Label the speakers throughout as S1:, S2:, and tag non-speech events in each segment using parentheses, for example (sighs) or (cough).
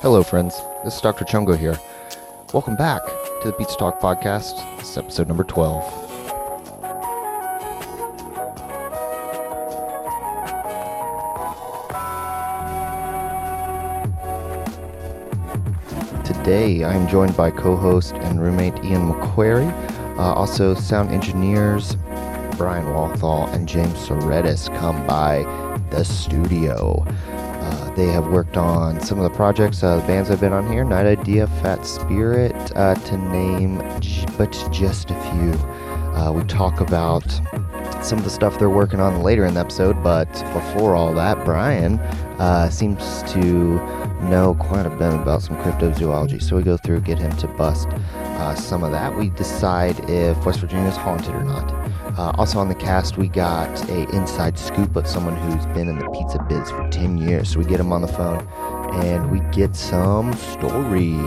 S1: Hello, friends. This is Dr. Chungo here. Welcome back to the Beats Talk podcast. This is episode number 12. Today, I am joined by co host and roommate Ian McQuarrie, uh, also sound engineers Brian Walthall and James Soretis come by the studio. Uh, they have worked on some of the projects, uh, the bands I've been on here, Night Idea, Fat Spirit, uh, to name j- but just a few. Uh, we talk about some of the stuff they're working on later in the episode, but before all that, Brian uh, seems to know quite a bit about some cryptozoology, so we go through, get him to bust uh, some of that. We decide if West Virginia is haunted or not. Uh, also on the cast, we got a inside scoop of someone who's been in the pizza biz for 10 years. So we get him on the phone and we get some stories.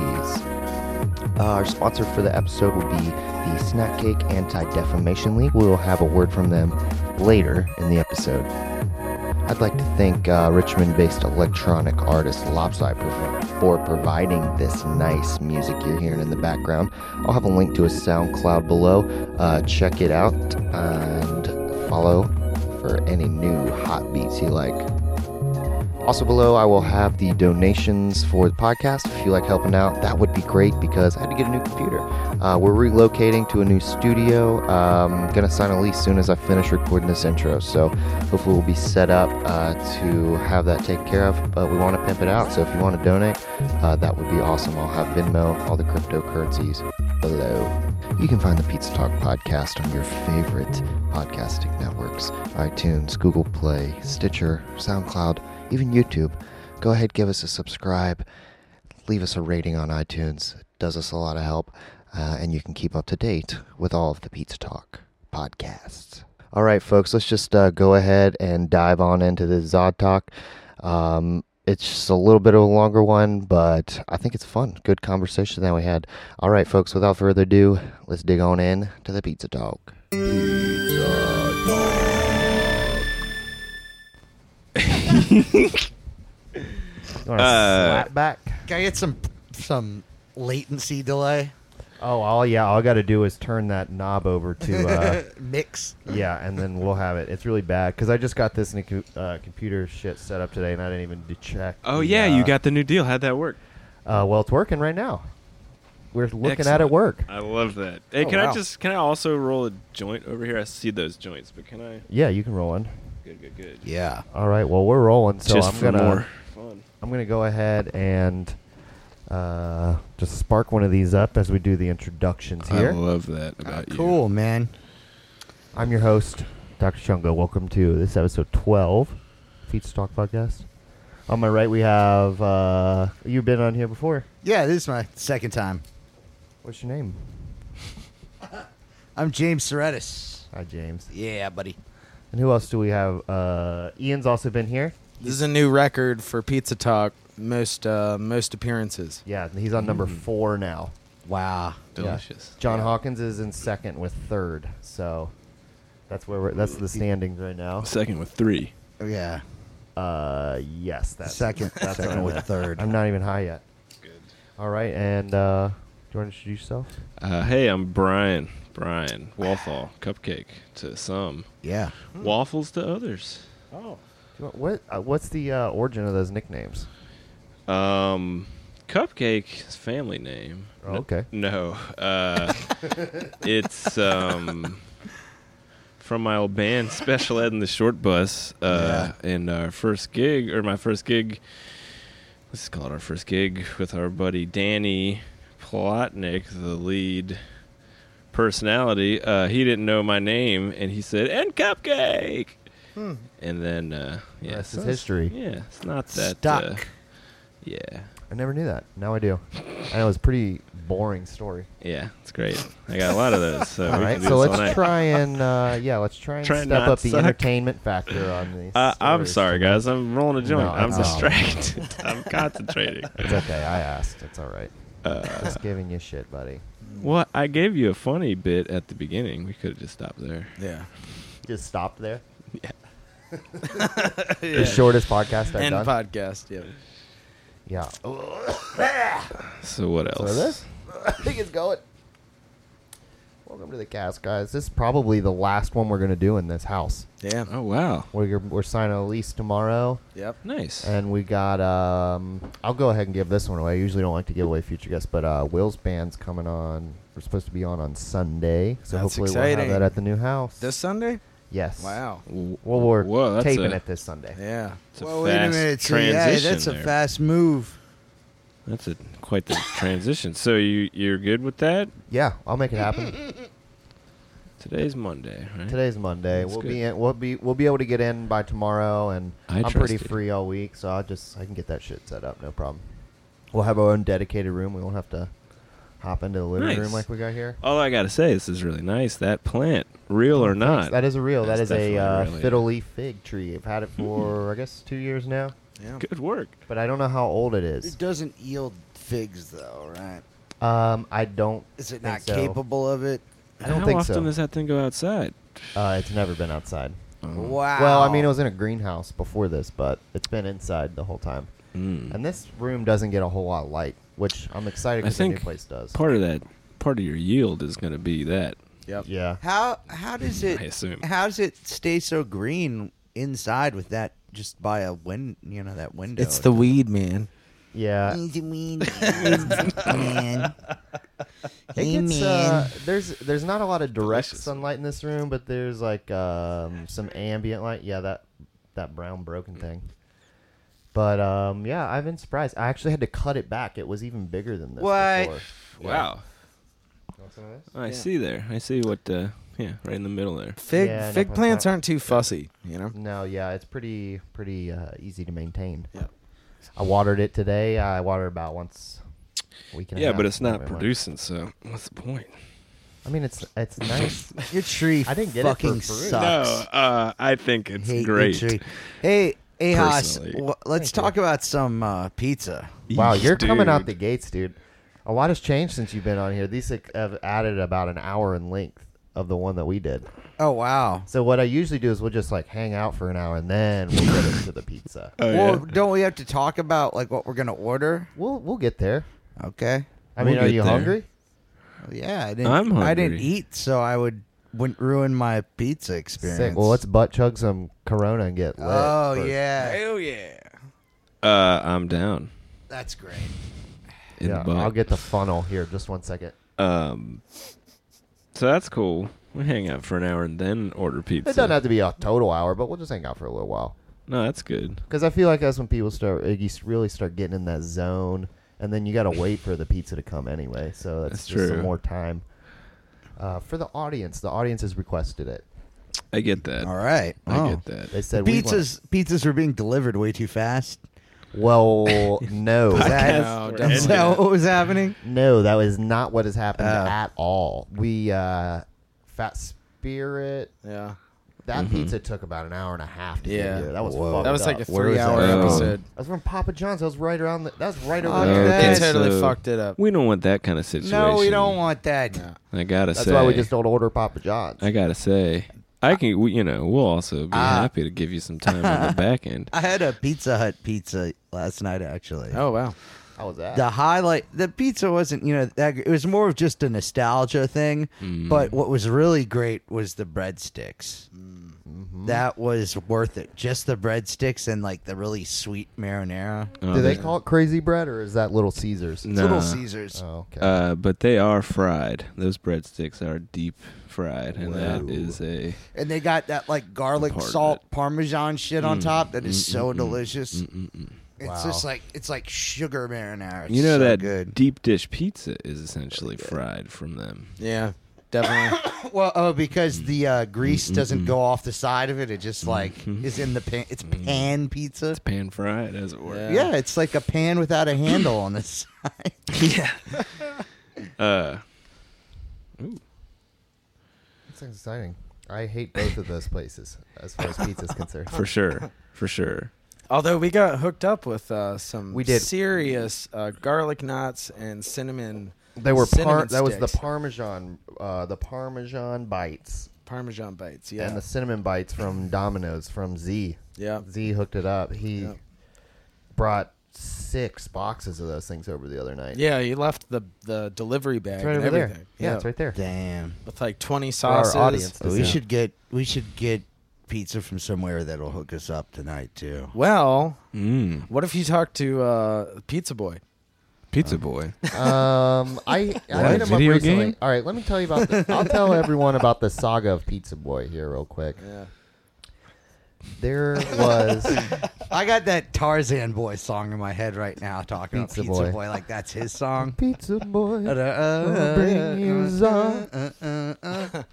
S1: Uh, our sponsor for the episode will be the Snack Cake Anti Defamation League. We'll have a word from them later in the episode. I'd like to thank uh, Richmond based electronic artist Lopside for, for providing this nice music you're hearing in the background. I'll have a link to his SoundCloud below. Uh, check it out and follow for any new hot beats you like. Also, below, I will have the donations for the podcast. If you like helping out, that would be great because I had to get a new computer. Uh, we're relocating to a new studio. Um, gonna sign a lease soon as I finish recording this intro. So, hopefully, we'll be set up uh, to have that taken care of. But we want to pimp it out. So, if you want to donate, uh, that would be awesome. I'll have Venmo, all the cryptocurrencies below. You can find the Pizza Talk podcast on your favorite podcasting networks iTunes, Google Play, Stitcher, SoundCloud, even YouTube. Go ahead, give us a subscribe, leave us a rating on iTunes. It does us a lot of help, uh, and you can keep up to date with all of the Pizza Talk podcasts. All right, folks, let's just uh, go ahead and dive on into this Zod Talk. Um, it's just a little bit of a longer one, but I think it's fun. Good conversation that we had. All right, folks, without further ado, let's dig on in to the Pizza Talk.
S2: You want a
S3: Uh,
S2: slap back?
S4: Can I get some some latency delay
S2: Oh, all yeah. All I got to do is turn that knob over to
S3: (laughs)
S2: uh,
S4: mix?
S2: yeah, and then we'll have it. It's really bad because I just got this new co- uh, computer shit set up today, and I didn't even d- check.
S3: Oh
S2: the,
S3: yeah,
S2: uh,
S3: you got the new deal. How'd that work?
S2: Uh, well, it's working right now. We're looking at it
S3: Excellent.
S2: work.
S3: I love that. Hey,
S4: Oh,
S3: can I
S4: wow.
S3: just can I also roll a joint over here? I see those joints, but can I?
S2: Yeah, you can roll one.
S3: Good, good, good.
S4: Yeah.
S2: All right. Well, we're rolling, so
S3: just
S2: I'm
S3: for
S2: gonna
S3: more fun.
S2: I'm gonna go ahead and uh, just spark one of these up as we do the introductions
S3: I
S2: here.
S3: love that
S5: Ah,
S3: about you.
S4: Cool, man.
S2: I'm your host, Dr. Chungo. Welcome to this episode 12, Feet Talk Podcast. On my right, we have uh, you've been on here before.
S4: Yeah, this is my second time.
S2: What's your name?
S4: I'm James Soretis.
S2: Hi, James.
S4: Yeah, buddy.
S2: And who else do we have? Uh, Ian's also been here.
S5: This is a new record for Pizza Talk most uh, most appearances.
S2: Yeah, he's on number four now.
S4: Wow.
S2: Yeah.
S3: Delicious.
S2: John Hawkins is in second with third, so that's where we're, that's the standings right now.
S3: Second with three.
S4: Yeah.
S2: Uh, yes, that's
S4: second,
S2: (laughs) That's what I
S4: second with
S2: meant.
S4: third.
S2: I'm not even high yet.
S3: Good.
S2: All right, and uh, do you want to introduce yourself?
S3: Uh, hey, I'm Brian. Brian Waffle Cupcake to some,
S4: yeah.
S5: Hmm.
S3: waffles to others.
S2: Do you want- What uh, what's the uh, origin of those nicknames?
S3: Um, Cupcake is family name.
S2: Oh,
S3: N-
S2: okay.
S3: No, uh, it's um from my old band, Special Ed and the Short Bus. Uh, And our first gig, or my first gig, let's call it our first gig with our buddy Danny Plotnick, the lead personality. Uh, he didn't know my name, and he said, "And Cupcake." And then, uh, yeah,
S2: Rest
S3: so
S2: is
S3: it's-
S2: history.
S3: Yeah, it's not that Uh,
S4: Stuck.
S3: yeah.
S2: I never knew that. Now I do. I know it's a pretty boring story.
S3: Yeah, it's great. I got a lot of those. So
S2: (laughs) all
S3: we
S2: right,
S3: can do
S2: so
S3: this all
S2: let's
S3: night. (laughs)
S2: try and uh, yeah, let's try and
S3: Try and
S2: step
S3: not
S2: up the
S3: suck.
S2: entertainment factor on these.
S3: Uh, I'm
S2: stories.
S3: sorry, guys. I'm rolling a joint.
S2: No,
S3: I'm
S2: it's all (laughs)
S3: distracted. I'm concentrating.
S2: It's okay. I asked. It's all right.
S3: Uh,
S2: Just giving you shit, buddy.
S3: well, I gave you a funny bit at the beginning. We could have just stopped there.
S5: Yeah.
S2: Just stop there.
S5: yeah.
S2: The shortest podcast I've
S5: End
S2: done.
S5: podcast. Yeah.
S1: Yeah. Oh,
S3: So what
S1: so
S3: else?
S1: this, I think it's going. Welcome to the cast, guys. This is probably the last one we're gonna do in this house.
S2: Yeah.
S3: Oh wow.
S1: We're we're signing a lease tomorrow.
S2: Yep.
S3: Nice.
S1: And we got. Um, I'll go ahead and give this one away. I usually don't like to give away future guests, but uh, Will's band's coming on. We're supposed to be on on Sunday, so
S2: That's
S1: hopefully we'll
S2: exciting.
S1: have that at the new house.
S2: This Sunday?
S1: yes.
S2: Wow.
S3: W-
S1: Well, we're
S3: Whoa, that's
S1: taping
S3: a-
S1: it this Sunday.
S2: Yeah.
S3: It's a
S4: well,
S3: fast
S4: wait a minute. So, yeah,
S3: transition
S4: that's
S3: there.
S4: a fast move.
S3: That's a quite the transition. So you you're good with that?
S1: Yeah, I'll make it
S2: (laughs)
S1: happen.
S3: Today's Monday, right?
S1: Today's Monday.
S3: That's
S1: we'll
S3: good.
S1: be in, we'll be we'll be able to get in by tomorrow, and
S3: I
S1: am pretty
S3: trust you.
S1: free all week, so I just I can get that shit set up, no problem. We'll have our own dedicated room. We won't have to hop into the living
S3: Nice.
S1: room like we got here.
S3: All I gotta say, this is really nice. That plant, real
S2: Oh,
S3: or not,
S1: That is a real.
S3: That's
S1: That's a
S3: definitely
S1: uh,
S3: really- Hmm.
S1: fiddle leaf fig tree. I've had it for I guess two years now,
S2: Yeah.
S3: good work.
S1: but I don't know how old it
S4: It
S1: is.
S4: doesn't yield figs, though, right?
S1: Um, I don't.
S4: Is it
S1: think
S4: not
S1: so.
S4: capable of it?
S1: I don't
S3: How
S1: think
S3: often
S1: so.
S3: does that thing go outside?
S1: Uh, it's never been outside.
S3: Um,
S4: Wow.
S1: Well, I mean, it was in a greenhouse before this, but it's been inside the whole time.
S3: mm.
S1: And this room doesn't get a whole lot of light, which I'm excited
S3: I
S1: because the new
S3: think
S1: place does.
S3: part of that, part of your yield is gonna be that.
S2: Yep.
S1: yeah.
S4: How how does
S3: (laughs) I
S4: it
S3: assume.
S4: how does it stay so green inside with that just by a win you know that window?
S2: It's the weed, man.
S1: Yeah.
S4: Easy ween, man.
S1: It
S4: (laughs) Hey,
S1: gets, uh, there's there's not a lot of direct
S3: Delicious.
S1: sunlight in this room, but there's like um, some ambient light. Yeah, that that brown broken thing. But um, yeah, I've been surprised. I actually had to cut it back. It was even bigger than this.
S4: What?
S1: Before.
S3: Wow. Oh, I see there. I see what. Uh, yeah, right in the middle there.
S2: Fig
S1: Yeah,
S2: fig
S1: nothing's
S2: plants
S1: up.
S2: aren't too fussy, you know.
S1: No, yeah, it's pretty pretty uh, easy to maintain.
S2: Yeah.
S1: I watered it today. I water about once a week and a
S3: Yeah,
S1: half,
S3: but it's
S1: something
S3: not
S1: like that.
S3: producing, so what's the point?
S1: I mean, it's it's nice.
S4: Your tree
S1: I didn't get it for
S4: fucking
S1: free. No,
S4: sucks.
S3: uh, I think it's
S4: Hate your tree. Hey, hey, Haas,
S3: Personally.
S4: w- let's
S1: Thank you.
S4: talk about some uh, pizza.
S1: Wow,
S3: Yeesh,
S1: you're coming out
S3: dude.
S1: the gates, dude. A lot has changed since you've been on here. These like, have added about an hour in length of the one that we did.
S4: Oh wow.
S1: So what I usually do is we'll just like hang out for an hour and then we'll get into the pizza.
S3: Oh, yeah.
S4: well, don't we have to talk about like what we're gonna order?
S1: We'll we'll get there.
S4: Okay.
S1: I mean,
S3: We'll
S1: are
S3: get
S1: you
S3: there.
S1: hungry?
S4: Yeah, I didn't.
S3: I'm
S4: I didn't
S3: hungry.
S4: eat, so I would wouldn't ruin my pizza experience.
S1: Sick. Well, let's butt chug some Corona and get lit.
S4: Oh
S1: first.
S4: yeah,
S2: Hell yeah.
S3: Uh, I'm down.
S4: that's great.
S3: In
S1: yeah.
S3: the box.
S1: I'll get the funnel here. Just one second.
S3: Um, so that's cool. We hang out for an hour and then order pizza.
S1: It doesn't have to be a total hour, but we'll just hang out for a little while.
S3: no, that's good.
S1: Because I feel like that's when people start, like, you s- really start getting in that zone, and then you got to wait for the pizza to come anyway. So that's,
S3: That's
S1: just some
S3: true.
S1: more time. Uh, for the audience, the audience has requested it.
S3: I get that.
S4: All right.
S3: I
S4: Oh.
S3: get that.
S1: They said we want-
S4: Pizzas pizzas were being delivered way too fast.
S1: Well, no,
S4: Is
S1: that,
S4: that-
S2: No,
S3: we're
S2: don't
S4: is
S3: ending
S2: say-
S4: that
S3: it.
S4: what was happening?
S1: no, that is not what has happened
S4: Oh.
S1: at all. We uh, Fat Spirit.
S2: Yeah.
S1: That pizza took about an hour and a half to
S2: Yeah.
S1: get here. That was
S4: Whoa.
S1: fucked
S2: That was like
S1: up.
S2: a
S4: Where was
S2: three hour
S3: that? Oh.
S2: episode.
S1: That was from Papa John's. That was right around. The, that was right over.
S4: Oh,
S1: there.
S4: yeah.
S2: They
S4: Yes.
S2: totally
S3: so
S2: fucked it up.
S3: We don't want that kind of situation.
S4: No, we don't want that.
S2: Yeah.
S3: I gotta
S1: That's
S3: say.
S1: why we just don't order Papa John's.
S3: I gotta say. I can, we, you know, we'll also be
S4: Ah.
S3: happy to give you some time on the back end.
S4: I had a Pizza Hut pizza last night actually.
S2: Oh wow.
S1: How was that?
S4: The highlight, the pizza wasn't, you know, that, it was more of just a nostalgia thing.
S3: Mm.
S4: But what was really great was the breadsticks. That was worth it. Just the breadsticks and like the really sweet marinara.
S3: Oh,
S1: (laughs) Do they call it crazy bread or is that Little Caesars?
S3: No.
S4: Little Caesars.
S1: Oh, okay.
S3: Uh, but they are fried. Those breadsticks are deep fried, and that
S1: Whoa.
S3: is a
S4: And they got that like garlic
S3: Part of
S4: salt parmesan shit on top that is
S3: mm,
S4: so
S3: mm,
S4: delicious. It's
S1: Wow.
S4: just like it's like sugar marinara. It's
S3: you know
S4: so
S3: that
S4: good.
S3: deep dish pizza is essentially fried from them.
S2: Yeah. (coughs) Definitely.
S4: Well, oh, because the uh, grease doesn't go off the side of it. It just like
S3: Mm-hmm.
S4: is in the pan. It's pan pizza.
S3: It's pan fried, as it were.
S4: Yeah,
S2: Yeah.
S4: it's like a pan without a handle (clears throat) on the side.
S3: yeah. uh,
S1: That sounds exciting. I hate both of those places as far as pizza's concerned.
S3: for sure, for sure.
S2: Although we got hooked up with uh, some
S1: We did.
S2: serious uh, garlic knots and cinnamon.
S1: They were par-
S2: cinnamon
S1: that was the
S2: sticks.
S1: parmesan, uh, the parmesan bites
S2: parmesan bites. Yeah,
S1: and the cinnamon bites from Domino's from Z.
S2: yeah.
S1: Z hooked it up. He
S2: Yeah.
S1: brought six boxes of those things over the other night.
S2: Yeah, you left the the delivery bag.
S1: It's right
S2: and
S1: over there.
S2: everything.
S1: Yeah, it's right there.
S4: Damn.
S2: With like twenty
S1: our
S2: sauces.
S1: audience.
S4: we
S1: Yeah.
S4: should get we should get pizza from somewhere that'll hook us up tonight too.
S2: Well,
S4: Hmm.
S3: Mm.
S2: what if you talk to uh, Pizza Boy?
S3: Pizza boy.
S1: (laughs)
S3: (laughs)
S1: Um, I, I hit him up
S3: Video
S1: recently.
S3: game?
S1: All right, let me tell you about. The, I'll tell everyone about the saga of Pizza Boy here real quick.
S2: Yeah.
S1: There was
S4: I got that Tarzan boy song in my head right now talking
S1: Pizza
S4: about Pizza
S1: Boy.
S4: Boy. like that's his (laughs) song.
S1: Pizza Boy.
S4: I'll
S1: bring you some.
S4: Uh, uh, uh,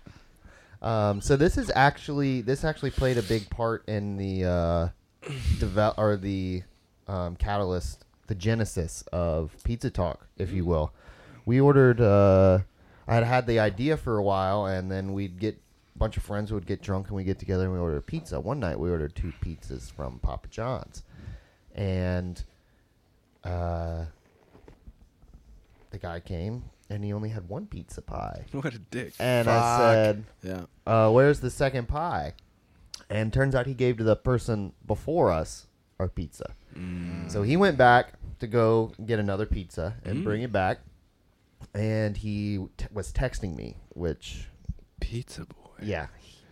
S4: uh.
S1: Um, so this is actually this actually played a big part in the uh, develop or the um, catalyst, the genesis of Pizza Talk, if you will. We ordered. Uh, I had had the idea for a while, and then we'd get a bunch of friends would get drunk, and we would get together and we order pizza. One night we ordered two pizzas from Papa John's, and uh, the guy came, and he only had one pizza pie.
S3: What a dick.
S1: And I
S2: Fuck.
S1: said,
S2: Yeah.
S1: uh, where's the second pie? And turns out he gave to the person before us our pizza.
S3: Mm.
S1: So he went back to go get another pizza and bring it back. And he t- was texting me, which,
S3: Pizza boy.
S1: yeah,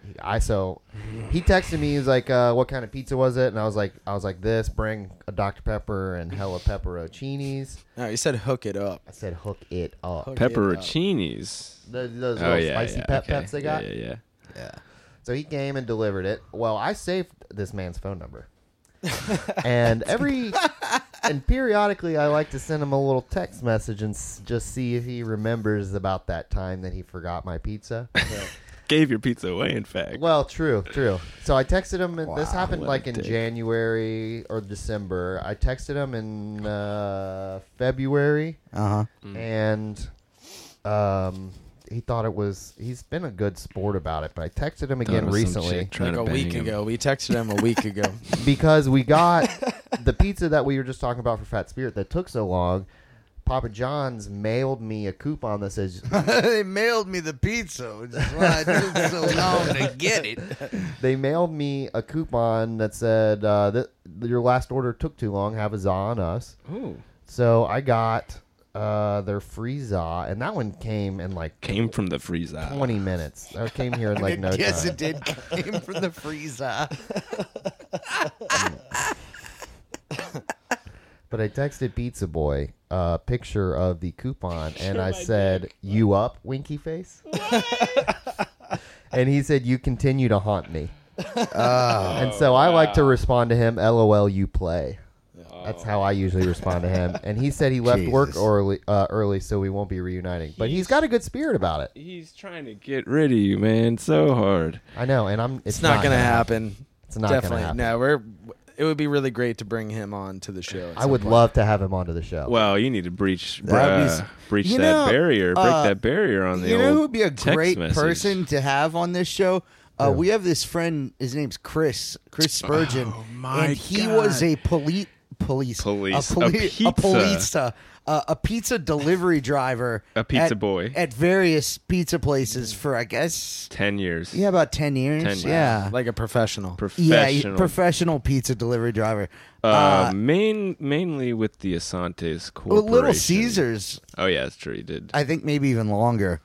S1: he- I so he texted me. He was like, uh, "What kind of pizza was it?" And I was like, "I was like this. Bring a Dr Pepper and hella pepperoncinis."
S2: No, you said hook it up.
S1: I said, "Hook it up."
S2: Hook
S3: Pepperoncinis.
S1: Those, those
S3: Oh
S1: little
S3: yeah,
S1: spicy
S3: yeah,
S1: pep
S3: okay.
S1: peps they got.
S3: Yeah, yeah. yeah.
S4: yeah.
S1: So he came and delivered it. Well, I saved this man's phone
S3: (laughs)
S1: number. and every (laughs) and periodically I like to send him a little text message and s- just see if he remembers about that time that he forgot my pizza.
S3: (laughs) Gave your pizza away. In fact.
S1: well, true, true. So I texted him and this
S4: Wow,
S1: happened
S3: what
S1: like
S3: a
S1: in
S3: dick.
S1: January or December. I texted him in uh, February
S4: Uh-huh.
S3: Mm.
S1: and um he thought it was he's been a good sport about it, but I texted him
S3: Thought it
S1: again
S3: was some
S1: recently.
S3: chick trying
S2: Like
S3: to
S2: a
S3: bang
S2: week
S3: him.
S2: ago. We texted him a week ago.
S1: because we got
S3: (laughs)
S1: the pizza that we were just talking about for Fat Spirit that took so long. Papa John's mailed me a coupon that
S3: (laughs)
S1: says
S4: (laughs) they mailed me the pizza, which is why it took so long to get it.
S1: they mailed me a coupon that said uh, th- your last order took too long. Have a za on us.
S3: Ooh.
S1: So I got uh, their free za, and that one came in like
S3: Came from the freezer.
S1: twenty minutes. Or came
S3: (laughs)
S1: here in like no
S4: yes,
S1: time.
S4: it did. Came from the freezer.
S1: But I texted Pizza Boy a picture of the
S3: (laughs)
S1: coupon and I said, You up, winky face? and he said, You continue to haunt
S3: (laughs)
S1: me. Oh, and so I like to respond to him, LOL, you play. That's how
S3: Oh.
S1: I usually respond to him. And he said he
S4: (laughs)
S1: left work
S4: Jesus.
S1: early, uh, early, so we won't be reuniting. But he's got a good spirit about it.
S3: He's trying to get rid of you, man, so hard.
S1: I know, and I'm. It's,
S2: It's not, gonna
S1: gonna
S2: happen.
S1: It's not gonna
S2: Definitely.
S1: happen.
S2: No, we're. It would be really great to bring him on to the show. at
S1: I
S2: some
S1: would
S2: point.
S1: love to have him onto the show.
S3: Well, you need to breach,
S4: That'd be
S3: bruh,
S4: s-
S3: breach
S4: You
S3: that
S4: know,
S3: barrier, break
S4: uh,
S3: that barrier on the
S4: you know
S3: old
S4: who'd be a
S3: text
S4: great
S3: message.
S4: person to have on this show? Uh, we have this friend. His name's Chris. Chris Spurgeon,
S3: Oh, my
S4: and he
S3: God.
S4: was a police, police,
S3: Police.
S4: a,
S3: A
S4: poli-
S3: pizza.
S4: a police, uh, a pizza delivery driver,
S3: (laughs) A pizza
S4: at-
S3: boy.
S4: at various pizza places for I guess
S3: Ten years.
S4: yeah about ten years.
S3: 10 years.
S4: Yeah,
S2: Like a professional.
S4: yeah, he-
S3: Professional.
S4: professional pizza delivery driver.
S3: uh, main mainly with the Asantes
S4: Well,
S3: Corporation.
S4: Uh, Little Caesars,
S3: Oh yeah, that's true. He did.
S4: I think maybe even longer.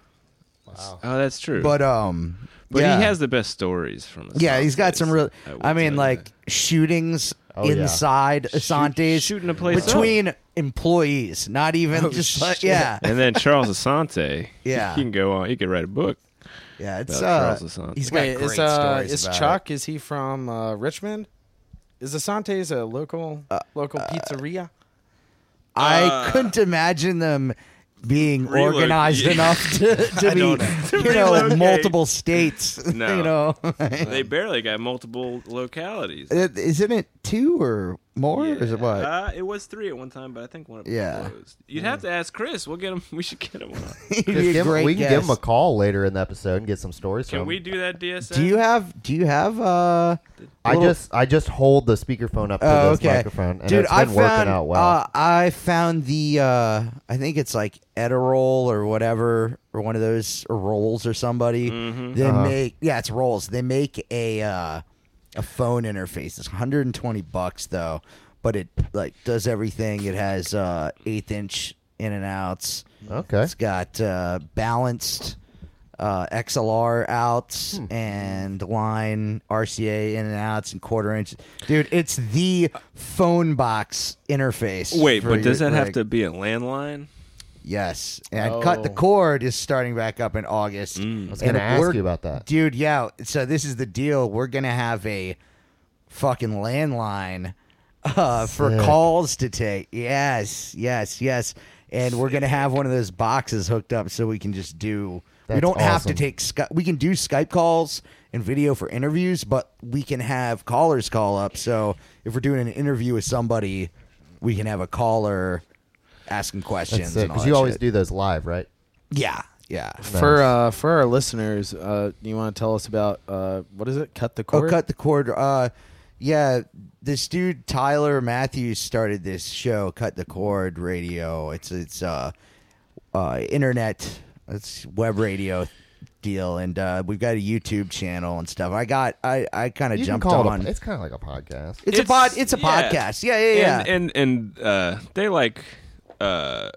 S3: oh, that's true.
S4: But um,
S3: But
S4: yeah.
S3: he has the best stories from. Asantes,
S4: Yeah, he's got some real.
S3: will
S4: I
S3: tell
S4: mean,
S3: you
S4: like shootings
S1: Oh, yeah.
S4: inside
S3: that.
S4: Asante's
S3: Shoot- shooting a place up.
S4: between employees, not even just like, yeah,
S3: And then Charles Asante.
S4: Yeah.
S3: he can go on. He could write a book.
S4: yeah. It's uh,
S3: About Charles Asante.
S4: he's got
S2: Wait,
S4: great
S2: is uh,
S4: stories
S2: is
S4: about
S2: Chuck? Is he from uh, Richmond? Is Asante's a local
S4: Uh,
S2: local pizzeria?
S4: it. I couldn't imagine them being
S3: Relocate.
S4: organized enough to, to
S3: I
S4: be,
S3: don't know. To
S4: you know,
S3: relocate.
S4: multiple states. (laughs)
S3: No.
S4: You know,
S3: they barely got multiple localities.
S4: isn't it two or more? Or is it (laughs) what?
S3: Uh, it was three at one time, but I think one of them
S4: Yeah.
S3: closed. You'd have to ask Chris. We'll get him. (laughs) We should get him on.
S4: (laughs) He'd
S1: Just
S4: be a
S1: give him-
S4: great
S1: we can give him a
S4: guest.
S1: call later in the episode and get some stories from
S3: Can
S1: him.
S3: we do that, DSN?
S4: Do you have? Do you have? uh
S1: I
S4: little-
S1: just I just hold the speakerphone up to
S4: Oh,
S1: this
S4: okay.
S1: microphone, and
S4: Dude,
S1: it's been
S4: I
S1: working
S4: found,
S1: out well.
S4: Uh, I found the, uh, I think it's like Edirol or whatever, or one of those or rolls or somebody. They
S1: Uh-huh.
S4: make, yeah, it's rolls. They make a uh, a phone interface. It's 120 bucks though, but it like does everything. It has uh, eighth inch in and outs.
S1: Okay.
S4: It's got uh, balanced uh, XLR outs
S3: Hmm.
S4: and line RCA in and outs and quarter inch. Dude, it's the phone box interface.
S3: Wait,
S4: for
S3: but does
S4: your-
S3: that have
S4: like-
S3: to be a landline?
S4: Yes, and cut the
S1: Oh.
S4: cord is starting back up in August.
S1: I was gonna ask you about that.
S4: dude. Yeah, so this is the deal. We're gonna have a fucking landline uh, for
S1: Sick.
S4: calls to take. Yes, yes, yes, and we're gonna have one of those boxes hooked up so we can just do. we
S1: That's
S4: don't have to
S1: awesome.
S4: take Skype. We can do Skype calls and video for interviews, but we can have callers call up. So if we're doing an interview with somebody, we can have a caller asking questions.
S1: That's it.
S4: and all
S1: Because
S4: that
S1: you always
S4: shit.
S1: do those live, right?
S4: Yeah, yeah.
S2: For uh, for our listeners, uh, you want to tell us about uh, what is it? Cut the cord.
S4: Oh, cut the cord. Uh, yeah, this dude Tyler Matthews started this show, Cut the Cord Radio. It's it's uh, uh, internet, it's web radio deal, and uh, we've got a YouTube channel and stuff. I got I I kind of
S1: You can
S4: jumped
S1: call
S4: on.
S1: it. A, it's kind of like a podcast.
S4: It's, a pod. It's a podcast. Yeah, yeah, yeah.
S3: And and, and uh, they like uh,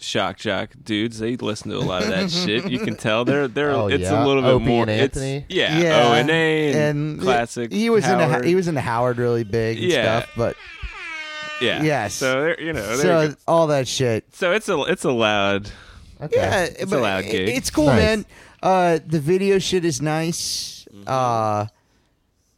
S3: shock jock dudes. They listen to a lot of
S4: (laughs)
S3: that shit. You can tell they're they're.
S1: Oh,
S3: it's
S1: yeah.
S3: a little bit
S1: Opie
S3: more.
S1: and
S3: it's-
S1: Anthony?
S3: yeah, O and A and classic.
S4: He was in
S3: Howard.
S4: a, he was in Howard really big and
S3: Yeah.
S4: stuff, but
S3: yeah.
S4: yes.
S3: So they're- you know. they're
S4: so
S3: good.
S4: all that shit.
S3: so it's a it's a loud.
S1: Okay.
S4: Yeah,
S3: a
S4: but
S3: loud
S4: it-
S3: gig.
S4: It's cool,
S1: Nice.
S4: man. Uh, the video shit is nice.
S3: Mm-hmm.
S4: Uh,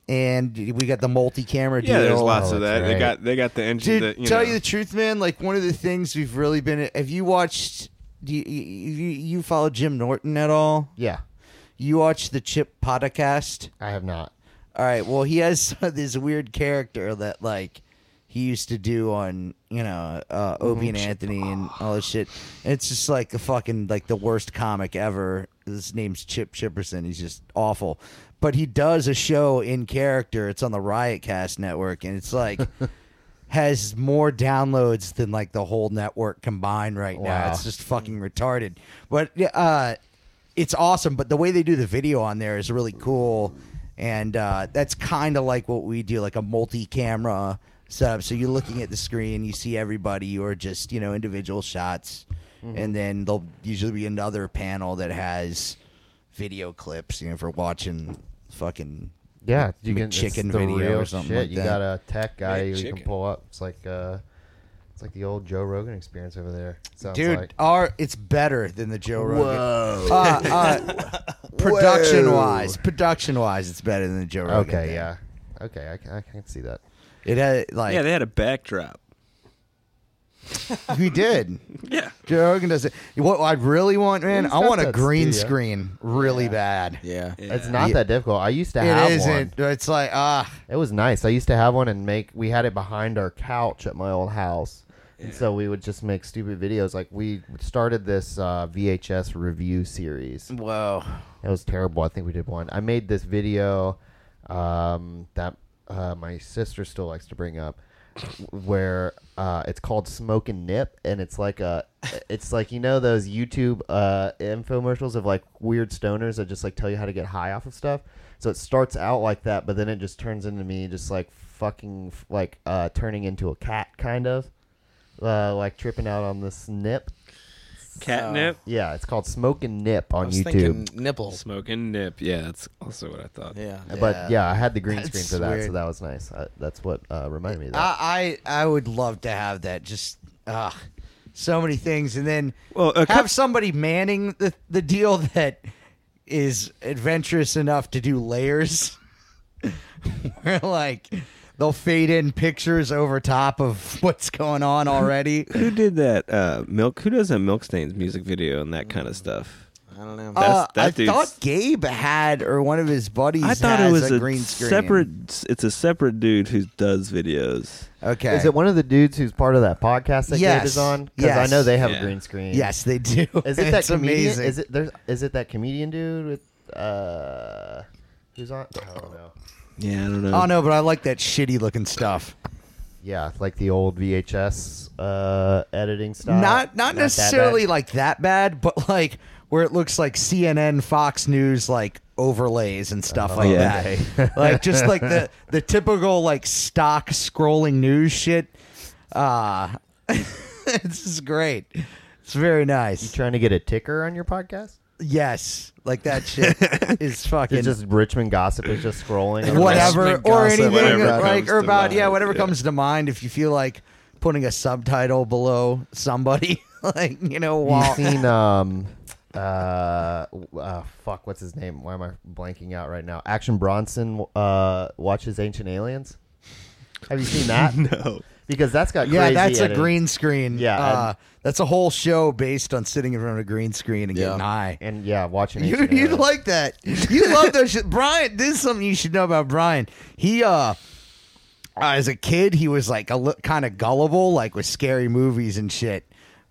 S4: and we got the multi-camera deal.
S3: Yeah, there's lots
S1: Oh,
S3: of that.
S1: that's
S3: They
S1: right.
S3: got they got the engine.
S4: Dude,
S3: that, you
S4: tell
S3: know.
S4: you the truth, man. Like one of the things we've really been. Have you watched? Do you, you, you follow Jim Norton at all?
S1: Yeah.
S4: You watch the Chip podcast?
S1: I have not.
S4: All right. Well, he has (laughs) this weird character that like he used to do on you know uh, Opie and Anthony and all this shit. And it's just like the fucking like the worst comic ever. His name's Chip Chipperson. He's just awful. But he does a show in character. It's on the Riotcast network, and it's like. Has more downloads than like the whole network combined right now.
S1: Wow.
S4: It's just fucking retarded. But uh, it's awesome. But the way they do the video on there is really cool, and uh, that's kind of like what we do, like a multi-camera setup. So you're looking at the screen, you see everybody, or just you know individual shots, and then there'll usually be another panel that has video clips, you know, for watching fucking
S1: Yeah, you
S4: Mc-
S1: can it's
S4: chicken
S1: the
S4: video
S1: real
S4: or something
S1: shit.
S4: like
S1: you
S4: that.
S1: got a tech guy you
S3: chicken.
S1: can pull up. It's like uh, it's like the old Joe Rogan experience over there. Sounds
S4: dude.
S1: like.
S4: Our it's better than the Joe Rogan. Uh,
S1: (laughs)
S4: Whoa. production wise, production wise, it's better than the Joe Rogan.
S1: Okay,
S4: thing.
S1: yeah, okay, I can, I can see that.
S4: It had like
S3: Yeah, they had a backdrop.
S4: we did.
S3: Yeah.
S4: Joe Rogan does it. What I really want, man,
S1: He's
S4: I
S1: got
S4: want a
S1: that
S4: green
S1: studio.
S4: screen really bad.
S2: Yeah.
S1: It's not
S4: Yeah.
S1: that difficult. I used to have
S4: It
S1: one.
S4: isn't. It's like ah,
S1: It was nice. I used to have one and make. We had it behind our couch at my old house, and so we would just make stupid videos. Like we started this uh, VHS review series.
S4: whoa.
S1: It was terrible. I think we did one. I made this video um, that uh, my sister still likes to bring up, where uh, it's called "Smoke and Nip," and it's like a, it's like you know those YouTube uh, infomercials of like weird stoners that just like tell you how to get high off of stuff. So it starts out like that, but then it just turns into me just like fucking like uh, turning into a cat, kind of, uh, like tripping out on this nip.
S3: Catnip,
S1: Yeah, it's called "Smoke and Nip" on
S2: I was
S1: YouTube.
S2: thinking nipples.
S3: smoking nip. Yeah, that's also what I thought.
S2: Yeah.
S1: But yeah, I had the green screen
S4: That's
S1: for that, so
S4: weird.
S1: that was nice. Uh, that's what uh, reminded me of that.
S4: I, I I would love to have that. Just ah, so many things, and then
S3: Well, a cou-
S4: have somebody manning the the deal that is adventurous enough to do layers, (laughs) where like they'll fade in pictures over top of (laughs) what's going on already.
S3: Who did that uh, milk? Who does a milk stains music video and that kind of stuff?
S2: I don't
S3: That's-
S2: know.
S4: Mm. Uh,
S3: that
S4: I
S3: dude's-
S4: thought Gabe had or one of his buddies.
S3: I thought it
S4: has
S3: was
S4: a,
S3: a,
S4: green screen.
S3: separate. It's a separate dude who does videos.
S4: Ah, Okay.
S1: Is it one of the dudes who's part of that podcast that
S4: Yes.
S1: Gabe is on? Because
S4: Yes.
S1: I know they have
S3: Yeah.
S1: a green screen.
S4: yes, they do.
S1: Is it that
S4: (laughs) it's
S1: comedian?
S4: amazing.
S1: Is it there's is it that comedian dude with uh who's on? I don't know.
S3: Yeah, I don't know.
S4: Oh no, but I like that shitty looking stuff.
S1: Yeah, like the old VHS uh, editing style.
S4: not not
S1: that
S4: necessarily
S1: bad.
S4: like that bad, but like where it looks like CNN, Fox News, like overlays and stuff like
S1: okay.
S4: that. (laughs) like just like the the typical like stock scrolling news shit. Uh (laughs) this is great. It's very
S1: You
S4: nice.
S1: trying to get a ticker on your podcast?
S4: Yes, like that shit is fucking
S1: It's just Richmond gossip is just
S4: (laughs)
S1: scrolling.
S2: What-
S4: whatever
S2: Wrestling
S4: or
S2: gossip,
S4: anything
S3: whatever
S4: like
S3: comes
S4: or
S3: to
S4: about yeah
S3: mind,
S4: whatever
S3: yeah.
S4: comes to mind if you feel like putting a subtitle below somebody (laughs) like you know
S1: Have you
S4: while (laughs)
S1: seen um uh, uh fuck what's his name? Why am I blanking out right now? Action Bronson uh watches Ancient Aliens. Have you seen that?
S4: (laughs) Oh,
S3: No.
S1: Because that's got
S4: yeah
S1: crazy
S4: that's a
S1: editing.
S4: green screen
S1: Yeah,
S4: uh,
S1: and-
S4: that's a whole show based on sitting in front of a green screen and
S2: Yeah.
S4: getting high
S1: and yeah watching
S4: you,
S1: Ancient
S4: you'd
S1: Aliens.
S4: like that you love those shit brian this is something you should know about brian he uh as a kid he was like a li- kind of gullible like with scary movies and shit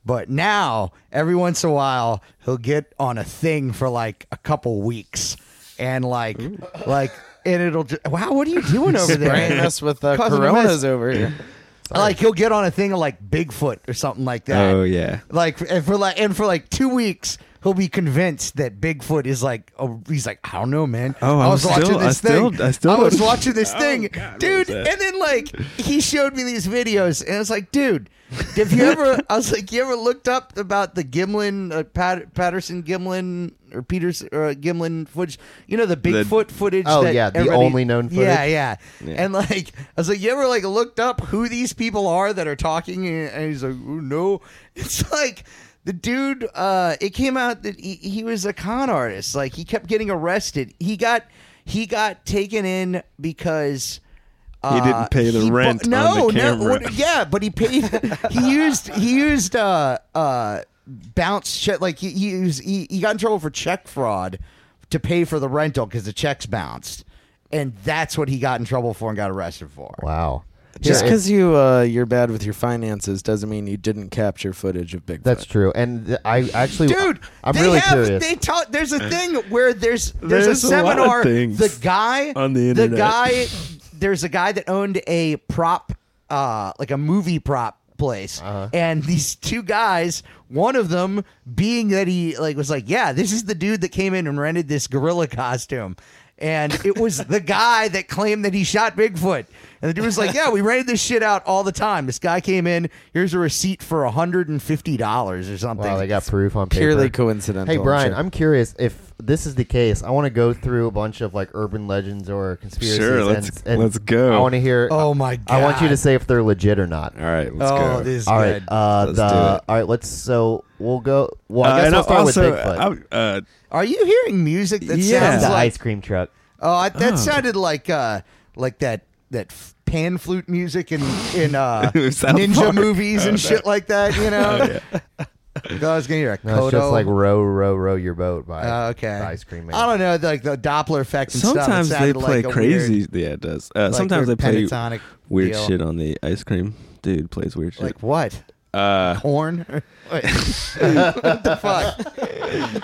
S4: but now every once in a while he'll get on a thing for like a couple weeks and like like and it'll just wow what are you
S1: (laughs)
S4: doing over there
S2: Spraying us with (laughs) uh,
S4: Causing a mess.
S2: Coronas over here.
S4: like he'll get on a thing of like bigfoot or something like that
S3: Oh, yeah.
S4: like and for like and for like two weeks he'll be convinced that Bigfoot is like oh, he's like I don't know man
S3: Oh,
S4: I
S3: I'm
S4: was watching
S3: still- I
S4: this
S3: still-
S4: thing
S3: I still
S4: was
S3: don't-
S4: watching this
S3: Oh,
S4: thing
S3: God, what
S4: dude
S3: was
S4: and
S3: that?
S4: then like he showed me these videos and it's like dude if you
S3: (laughs)
S4: ever I was like you ever looked up about the Gimlin uh, Pat- Patterson Gimlin or Peters or uh, Gimlin footage you know the Bigfoot footage
S1: Oh,
S4: that
S1: yeah, the
S4: everybody-
S1: only known
S4: yeah
S1: footage?
S4: yeah. And like, I was like, you ever like looked up who these people are that are talking? And and he's like, "Ooh, no. (laughs) It's like the dude. Uh, it came out that he, he was a con artist. Like he kept getting arrested. He got he got taken in because. Uh,
S3: He didn't pay the
S4: he bu-
S3: rent on
S4: no, No,
S3: the camera.
S4: what- yeah, but he paid. (laughs) he used he used uh uh bounce check like he he, used, he he got in trouble for check fraud to pay for the rental because the checks bounced, and that's what he got in trouble for and got arrested for.
S1: Wow.
S2: Just
S1: Yeah,
S2: because you uh, you're bad with your finances doesn't mean you didn't capture footage of Bigfoot.
S1: that's true. And th- I actually,
S4: Dude,
S1: I'm
S4: they
S1: really
S4: have,
S1: curious.
S4: They talk. There's a thing where there's there's,
S3: Uh, There's
S4: a
S3: a lot of
S4: seminar.
S3: things
S4: the guy
S3: on the internet.
S4: guy. There's a guy that owned a prop, uh, like a movie prop place,
S1: Uh-huh.
S4: and these two guys. One of them being that he like was like, yeah, this is the dude that came in and rented this gorilla costume. And it was
S1: (laughs)
S4: the guy that claimed that he shot Bigfoot. And the dude was like, Yeah, we rented this shit out all the time. This guy came in, here's a receipt for $150 or something.
S1: wow, they got proof on paper.
S2: purely coincidental.
S1: Hey Brian,
S2: sure.
S1: I'm curious if this is the case. I want to go through a bunch of like urban legends or conspiracies.
S3: Sure,
S1: and-
S3: let's-
S1: and
S3: let's go.
S1: I want to hear. uh,
S4: Oh my god!
S1: I want you to say if they're legit or not.
S3: (laughs) All right, let's
S4: Oh,
S3: go.
S4: is
S1: All right, uh,
S3: Let's
S1: the,
S3: do it.
S1: all right. Let's. So we'll go. Well,
S3: Uh,
S1: I guess
S3: and
S1: we'll start
S3: also,
S1: with Bigfoot.
S3: I- uh,
S4: Are you hearing music that
S2: Yeah.
S4: sounds
S1: the
S4: like?
S1: ice cream truck.
S4: Oh, I, that sounded like uh, like that that f- pan flute music in in
S3: (laughs)
S4: uh,
S3: South
S4: ninja
S3: Park.
S4: movies and shit like that. You
S3: Oh,
S4: know. (laughs) I was gonna hear a
S1: No, it's
S4: Kodo.
S1: just like row, row, row your boat by
S4: Uh, okay.
S1: the ice cream man.
S4: I don't know, like the Doppler effect and
S3: sometimes
S4: stuff. It
S3: they
S4: sounded
S3: play
S4: like a
S3: crazy.
S4: Weird,
S3: yeah, it does. Uh,
S4: like
S3: sometimes they
S4: weird
S3: play
S4: pentatonic
S3: weird
S4: deal.
S3: shit on the ice cream. Dude plays weird shit.
S4: Like what?
S3: uh,
S4: Horn? what the fuck?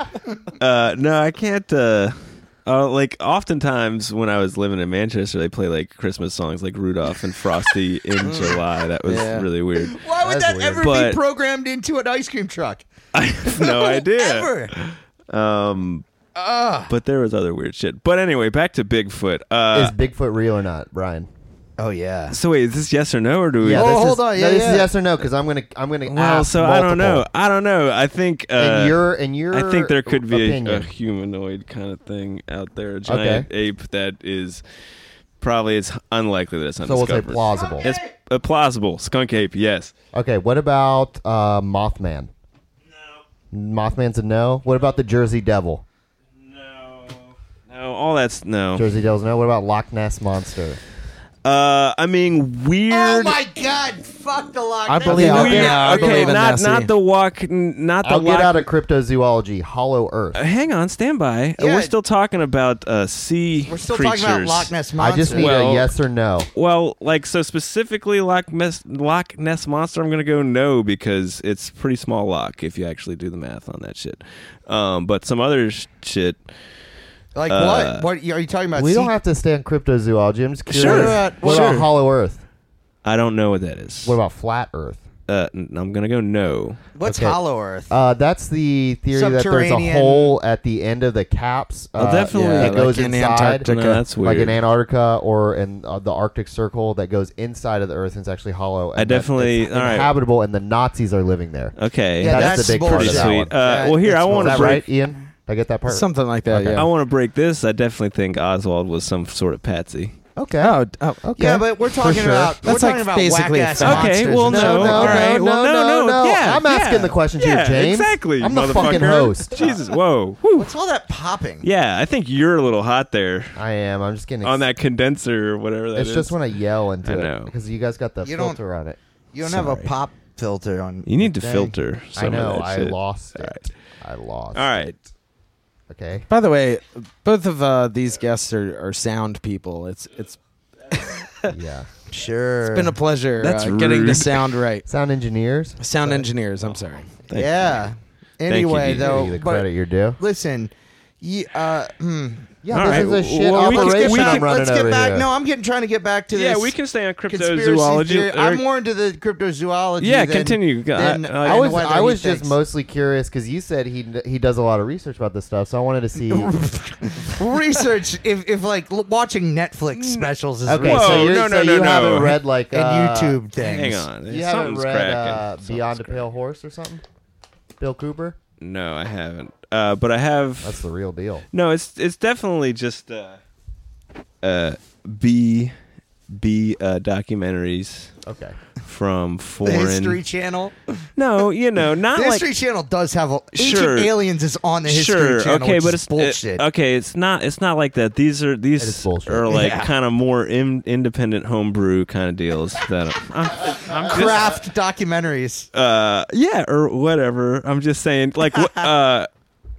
S3: uh, no, I can't. Uh, uh, like oftentimes when I was living in Manchester, they play like Christmas songs, like Rudolph and Frosty
S4: (laughs)
S3: in July. That was
S2: Yeah.
S3: really weird.
S4: (laughs) Why would
S1: That's
S4: that
S1: weird.
S4: ever
S3: But-
S4: be programmed into an ice cream truck?
S3: I
S4: (laughs)
S3: have no idea.
S4: Ever.
S3: Um, but there was other weird shit. But anyway, back to Bigfoot.
S1: Is
S3: Uh,
S1: Bigfoot real or not, Brian?
S4: Oh yeah.
S3: so wait, is this yes or no, or do we?
S1: Yeah,
S4: Oh,
S1: this
S4: hold
S1: is,
S4: on,
S1: no,
S4: yeah,
S1: this
S4: yeah.
S1: is yes or no because I'm gonna I'm gonna.
S3: well,
S1: ask
S3: so I don't know.
S1: multiple.
S3: I don't know. I think uh,
S1: And your and your.
S3: I think there could be a, uh, a
S1: opinion.
S3: humanoid kind of thing out there, a giant ape that is probably it's unlikely that it's
S1: so we'll say
S3: undiscovered.
S1: plausible.
S3: It's a plausible skunk ape. Yes.
S1: Okay, what about uh, Mothman? No. Mothman's a no. What about the Jersey Devil?
S3: No. No. All that's no.
S1: Jersey Devil's no. What about Loch Ness Monster?
S3: Uh, I mean, weird.
S4: Oh my god! Fuck the lock.
S2: I
S4: That's
S2: believe
S4: not-
S2: I'll get out. I
S3: okay,
S2: believe in
S3: not
S2: Nessie.
S3: not the walk, n- not the
S1: I'll
S3: walk.
S1: get out of cryptozoology. Hollow Earth.
S3: Hang on, stand by. Uh,
S4: Yeah.
S3: We're still talking about uh, sea
S4: We're still
S3: creatures.
S4: talking about Loch Ness
S1: I
S4: monster.
S1: just need
S3: Well-
S1: a yes or no.
S3: Well, like so specifically Loch Ness, Loch Ness monster, I'm gonna go no because it's pretty small lock if you actually do the math on that shit. Um, but some other sh- shit.
S4: like
S3: uh,
S4: what? What are you talking about?
S1: We don't
S4: sea-
S1: have to stay on cryptozoology. I'm just curious.
S3: Sure.
S1: What about, what
S3: Sure.
S1: about Hollow Earth?
S3: I don't know what that is.
S1: What about Flat Earth?
S3: Uh, n- I'm gonna go no.
S4: What's
S1: Okay.
S4: Hollow Earth?
S1: Uh, that's the theory that there's a
S4: Subterranean-
S1: hole at the end of the caps.
S3: Oh,
S1: uh,
S3: definitely.
S1: that
S3: Yeah, like
S1: goes
S2: in
S1: inside,
S2: Antarctica.
S3: No, that's weird.
S1: like in Antarctica or in uh, the Arctic Circle, that goes inside of the Earth and it's actually hollow. And
S3: I
S1: that
S3: definitely-
S1: it's
S3: all right. Uh,
S1: inhabitable, and the Nazis are living there.
S3: Okay,
S4: Yeah,
S1: that's,
S4: that's
S1: the big part
S3: pretty
S1: of that
S4: bullshit.
S3: sweet.
S1: one.
S3: Uh, well, here I
S4: that's
S3: want
S1: Is
S3: to
S1: that
S3: break.
S1: right, Ian? Did I get that part
S2: Something like that.
S1: Okay.
S2: Yeah.
S3: I want to break this. I definitely think Oswald was some sort of patsy.
S1: Okay.
S2: Oh, d- oh,
S1: okay.
S4: yeah, but we're talking
S1: sure.
S4: about we're
S2: That's
S4: talking
S2: like
S4: about
S2: basically
S4: whack ass
S2: a fact.
S3: Okay, well,
S1: No, no,
S3: no, all right,
S1: no,
S3: well,
S1: no,
S3: no,
S1: no,
S3: no, yeah,
S1: I'm asking
S3: yeah.
S1: the questions here,
S3: yeah,
S1: James.
S3: Exactly.
S1: I'm the fucking
S3: motherfucker.
S1: host.
S3: Jesus, whoa, whew.
S4: What's all that popping?
S3: Yeah, I think you're a little hot there
S1: I am. I'm just getting
S3: on that condenser or whatever that
S1: It's
S3: is.
S1: just when I yell into
S3: I
S1: it
S3: know.
S1: because you guys got the
S4: You don't-
S1: filter on it.
S4: You don't have a
S3: Sorry.
S4: pop filter on.
S3: you need to
S4: thing.
S3: filter.
S1: I
S3: Some
S1: know.
S3: Of that
S1: I
S3: shit.
S1: lost
S3: All
S1: it. I lost.
S3: All right. (laughs)
S1: Okay.
S2: By the way, both of uh, these guests are, are sound people. It's it's
S1: Yeah.
S4: Sure.
S2: been a pleasure
S3: That's
S2: uh, getting the
S3: rude.
S2: sound right.
S1: Sound engineers.
S2: Sound engineers. I'm sorry.
S3: Thank
S4: yeah. Anyway,
S3: you.
S1: Give
S4: though,
S1: you the
S4: but
S1: credit you're due.
S4: listen, you, uh, hmm.
S1: Yeah,
S3: All
S1: this
S3: right,
S1: is a shit
S3: well, we can-
S1: operation
S3: we
S1: I'm
S3: can-
S1: running
S4: let's get
S1: over
S4: back.
S1: here.
S4: No, I'm getting trying to get back to
S3: Yeah,
S4: this.
S3: we can stay on
S4: conspiracy theory.
S3: cryptozoology.
S4: I'm
S3: or-
S4: more into the cryptozoology.
S3: Yeah,
S4: than-
S3: continue. Go- I-
S4: than- uh,
S3: I-
S4: than
S1: I was
S4: whether
S1: I
S4: he
S1: was just
S4: thinks.
S1: mostly curious because you said he he does a lot of research about this stuff, so I wanted to
S3: (laughs)
S1: see.
S4: (laughs) research. If if like l- watching Netflix
S3: Mm.
S4: specials is
S1: Okay,
S4: research
S1: so
S3: Whoa,
S1: you
S3: no,
S1: so
S3: no,
S1: you
S3: no,
S1: haven't
S3: no.
S1: read like
S4: and
S1: uh,
S4: YouTube things.
S3: Hang on.
S1: You haven't
S3: Something's
S1: read
S3: cracking.
S1: uh,
S3: Something's
S1: Beyond a
S3: cracking.
S1: Pale Horse or something? Bill Cooper.
S3: No, I haven't. Uh, but I have.
S1: That's the real deal.
S3: No, it's it's definitely just uh, uh, B B uh, documentaries
S1: Okay. (laughs)
S3: from
S4: The
S3: foreign.
S4: History Channel.
S3: No, you know, not
S4: The
S3: like
S4: History Channel does have a Ancient
S3: Sure.
S4: Aliens is on the History
S3: sure,
S4: Channel.
S3: okay,
S4: which
S3: but
S4: is
S3: it's
S4: bullshit.
S3: uh, okay, it's not it's not like that. These are
S1: is
S3: these
S1: bullshit.
S3: are like
S4: Yeah.
S3: kind of more in, independent homebrew kind of deals that I'm, I'm just-
S4: Craft documentaries.
S3: uh yeah or whatever i'm just saying like wh- uh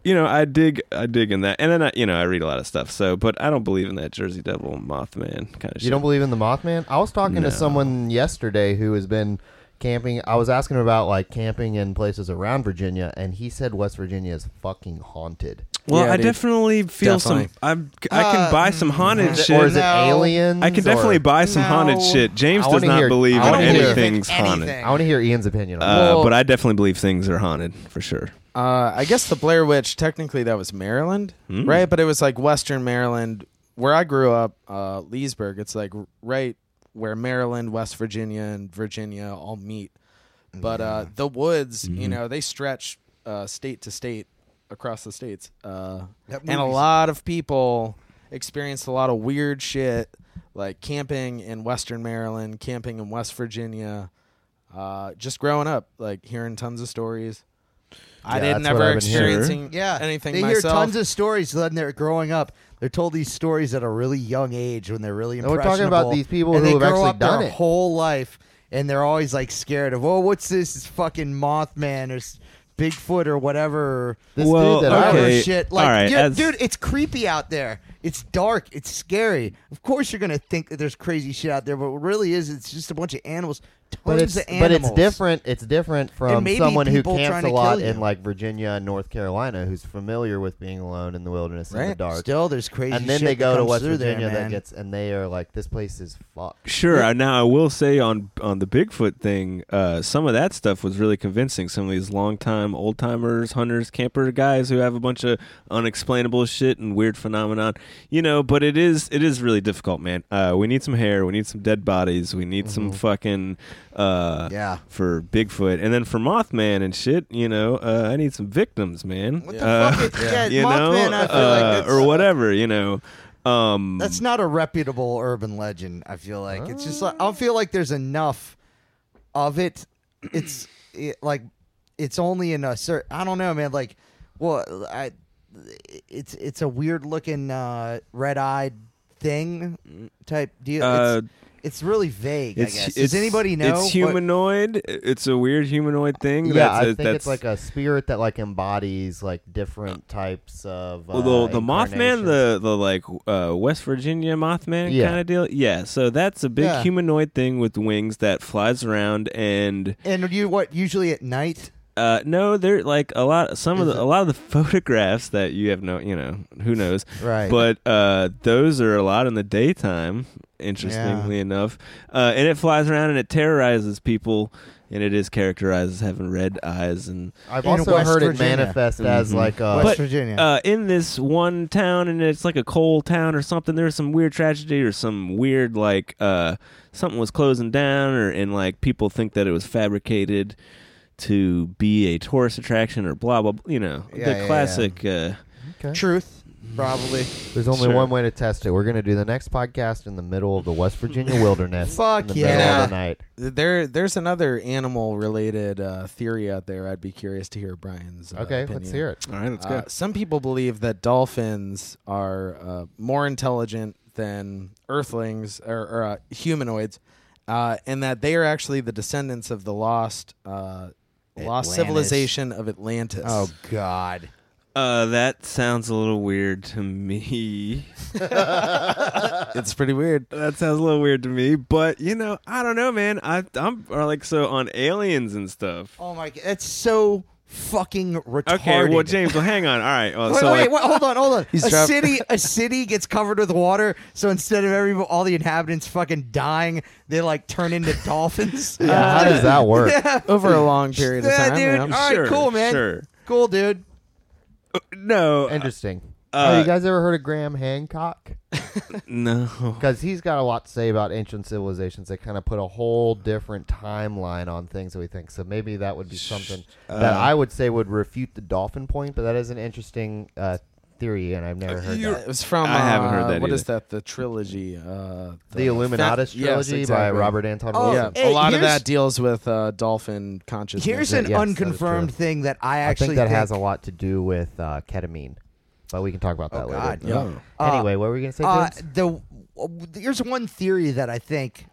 S3: you know i dig i dig in that and then i you know i read a lot of stuff so but i don't believe in that jersey devil mothman kind of shit
S1: You don't believe in the Mothman? I was talking
S3: No.
S1: to someone yesterday who has been camping. I was asking him about like camping in places around Virginia, and he said West Virginia is fucking haunted.
S3: well
S2: Yeah,
S3: i
S2: dude.
S3: definitely feel
S2: Definitely.
S3: some i'm i can buy some haunted shit
S1: Or is it
S4: No.
S1: aliens?
S3: i can
S1: or-
S3: definitely buy some haunted
S4: No.
S3: shit james
S1: I
S3: does
S1: wanna
S3: not
S1: hear-
S3: believe
S1: I
S3: in
S1: wanna hear-
S3: anything's haunted
S4: anything.
S1: I want to hear Ian's opinion on
S3: Uh,
S2: Well-
S3: but i definitely believe things are haunted for sure
S2: Uh, I guess the Blair Witch, technically, that was Maryland, right? But it was like Western Maryland, where I grew up, uh, Leesburg. It's like right where Maryland, West Virginia, and Virginia all meet. But uh, the woods, you know, they stretch uh, state to state across the states. Uh,
S4: That
S2: and a
S4: movie's-
S2: lot of people experienced a lot of weird shit, like camping in Western Maryland, camping in West Virginia. Uh, just growing up, like hearing tons of stories. I
S1: Yeah,
S2: didn't
S1: that's what
S2: ever
S1: I've been hearing.
S2: experiencing
S4: yeah
S2: anything
S4: they
S2: myself.
S4: hear tons of stories when they're growing up they're told these stories at a really young age when they're really
S1: And we're talking about
S4: impressionable,
S1: these people
S4: and
S1: who
S4: they
S1: have
S4: grow
S1: actually
S4: up
S1: done
S4: their
S1: it.
S4: whole life and they're always like scared of oh what's this it's fucking mothman or s- bigfoot or whatever
S1: this
S3: Well,
S1: dude that
S4: whatever
S3: okay.
S4: shit like
S3: all right,
S4: yeah,
S3: that's-
S4: dude it's creepy out there it's dark it's scary of course you're gonna think that there's crazy shit out there but what really is it's just a bunch of animals tons
S1: But it's
S4: of
S1: but
S4: animals
S1: it's different. It's different from
S4: maybe
S1: someone who
S4: people trying
S1: camps a
S4: to
S1: lot
S4: kill you.
S1: in like Virginia and North Carolina, who's familiar with being alone in the wilderness in the
S2: Right.
S1: dark.
S4: still there's crazy
S1: and then
S4: shit
S1: they
S4: that
S1: go to
S4: comes
S1: West
S4: through there,
S1: Virginia that
S4: man.
S1: gets and they are like, this place is fucked.
S3: Sure. I- Now I will say on on the Bigfoot thing, uh, some of that stuff was really convincing. Some of these longtime old timers, hunters, camper guys who have a bunch of unexplainable shit and weird phenomenon, you know. But it is it is really difficult, man. Uh, we need some hair. We need some dead bodies. We need some fucking uh,
S4: Mm-hmm. Yeah.
S3: for Bigfoot, and then for Mothman and shit. You know, uh, I need some victims, man.
S4: What the
S3: Uh,
S4: fuck? Is, yeah,
S3: you
S4: Mothman,
S3: know,
S4: I feel
S3: uh,
S4: like that's,
S3: or whatever. You know. Um,
S4: that's not a reputable urban legend. I feel like it's just like I feel like there's enough of it. It's it, like it's only in a certain. I don't know, man. Like, well, I it's it's a weird looking uh, red eyed thing type deal.
S3: Uh,
S4: it's, it's really vague. I guess. Does anybody know?
S3: It's
S4: what-
S3: humanoid. it's a weird humanoid thing.
S1: Yeah,
S3: that's,
S1: I think
S3: that's
S1: it's like a spirit that like embodies like different types of. Uh,
S3: well, the, the Mothman,
S1: incarnations.
S3: the the like uh, West Virginia Mothman
S1: Yeah.
S3: kind of deal. Yeah, so that's a big
S4: Yeah.
S3: humanoid thing with wings that flies around and
S4: And you what? Usually at night.
S3: Uh, no, they're like a lot. Some of the, a lot of the (laughs) photographs that you have no, you know, who knows,
S1: Right.
S3: But uh, those are a lot in the daytime. Interestingly enough, uh, and it flies around and it terrorizes people, and it is characterized as having red eyes. And
S1: I've
S4: In
S1: also
S4: West
S1: heard it
S4: Virginia.
S1: manifest
S4: Mm-hmm.
S1: as like a
S4: West
S3: But,
S4: Virginia.
S3: uh, in this one town, and it's like a coal town or something. There was some weird tragedy or some weird like uh, something was closing down, or and like people think that it was fabricated to be a tourist attraction or blah blah. blah you know,
S1: Yeah,
S3: the
S1: yeah, yeah.
S3: classic. Uh,
S2: Truth, probably.
S1: There's only
S3: Sure.
S1: one way to test it. We're gonna do the next podcast in the middle of the West
S4: (laughs)
S1: Virginia wilderness.
S4: Fuck
S1: in the
S4: yeah.
S1: Middle of the night.
S2: There, there's another animal-related uh, theory out there. I'd be curious to hear Brian's. Uh,
S1: Okay,
S2: opinion.
S1: let's hear it.
S3: All right, let's
S2: Uh, some people believe that dolphins are uh, more intelligent than Earthlings or, or uh, humanoids, uh, and that they are actually the descendants of the lost uh, lost
S4: Atlantis.
S2: civilization of Atlantis.
S4: oh God.
S3: Uh, that sounds a little weird to me.
S2: it's pretty weird.
S3: that sounds a little weird to me, but you know, I don't know, man. I, I'm or like so on aliens and stuff.
S4: Oh my God. That's so fucking retarded.
S3: Okay, well, James, well, hang on. All right,
S4: (laughs)
S3: well,
S4: Wait,
S3: so
S4: wait,
S3: like,
S4: wait, hold on,
S1: (laughs)
S4: hold on.
S2: He's
S4: a
S2: trapped-
S4: city, a city gets covered with water, so instead of every all the inhabitants fucking dying, they like
S1: (laughs)
S4: turn into dolphins. Uh,
S1: Yeah, how does that
S4: (laughs)
S1: work?
S2: Over a
S1: (laughs)
S2: long period of
S4: Yeah,
S2: time.
S4: dude.
S2: yeah.
S4: All right,
S3: Sure,
S4: cool, man.
S3: sure.
S4: Cool, dude.
S3: no,
S1: Interesting.
S3: Uh,
S1: oh, you guys ever heard of Graham Hancock?
S3: no.
S1: Because he's got a lot to say about ancient civilizations that kind of put a whole different timeline on things that we think. So maybe that would be something that I would say would refute the dolphin point, but that is an interesting uh, theory, and I've never heard
S2: Yeah,
S1: that.
S2: It was from.
S3: I haven't heard
S2: uh,
S3: that
S2: What
S3: either.
S2: is that? The trilogy. Uh,
S1: The Illuminatus
S2: Fa- yes,
S1: trilogy
S2: exactly.
S1: by Robert Anton
S4: Oh,
S2: Yeah,
S1: Wilson.
S4: Hey,
S2: a lot of
S4: here's-
S2: that deals with uh, dolphin consciousness.
S4: Here's
S1: Yeah,
S4: an
S1: yes, that is
S4: unconfirmed
S1: true.
S4: thing that I
S1: I
S4: actually
S1: think that has a lot to do with uh, ketamine, but we can talk about that
S4: Oh,
S1: later.
S4: God.
S2: Yeah.
S1: Anyway, what were we gonna say?
S4: Uh,
S1: James?
S4: the there's one theory that I think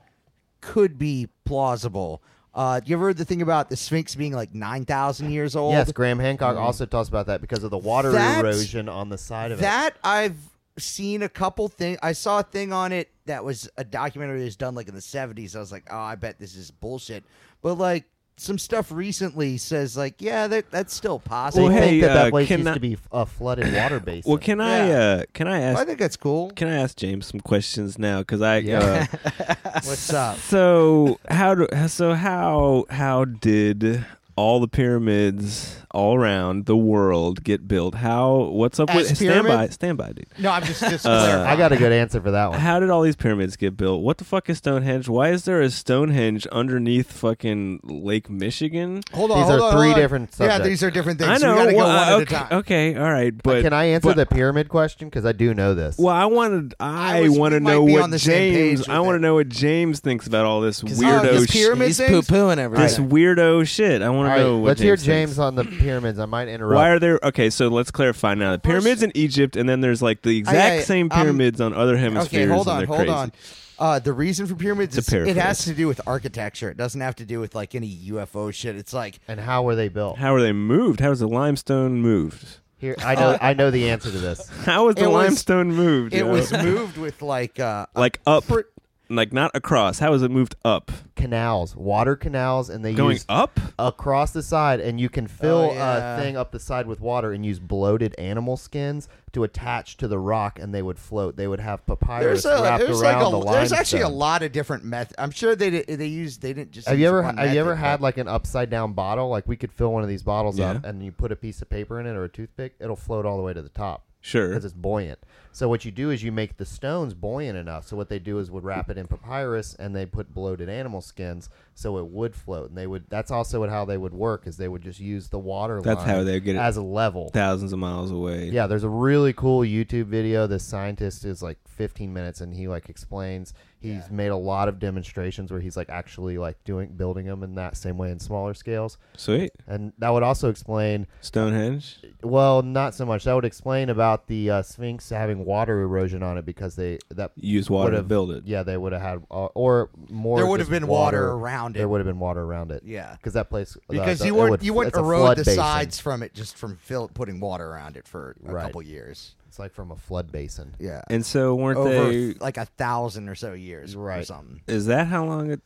S4: could be plausible. Uh, you ever heard the thing about the Sphinx being like nine thousand years old?
S1: yes, Graham Hancock also talks about that because of the water
S4: That-
S1: erosion on the side of
S4: That I've seen a couple things. I saw a thing on it that was a documentary that was done like in the seventies. I was like, oh, I bet this is bullshit. But like some stuff recently says like, yeah, that, that's still
S1: it. They
S4: possible.
S3: Well, hey,
S1: think that that
S3: uh,
S1: place
S3: can
S1: used
S3: I-
S1: to be a
S3: (coughs)
S1: flooded water basin.
S3: Well, can I uh, can I
S4: I
S3: ask
S4: think that's cool.
S3: can I ask James some questions now? Because I uh,
S4: (laughs) What's up?
S3: so how do so how how did all the pyramids all around the world get built? How what's up
S4: As
S3: with stand by
S4: pyramids?
S3: stand by dude?
S4: No, I'm
S1: (laughs)
S4: just just
S1: I got a good answer for that one.
S3: How did all these pyramids get built? What the fuck is Stonehenge? Why is there a Stonehenge underneath fucking Lake Michigan?
S4: Hold
S1: These are three different
S4: Yeah,
S1: subjects.
S4: these are
S1: (laughs)
S4: different things.
S3: I know.
S4: We gotta go
S3: well,
S4: one
S3: uh,
S4: at a
S3: okay,
S4: time.
S3: okay, all right, but
S1: Can I answer
S3: but-
S1: the pyramid question? Because I do know this.
S3: Well, I wanted I,
S4: I was-
S3: want to
S4: we might
S3: know
S4: be
S3: what
S4: on the same
S3: James.
S4: page
S3: I
S4: with
S3: want to
S4: it.
S3: know what James thinks about all this
S4: oh,
S3: weirdo
S4: this
S3: shit.
S4: pyramid
S2: He's
S4: things?
S2: poo pooing everything.
S3: This weirdo shit. I
S1: All
S3: want to
S1: right,
S3: know. what
S1: let's hear
S3: thinks.
S1: James on
S3: (coughs)
S1: the pyramids. I might interrupt.
S3: Why are there? Okay, so let's clarify now. The pyramids in Egypt, and then there's like the exact
S4: I-
S3: same
S4: I'm-
S3: pyramids on other
S4: um, Okay,
S3: hemispheres.
S4: hold
S3: and
S4: on,
S3: they're
S4: hold
S3: crazy.
S4: on. Uh, the reason for pyramids
S3: To
S4: is it
S3: paraphrase.
S4: has to do with architecture. It doesn't have to do with like any UFO shit. It's like
S1: and how were they built?
S3: How are they moved? How is the limestone moved?
S1: Here, I know.
S3: uh,
S1: I know the answer to this.
S3: How was the
S4: It was-
S3: limestone moved?
S4: it
S3: yo?
S1: (laughs)
S4: was moved with like uh, a
S3: like up,
S4: pr-
S3: like not across. How is it moved up?
S1: Canals, water canals, and they
S3: Going
S1: used
S3: up?
S1: across the side, and you can fill
S4: Oh, yeah.
S1: a thing up the side with water and use bloated animal skins to attach to the rock, and they would float. They would have papyrus
S4: there's a,
S1: wrapped
S4: there's
S1: around
S4: like
S1: the
S4: a,
S1: limestone.
S4: there's actually a lot of different methods. I'm sure they di- they used they didn't just
S1: Have
S4: use
S1: you ever
S4: one
S1: have you ever
S4: method,
S1: had
S4: but-
S1: like an upside down bottle? Like we could fill one of these bottles up,
S3: Yeah.
S1: and you put a piece of paper in it or a toothpick, it'll float all the way to the top.
S3: Sure.
S1: because it's buoyant. So what you do is you make the stones buoyant enough. So what they do is would wrap it in papyrus and they put bloated animal skins so it would float. And they would that's also what- how they would work is they would just use the water
S3: That's
S1: line
S3: how they would get it.
S1: as a level.
S3: Thousands of miles away.
S1: Yeah, there's a really cool YouTube video. This scientist is like 15 minutes, and he like explains. He's made a lot of demonstrations where he's like actually like doing building them in that same way in smaller scales,
S3: Sweet.
S1: and that would also explain.
S3: Stonehenge.
S1: Well, not so much. That would explain about the uh, Sphinx having water erosion on it because they that
S3: Use water to
S1: would've-
S3: build it.
S1: Yeah, they would have had uh, or more.
S4: There would have
S1: just
S4: been water around it.
S1: There would have been water around it.
S4: Yeah.
S1: because that place uh,
S4: because
S1: the-
S4: you
S1: it
S4: wouldn't
S1: would-
S4: you wouldn't
S1: it's a
S4: erode
S1: flood
S4: the
S1: basin.
S4: sides from it just from fill, putting water around it for a
S1: Right.
S4: couple years.
S1: It's like from a flood basin.
S4: Yeah,
S3: And so weren't
S4: over
S3: they?
S4: like a thousand or so years or
S1: Right.
S4: something.
S3: Is that how long it?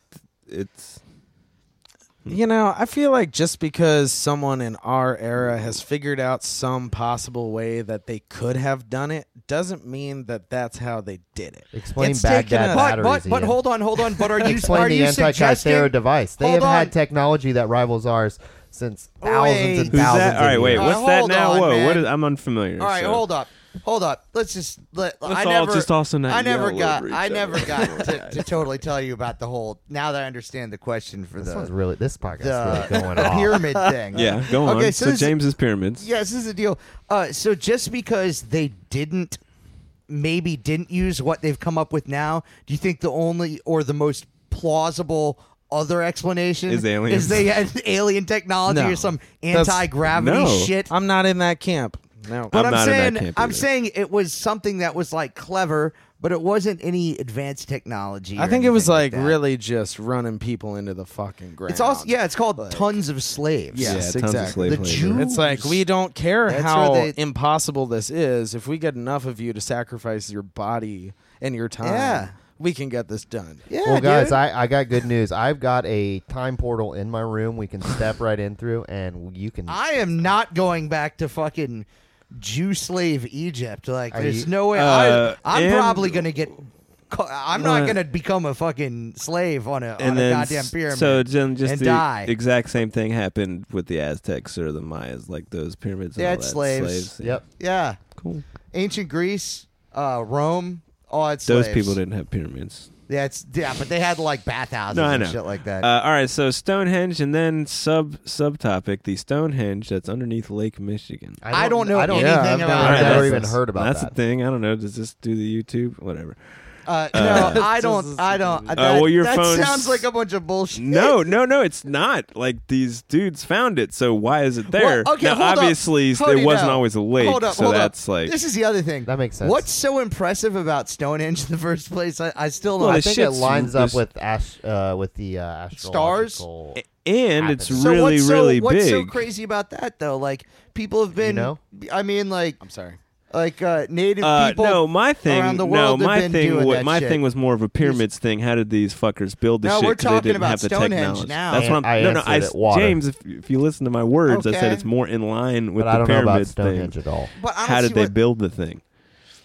S3: It's
S2: You know, I feel like just because someone in our era has figured out some possible way that they could have done it doesn't mean that that's how they did it.
S1: Explain
S2: It's
S1: Baghdad
S2: taken a-
S4: But
S1: batteries.
S4: but but
S1: Ian.
S4: hold on, hold on.
S1: (laughs)
S4: But are you
S1: Explain
S4: are
S1: the
S4: you
S1: anti-Kythera
S4: suggesting?
S1: device. They
S4: Hold
S1: have
S4: on.
S1: had technology that rivals ours since thousands and
S4: Wait.
S3: Who's
S1: thousands.
S3: that? All right,
S1: of
S3: wait.
S1: years.
S4: Uh,
S3: What's that
S4: hold
S3: now?
S4: on,
S3: Whoa,
S4: man.
S3: what is? I'm unfamiliar.
S4: All right,
S3: so-
S4: hold up, hold up. Let's just let. I
S3: Let's all
S4: never
S3: just also not
S4: I never
S3: yell
S4: got.
S3: over each
S4: I
S3: other. (laughs)
S4: never got to, to totally tell you about the whole. Now that I understand the question for
S1: This one's
S4: the
S1: really. This podcast
S4: the (laughs)
S1: is really going off.
S4: uh, pyramid thing.
S3: Yeah, go on.
S4: Okay, so
S3: so
S4: this-
S3: James's pyramids.
S4: Yes, this is the deal. Uh, so just because they didn't, maybe didn't use what they've come up with now, do you think the only or the most plausible other explanation
S3: Is aliens.
S4: Is they had (laughs) alien technology
S2: No.
S4: or some
S2: That's-
S4: anti gravity
S3: no.
S4: shit?
S2: I'm not in that camp. No.
S4: but
S3: I'm
S4: I'm,
S3: not in that
S4: saying
S3: camp
S4: I'm
S3: either.
S4: saying it was something that was like clever, but it wasn't any advanced technology.
S2: I
S4: or
S2: think it was
S4: anything
S2: like
S4: that.
S2: really just running people into the fucking ground.
S4: It's also yeah, it's called tons of slaves.
S2: Yeah. Yes,
S3: yeah, tons of
S2: exactly.
S3: slave
S4: The
S3: labor.
S4: Jew-
S2: It's like we don't care
S4: That's
S2: how
S4: where they-
S2: impossible this is. If we get enough of you to sacrifice your body and your time,
S4: Yeah.
S2: we can get this done.
S4: yeah,
S1: well, guys,
S4: dude.
S1: I, I got good news. I've got a time portal in my room
S4: (laughs)
S1: we can step right in through, and you can.
S4: I am not going back to fucking Jew slave Egypt. Like,
S1: Are
S4: there's
S1: you-
S4: no way.
S3: Uh,
S4: I, I'm
S3: and-
S4: probably gonna get. ca- I'm not
S3: What?
S4: gonna become a fucking slave on a, on
S3: and
S4: a
S3: then
S4: goddamn
S3: s-
S4: pyramid.
S3: so then just
S4: and
S3: the
S4: die.
S3: exact same thing happened with the Aztecs or the Mayas, like those pyramids.
S4: Yeah,
S3: and all
S4: it's
S3: that.
S4: slaves.
S3: yeah.
S1: Yep.
S4: yeah,
S3: cool.
S4: ancient Greece, uh, Rome, all that.
S3: Those
S4: slaves.
S3: people didn't have pyramids.
S4: Yeah, it's, yeah, but they had like bathhouses
S3: No, I
S4: and
S3: know.
S4: shit like that.
S3: Uh, all right, so Stonehenge, and then sub subtopic the Stonehenge that's underneath Lake Michigan.
S4: I don't know
S1: I don't,
S4: anything
S1: I've never-
S4: about
S1: I've
S3: that.
S1: never
S2: That's-
S1: even heard about
S3: that's
S1: that.
S3: the thing. I don't know. Does this do the YouTube? Whatever.
S4: Uh,
S3: uh, (laughs)
S4: no, I don't. I don't. that,
S3: well, your
S4: that
S3: phone's-
S4: sounds like a bunch of bullshit.
S3: No, no, no, it's not. Like these dudes found it, so why is it there?
S4: Well, okay,
S3: now,
S4: hold up.
S3: obviously,
S4: Hold
S3: it wasn't
S4: now.
S3: always a lake,
S4: Hold up,
S3: so
S4: hold up.
S3: that's like
S4: this is the other thing
S1: That makes sense.
S4: What's so impressive about Stonehenge in the first place? I, I still
S3: Well,
S4: don't.
S1: I
S3: the
S1: think it
S3: shit's-
S1: lines up
S3: this- Eh,
S1: with ash, uh, with the uh,
S4: Stars?
S1: astrological-
S3: and it's
S1: So
S4: Ah, so
S3: really,
S4: what's
S3: really
S4: so, What's
S3: big.
S4: so crazy about that though? Like people have been.
S1: know?
S4: I mean, like
S2: I'm sorry.
S4: like uh, native
S3: Uh,
S4: people.
S3: no, my thing.
S4: around the
S3: no,
S4: world have
S3: my
S4: been
S3: thing.
S4: doing
S3: wa-
S4: that
S3: my
S4: shit.
S3: thing was more of a pyramids thing. How did these fuckers build this
S4: No,
S3: shit?
S4: we're
S3: 'cause they
S4: talking
S3: didn't
S4: about
S3: have the
S4: Stonehenge
S3: technology.
S4: now.
S3: That's what I'm.
S1: I
S3: no, no.
S1: answered
S3: I,
S1: it, water.
S3: James, if, if you listen to my words, I said
S4: Okay.
S3: it's more in line with
S1: But I
S3: the
S1: don't know about
S3: pyramid thing.
S1: Stonehenge at all.
S4: But I don't
S3: How
S4: see
S3: did they
S4: what-
S3: build the thing?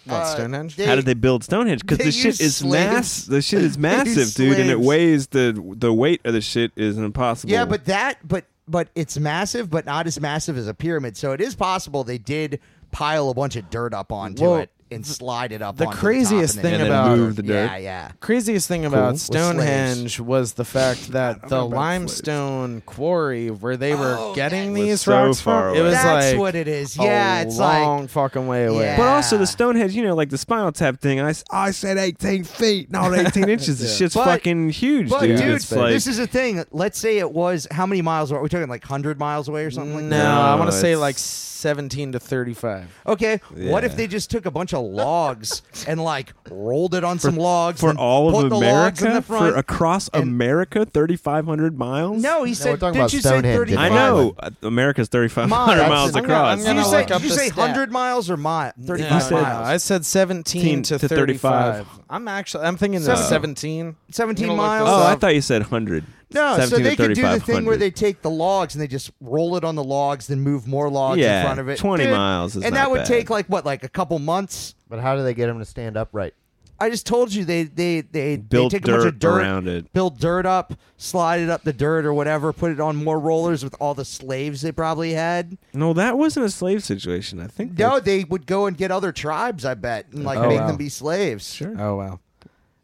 S2: What,
S4: Uh,
S2: Stonehenge?
S4: they-
S3: How did they build Stonehenge? Because
S4: they
S3: the shit
S4: used
S3: is mass.
S4: slaves. (laughs)
S3: The shit is
S4: They
S3: massive,
S4: used
S3: dude, and it
S4: slaves.
S3: weighs the the weight of the shit is impossible.
S4: Yeah, but that, but but it's massive, but not as massive as a pyramid. So it is possible they did pile a bunch of dirt up onto
S2: Well,
S4: it and slide it up.
S2: the
S4: onto
S2: craziest
S4: the top
S2: thing
S4: and then
S2: about-
S3: And then move the dirt.
S4: Yeah, yeah.
S2: Craziest thing about Stonehenge was
S4: (laughs)
S2: the fact that the limestone quarry where they were
S4: Oh,
S2: getting
S4: that-
S2: these
S3: Was so
S2: rocks
S3: far
S2: from,
S3: away.
S2: it was
S4: That's
S2: like
S4: what it is.
S2: a
S4: Yeah, it's
S2: long
S4: like
S2: fucking way away.
S4: Yeah.
S3: But also the Stonehenge, you know, like the Spinal Tap thing. I, s- I said eighteen feet, not
S4: (laughs)
S3: eighteen inches. The shit's
S4: But-
S3: fucking huge,
S4: But
S3: dude.
S4: dude,
S3: it's like,
S4: this is the thing. Let's say it was how many miles are we talking? Like hundred miles away or something like
S2: No,
S4: that.
S2: I want to
S3: No,
S2: say
S3: it's-
S2: like 17 to 35.
S4: Okay, what if
S3: Yeah.
S4: they just took a bunch of
S3: (laughs)
S4: logs and like rolled it on some logs
S3: for
S4: and
S3: all
S4: put
S3: of
S4: the logs in
S3: America,
S4: the front?
S3: for across
S4: and-
S3: America, thirty five hundred miles.
S4: no, he
S1: we're
S4: said.
S1: talking
S4: did
S1: about
S4: you say
S1: Stonehenge.
S4: thirty?
S3: I
S1: Miles.
S3: know Uh, America's thirty five hundred
S1: Miles.
S3: miles
S1: I'm
S3: across.
S2: gonna- I'm
S4: Did
S2: gonna
S4: you
S2: look
S4: say,
S2: up
S4: did you
S2: the
S4: say
S2: stat.
S4: hundred miles or mile? Thirty-five
S3: said-
S4: miles.
S2: I said 17 to,
S3: to
S2: 35.
S3: 35.
S2: I'm actually I'm thinking
S4: Seven-
S2: that's 17.
S4: 17
S2: I'm gonna look
S4: miles?
S2: this
S3: oh, I
S2: up.
S3: thought you said hundred.
S4: No, so they could do the thing where
S3: 3500.
S4: they take the logs and they just roll it on the logs, then move more logs
S3: Yeah,
S4: in front of it.
S3: 20
S4: Dude,
S3: miles is
S4: and
S3: not
S4: that would
S3: bad.
S4: take like what, like a couple months.
S1: But how do they get him to stand upright?
S4: I just told you they they they, they
S3: Built
S4: take a bunch of
S3: dirt
S4: dirt
S3: around it.
S4: build dirt up, slide it up the dirt or whatever, put it on more rollers with all the slaves they probably had.
S3: No, that wasn't a slave situation. I think
S4: No,
S3: that-
S4: they would go and get other tribes, I bet, and like
S2: Oh,
S4: make
S2: wow.
S4: them be slaves.
S3: Sure.
S2: Oh wow.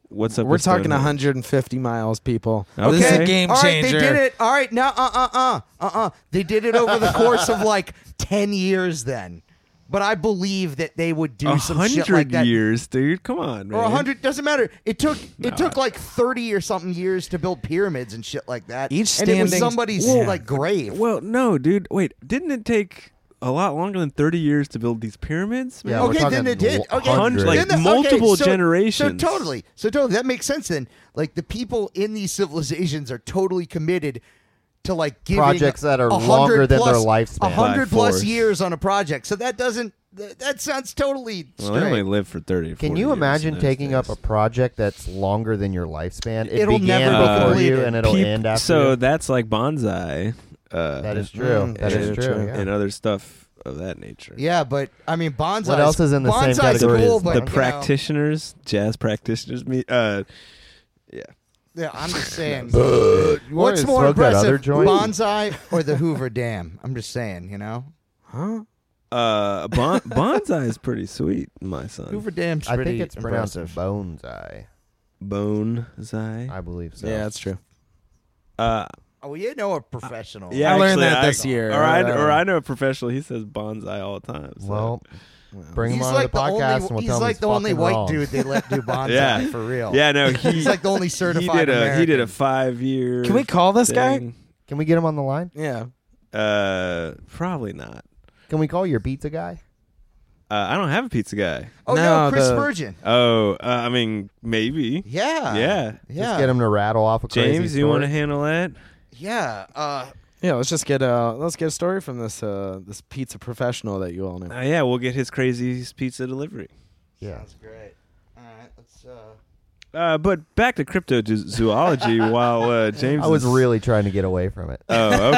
S3: What's up?
S2: We're
S3: with
S2: talking
S3: Stonehenge?
S2: 150 miles people.
S3: Okay.
S2: This is a
S3: Okay.
S2: game
S4: All right,
S2: changer.
S4: they did it. All right, now, uh, uh, uh, uh, uh. They did it over the course of like ten years. Then, but I believe that they would do
S3: A
S4: some shit like
S3: hundred
S4: that.
S3: years, dude. Come on, man.
S4: Or a hundred doesn't matter. It took it
S3: No,
S4: took
S3: I-
S4: like thirty or something years to build pyramids and shit like that.
S2: Each
S4: and it was
S2: standing-
S4: somebody's
S2: Whoa.
S4: like grave.
S3: Well, no, dude. Wait, didn't it take a lot longer than thirty years to build these pyramids? man?
S1: Yeah, we're
S4: okay, then
S1: talking
S4: it did. Okay,
S1: hundred-
S3: like
S4: Then the- okay,
S3: multiple
S4: so-
S3: generations.
S4: So totally, so totally, that makes sense. Then, like the people in these civilizations are totally committed to like giving
S1: Projects that are
S4: 100
S1: longer than their
S4: plus-
S1: lifespan.
S4: a hundred
S3: By
S4: plus
S3: force.
S4: years on a project. So that doesn't th- that sounds totally
S3: Well, they only
S1: Straight.
S3: live for 30. or 40
S1: Can you
S3: years
S1: imagine
S3: those
S1: taking up a
S3: days.
S1: project that's longer than your lifespan? It
S4: It'll
S1: began
S4: never
S3: be
S1: before you
S4: completed.
S1: and it'll
S3: Peop-
S1: end after
S3: So
S1: you.
S3: that's like bonsai. Uh,
S1: That is true.
S2: Mm,
S1: that is
S3: and-
S1: true.
S2: true.
S1: Yeah.
S3: And other stuff of that nature.
S4: Yeah, but I mean, bonsai.
S1: What else is in the same
S4: bonsai's
S1: category
S4: Cool,
S1: as
S4: but,
S3: the
S4: you know,
S3: practitioners, jazz practitioners. Me, uh, yeah.
S4: yeah,
S1: (laughs)
S4: I'm just saying.
S1: You wanna
S4: What's more
S1: smoke that
S4: impressive,
S1: other joint?
S4: bonsai or the Hoover Dam? I'm just saying, you know,
S2: Huh?
S4: (laughs)
S3: Uh, bon- bonsai is pretty sweet, my son.
S4: Hoover Dam's
S1: I
S4: pretty
S1: think it's pronounced
S4: impressive.
S1: bonsai.
S3: Bonsai.
S1: I believe so.
S2: Yeah, that's true.
S3: Uh,
S4: Oh, you know a professional.
S3: yeah,
S2: I learned
S3: actually,
S2: that this year.
S3: Or I,
S2: Uh,
S3: or I know a professional. He says bonsai all the time. so.
S1: Well,
S2: Well.
S1: bring
S4: he's
S1: him on
S4: like
S1: the podcast
S4: only,
S1: and we'll
S4: he's
S1: tell him
S4: like
S1: he's
S4: the only
S1: fucking
S4: white
S1: wrong.
S4: dude they
S1: (laughs)
S4: let do bonsai
S3: Yeah.
S4: for real. (laughs)
S3: yeah, no, he,
S4: he's like the only certified.
S3: he did a he did a
S4: American.
S3: five year.
S2: Can we call this guy?
S1: Can we get him on the line?
S2: Yeah.
S3: guy? Uh, probably not.
S1: Can we call your pizza guy?
S3: Uh, I don't have a pizza guy.
S4: Oh no,
S2: No,
S4: Chris
S2: the-
S4: Virgin.
S3: Oh, uh, I mean, maybe.
S4: Yeah.
S3: yeah.
S4: Yeah.
S1: Just get him to rattle off a crazy
S3: James, you want to
S1: story.
S3: handle that?
S4: Yeah. Uh,
S2: Yeah, let's just get a let's get a story from this uh, this pizza professional that you all know.
S3: Uh, yeah, we'll get his craziest pizza delivery.
S1: Yeah.
S4: Sounds great. All right. Let's. Uh,
S3: Uh, but back to cryptozoology while uh, James.
S1: I was
S3: is-
S1: really trying to get away from it.
S3: Oh,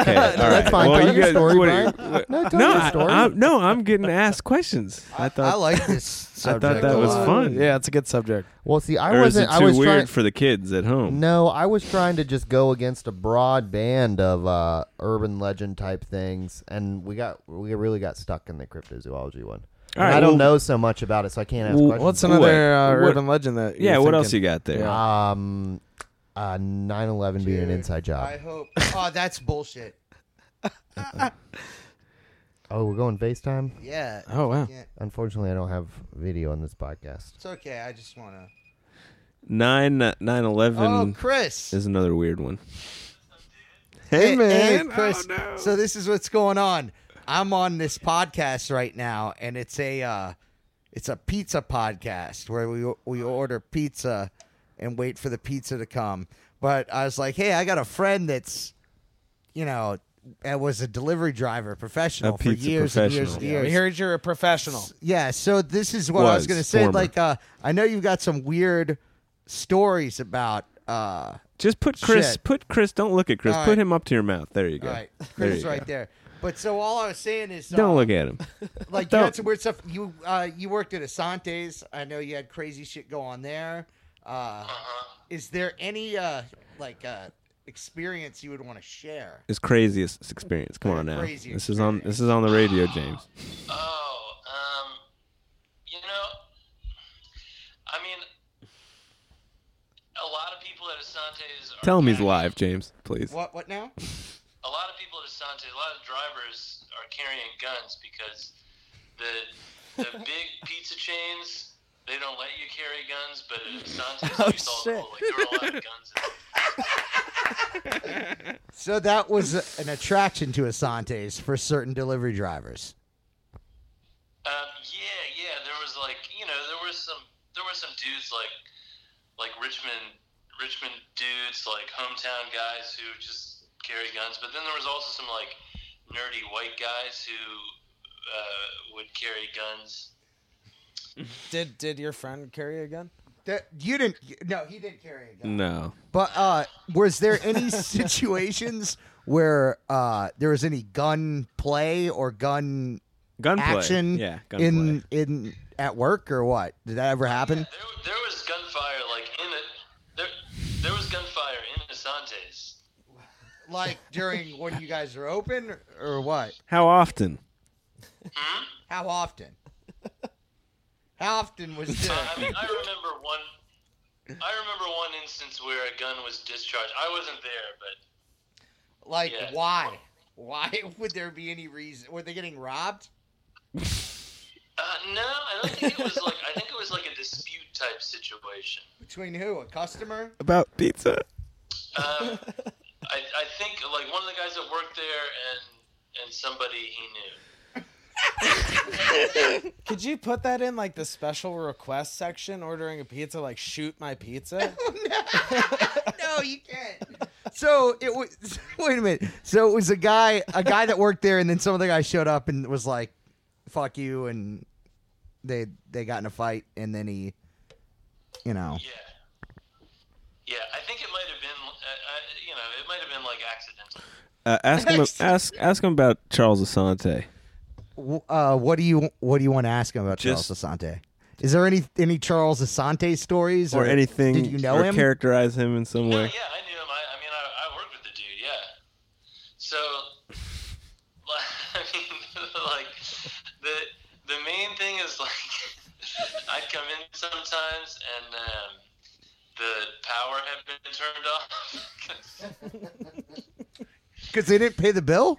S1: (laughs)
S3: okay. All right.
S1: That's fine.
S3: Well,
S1: Tell
S3: you
S1: your
S3: guys,
S1: story,
S3: what are you-
S1: Brian.
S3: what-
S1: No, tell
S3: no,
S1: your
S3: I,
S1: story.
S3: I, no, I'm getting asked
S1: (laughs)
S3: questions. I
S4: I
S3: thought
S4: like this subject.
S3: that
S4: a
S3: was
S4: lot.
S3: fun.
S2: Yeah, it's a good subject.
S1: well, see, I
S3: or is it
S1: wasn't.
S3: too
S1: I was
S3: weird
S1: trying.
S3: for the kids at
S1: (laughs)
S3: home?
S1: No, I was trying to just go against a broad band of uh, urban legend type things, and we got we really got stuck in the cryptozoology one.
S3: All right,
S1: I don't
S3: well-
S1: know so much about it, so I can't ask
S3: Well,
S1: questions.
S2: What's
S3: What-
S2: another uh,
S3: what-
S2: urban legend that?
S3: Yeah.
S2: you're
S3: What else you
S2: thinking?
S3: got there?
S2: Yeah.
S1: um, uh, 9-11 being an
S4: Dude,
S1: inside
S4: I
S1: job?
S4: hope. Oh, that's bullshit.
S1: Oh, we're going FaceTime.
S4: Yeah.
S2: Oh wow.
S4: Yeah,
S1: Unfortunately, I don't have video on this podcast.
S4: It's okay. I just want to.
S3: Nine uh, nine eleven
S4: Oh, Chris.
S3: is another weird one.
S4: Hey,
S3: Oh,
S2: man.
S4: Chris. So this is what's going on. I'm on this podcast right now, and it's a uh, it's a pizza podcast where we we order pizza and wait for the pizza to come. But I was like, hey, I got a friend that's, you know, that was a delivery driver, professional
S3: A
S4: for
S3: pizza
S4: years and years and
S3: professional.
S4: years.
S2: We heard you're a professional.
S4: Yeah, so this is what I was
S3: Was,
S4: going to say.
S3: former.
S4: Like, uh, I know you've got some weird stories about. Uh,
S3: Just put Chris.
S4: Shit.
S3: Put Chris. Don't look at Chris.
S4: All
S3: put
S4: right.
S3: him up to your mouth. There you go.
S4: all right,
S3: There
S4: Chris,
S3: you
S4: right
S3: go.
S4: there. But so all I was saying is, uh,
S3: Don't look at
S1: (laughs)
S3: him.
S4: Like you
S3: Don't.
S4: had some weird stuff. You uh, you worked at Asante's. I know you had crazy shit go on there. Uh, is there any uh, like uh, experience you would want to share?
S3: His craziest experience. Come on now.
S4: Crazy
S3: This is on. This is on the radio, James.
S6: Oh, um, you know, I mean, a lot of people at Asante's. Are
S3: Tell him he's
S6: carrying-
S3: live, James, please.
S4: What what now?
S6: A lot of people at Asante, a lot of drivers are carrying guns because the the big pizza chains they don't let you carry guns, but at Asante's oh, it's all cool. Like, there are a lot of guns. In
S4: So that was an attraction to Asante's for certain delivery drivers.
S6: Um, yeah, yeah. There was like you know there were some there were some dudes like like Richmond Richmond dudes like hometown guys who just carry guns, but then there was also some like nerdy white guys who uh, would carry guns.
S2: Did did your friend carry a gun?
S4: That, you didn't. No, he didn't carry a gun.
S3: No.
S4: But uh, was there any situations where uh, there was any gun play or gun
S3: Gunplay.
S4: action
S3: Yeah. Gunplay.
S4: in in at work or what? Did that ever happen?
S6: There, there was gunfire like in it. There, there was gunfire in Asante's.
S4: (laughs) Like during when you guys are open or what?
S3: How often?
S4: How often? (laughs) How often was this?
S6: I mean, I remember one. I remember one instance where a gun was discharged. I wasn't there, but
S4: Like
S6: Yeah.
S4: why? Why (laughs) would there be any reason? Were they getting robbed?
S6: Uh, no, I don't think it was like. I think it was like a dispute type situation.
S4: Between who? A customer?
S3: About pizza.
S6: Um, I, I think like one of the guys that worked there and and somebody he knew.
S2: Could you put that in like the special request section, ordering a pizza, like shoot my (laughs) pizza?
S4: no, you can't. (laughs) So it was. Wait a minute. So it was a guy, a guy that worked there, and then some other guy showed up and was like, "Fuck you," and they they got in a fight and then he, you know,
S6: Yeah. Yeah, I think it might have been, uh, uh, you know, it might have been like accidental.
S3: Uh, ask him. ask ask him about Charles Asante.
S4: W- uh, what do you what do you want to ask him about
S3: Just-
S4: Charles Asante? Is there any any Charles Asante stories
S3: or anything
S4: Did you know
S3: or
S4: him?
S3: characterize him in some
S6: No,
S3: way
S6: yeah, I knew him. I, I mean, I, I worked with the dude. Yeah. So, (laughs) I mean, (laughs) like the the main thing is like (laughs) I'd come in sometimes and um, the power had been turned off (laughs)
S4: because they didn't pay the bill.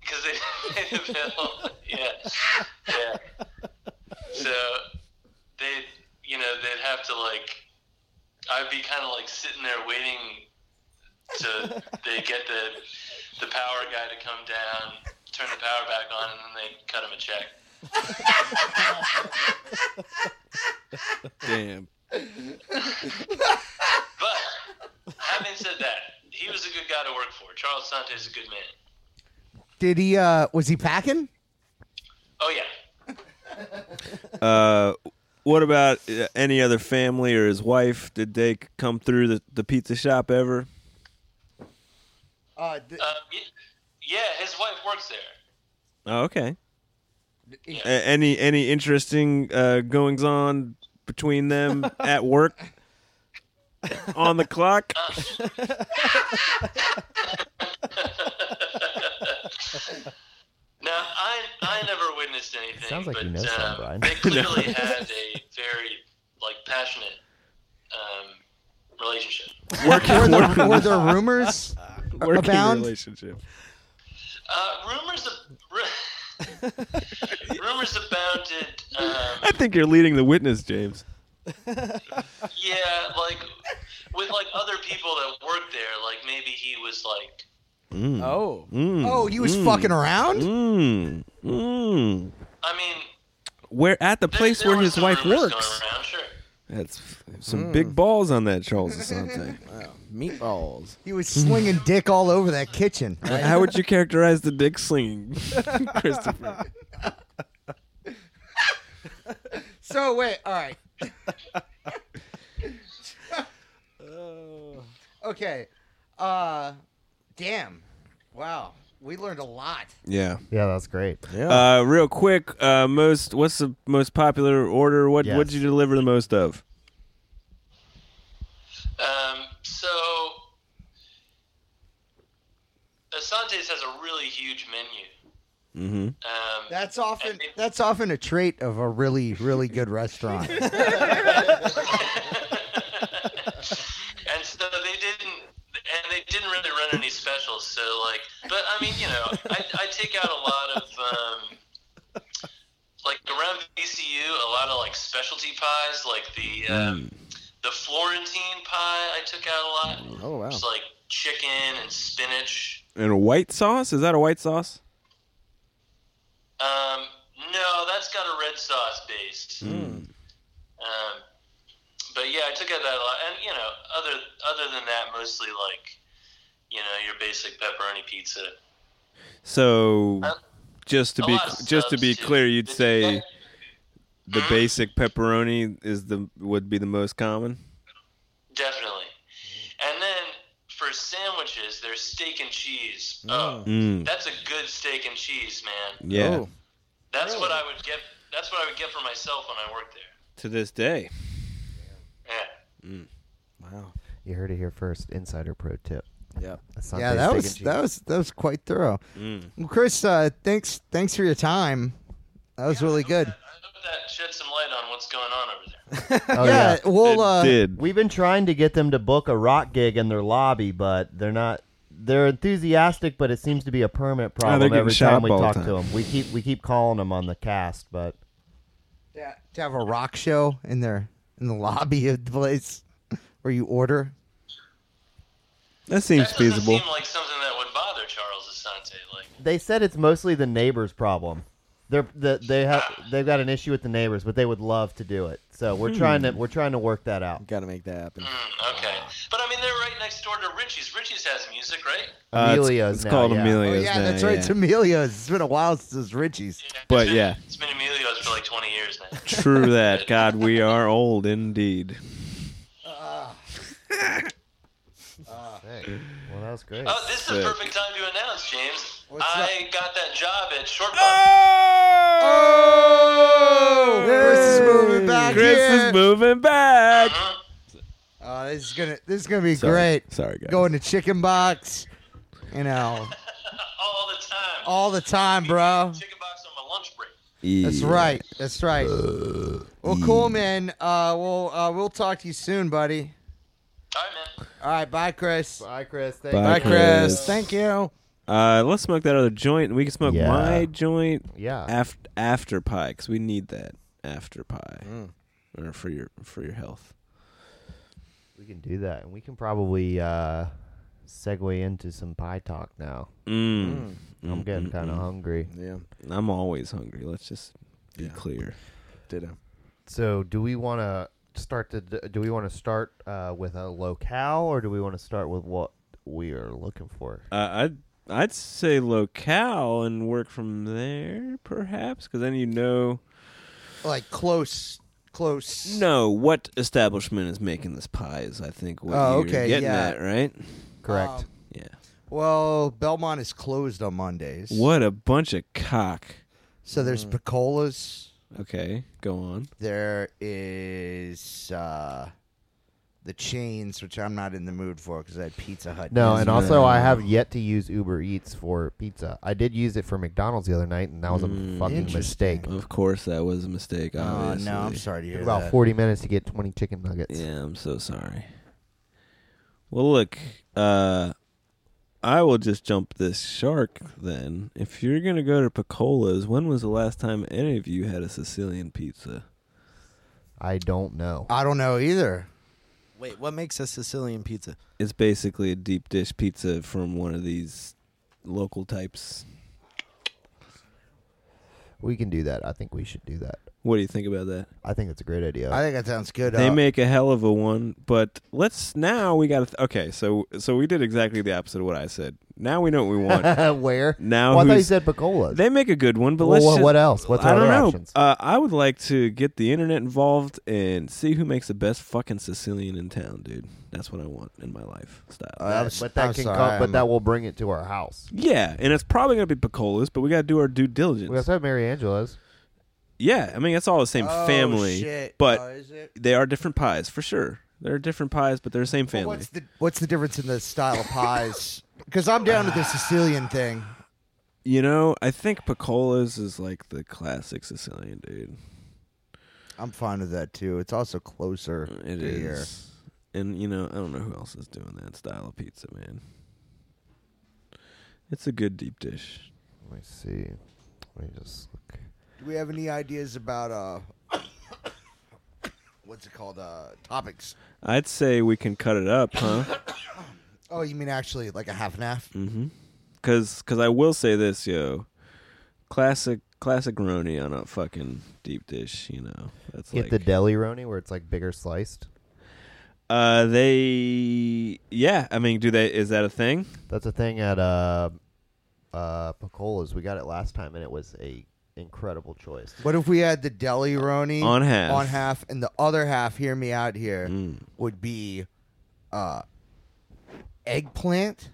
S6: because (laughs) they paid the bill. yeah, yeah. So they, you know, they'd have to like I'd be kind of like sitting there waiting to they get the the power guy to come down, turn the power back on, and
S3: damn
S6: then they cut him a check. But having said that, he was a good guy to work for. Charles Sante's a good man.
S4: Did he? uh Was he packing?
S6: Oh yeah.
S3: uh what about uh, any other family or his wife did they c- come through the, the pizza shop ever
S4: Uh, th-
S6: Um, y- yeah, his wife works there.
S3: oh okay A- any any interesting uh goings on between (laughs) them at work on the clock
S6: Now, I I never witnessed anything.
S1: Sounds like
S6: but,
S1: you know something,
S6: um,
S1: Brian. (laughs)
S6: They clearly had a very like passionate um, relationship.
S4: were,
S3: (laughs)
S4: there, were there rumors?
S3: working
S4: Abound?
S3: relationship
S6: Uh, rumors ab- ru- (laughs) rumors abounded. Um,
S3: i think you're leading the witness james
S6: yeah, like with like other people that worked there. Like maybe he was like
S3: mm.
S2: Oh.
S3: Mm.
S4: Oh, he was
S3: Mm.
S4: fucking around.
S3: mm. Mm.
S6: I mean,
S3: where at the
S6: there-
S3: place
S6: there
S3: where
S6: were
S3: his
S6: some
S3: wife
S6: rumors
S3: works
S6: Going around, sure.
S3: That's mm. some big balls on that Charles (laughs) Asante.
S2: Meatballs.
S4: He was
S3: Mm.
S4: slinging dick all over that
S3: (laughs)
S4: kitchen.
S3: Uh, How would you characterize the dick slinging, (laughs) Christopher?
S4: So wait, all
S3: (laughs)
S4: right. okay. Uh, damn. Wow, we learned a lot.
S3: Yeah.
S1: Yeah, that's great.
S2: Yeah.
S3: Uh, real quick, uh, most what's the most popular order? What
S1: Yes.
S3: what'd you deliver the most of?
S6: Um, so Asante's has a really huge menu.
S3: Mm-hmm.
S6: Um,
S4: That's often that's often a trait of a really really good
S3: (laughs)
S4: restaurant.
S6: and so they didn't and they didn't really run any specials so like but i mean you know i, I take out a lot of um, like around vcu a lot of like specialty pies like the
S2: Mm.
S6: um, the florentine pie i took out a lot
S2: oh wow.
S6: just like chicken and spinach
S3: And a white sauce? Is that a white sauce?
S6: um, no that's got a red sauce base Um, but yeah, I took out that a lot, and you know, other other than that, mostly like, you know, your basic pepperoni pizza.
S3: So,
S6: Uh,
S3: just to
S6: A
S3: be
S6: lot of
S3: just to be
S6: subs, too.
S3: clear, you'd
S6: Did you
S3: say
S6: get-
S3: the basic pepperoni is the would be the most common.
S6: definitely. And then for sandwiches, there's steak and cheese. Oh,
S3: Mm.
S6: that's a good steak and cheese, man.
S3: Yeah.
S2: Oh.
S6: That's what I would get. That's what I would get for myself when I worked there.
S3: To this day.
S6: Yeah.
S2: Wow.
S1: You heard it here first. Insider pro tip.
S2: Yeah.
S1: Asante
S4: yeah,
S1: steak
S4: that
S1: and
S4: was
S1: cheese.
S4: that was that was quite thorough.
S3: Mm.
S4: Well, Chris, uh, thanks thanks for your time. That was really good.
S6: I hope that shed some light on what's going on over there.
S1: Oh,
S4: yeah, we'll.
S3: It
S4: Uh,
S3: did.
S1: We've been trying to get them to book a rock gig in their lobby, but they're not. They're enthusiastic, but it seems to be a permanent problem
S3: getting
S1: every
S3: shot
S1: time
S3: up
S1: we
S3: all the
S1: talk
S3: time.
S1: to them. We keep we keep calling them on the cast, but
S4: Yeah, to have a rock show in their in the lobby of the place (laughs) where you order.
S3: That seems
S4: (laughs)
S6: That doesn't
S3: feasible.
S6: seem like something that would bother Charles Asante. Like,
S1: they said it's mostly the neighbors' problem. They're the, they have they've got an issue with the
S3: Hmm.
S1: neighbors, but they would love to do it. So we're trying to we're trying to work that out.
S2: Got to make that happen.
S6: mm, okay, But I mean, they're right next door to Richie's. Richie's has music, right?
S3: Uh, it's-
S1: Amelia's
S3: It's,
S1: now,
S3: called
S1: yeah.
S4: Oh,
S3: Amelia's.
S4: yeah,
S3: now,
S4: that's right.
S3: yeah.
S4: It's Amelia's. It's been a while since Richie's.
S3: But,
S6: It's been-
S3: yeah.
S6: it's been Emilio's for like 20 years now.
S3: (laughs) True that. God, we are old indeed.
S1: Sick. Well, that was great.
S6: Oh, this is the
S3: Sick.
S6: perfect time to announce, James.
S4: What's
S6: I got that job at Short Bus.
S3: Ah! Oh!
S4: Chris is moving back
S3: Chris
S4: here.
S3: is moving back.
S6: Mhm.
S4: Oh, this is gonna this is gonna be
S3: Sorry.
S4: great.
S3: Sorry, guys.
S4: Going to Chicken Box, you know,
S6: All the time.
S4: all the time, bro.
S6: Chicken box on my lunch break.
S4: That's right. That's right. Well, cool, man. Uh, we'll uh, we'll talk to you soon, buddy.
S6: All right, man.
S4: All right, bye, Chris.
S1: Bye, Chris. Thank
S3: Bye,
S2: Bye,
S1: you.
S2: Chris.
S3: Chris.
S2: Thank you.
S3: Uh, let's smoke that other joint, and we can smoke
S1: Yeah.
S3: my joint
S1: Yeah.
S3: after after pie because we need that after pie
S4: Mm.
S3: or for your for your health.
S1: We can do that, and we can probably uh, segue into some pie talk now.
S3: Mm.
S1: I'm getting kind of hungry.
S2: Yeah,
S3: I'm always hungry. Let's just be
S2: Yeah.
S3: clear.
S2: ditto.
S1: So, do we want to start to do we want to start uh, with a locale, or do we want to start with what we are looking for?
S3: Uh, I'd I'd say locale and work from there, perhaps, because then you know
S4: Like close, close.
S3: know what establishment is making this pie. Is I think what
S4: Oh,
S3: you're
S4: okay,
S3: getting
S4: yeah.
S3: at, right?
S1: Correct.
S4: Um,
S3: Yeah.
S4: well, Belmont is closed on Mondays.
S3: What a bunch of cock.
S4: So there's Picolas.
S3: Okay, go on.
S4: There is uh, the chains, which I'm not in the mood for because I had Pizza Hut.
S1: No,
S4: yesterday.
S1: and also I have yet to use Uber Eats for pizza. I did use it for McDonald's the other night, and that was a
S3: Mm,
S1: fucking
S4: Interesting.
S1: mistake.
S3: Of course, that was a mistake.
S4: Oh,
S3: Obviously.
S4: no, I'm sorry to hear
S1: Took about
S4: that.
S1: 40 minutes to get 20 chicken nuggets.
S3: Yeah, I'm so sorry. Well, look, uh, I will just jump this shark then. If you're gonna go to Piccolo's, when was the last time any of you had a Sicilian pizza?
S1: I don't know.
S4: I don't know either.
S2: Wait, what makes a Sicilian pizza?
S3: It's basically a deep dish pizza from one of these local types.
S1: We can do that. I think we should do that.
S3: What do you think about that?
S1: I think it's a great idea. (laughs)
S4: I think that sounds good.
S3: They
S4: uh,
S3: make a hell of a one, but let's now we got to th- okay. So so we did exactly the opposite of what I said. Now we know what we
S1: (laughs)
S3: want.
S1: Where?
S3: Now
S1: well, I thought you
S3: who's-
S1: said Bacola.
S3: They make a good one, but
S1: Well,
S3: let's
S1: what-
S3: just-
S1: what else? What's
S3: I
S1: our
S3: don't
S1: other
S3: know.
S1: options?
S3: Uh, I would like to get the internet involved and see who makes the best fucking Sicilian in town, dude. That's what I want in my life style.
S4: Uh, I'm s-
S1: but that
S4: I'm
S1: can
S4: sorry,
S1: come,
S4: I'm-
S1: but that will bring it to our house.
S3: yeah, and it's probably gonna be Piccolo's, but we gotta do our due diligence.
S1: We also have Mary Angelo's.
S3: yeah, I mean it's all the same
S4: Oh,
S3: family,
S4: shit.
S3: but
S4: Oh, is it?
S3: they are different pies for sure. They're different pies, but they're the same family.
S4: What's the what's the difference in the style of (laughs) pies? Because I'm down with the Sicilian thing.
S3: you know, I think Piccolo's is like the classic Sicilian, dude.
S4: I'm fine with that too. It's also closer
S3: It
S4: to
S3: is,
S4: here.
S3: and you know, I don't know who else is doing that style of pizza, man. It's a good deep dish.
S1: Let me see. Let me just look.
S4: Do we have any ideas about uh, (coughs) what's it called? Uh, topics.
S3: I'd say we can cut it up, huh?
S1: (coughs)
S4: Oh, you mean actually like a half and half?
S3: Because cause I will say this, yo. Classic classic Roni on a fucking deep dish, you know. That's
S1: Get
S3: like
S1: the deli roni where it's like bigger sliced.
S3: uh they yeah, I mean, do they is that a thing?
S1: That's a thing at uh, uh, Pacola's. We got it last time, and it was a incredible choice.
S4: What if we had the deli roni
S3: On half.
S4: on half, Mm. and the other half? Hear me out here. Would be uh, eggplant.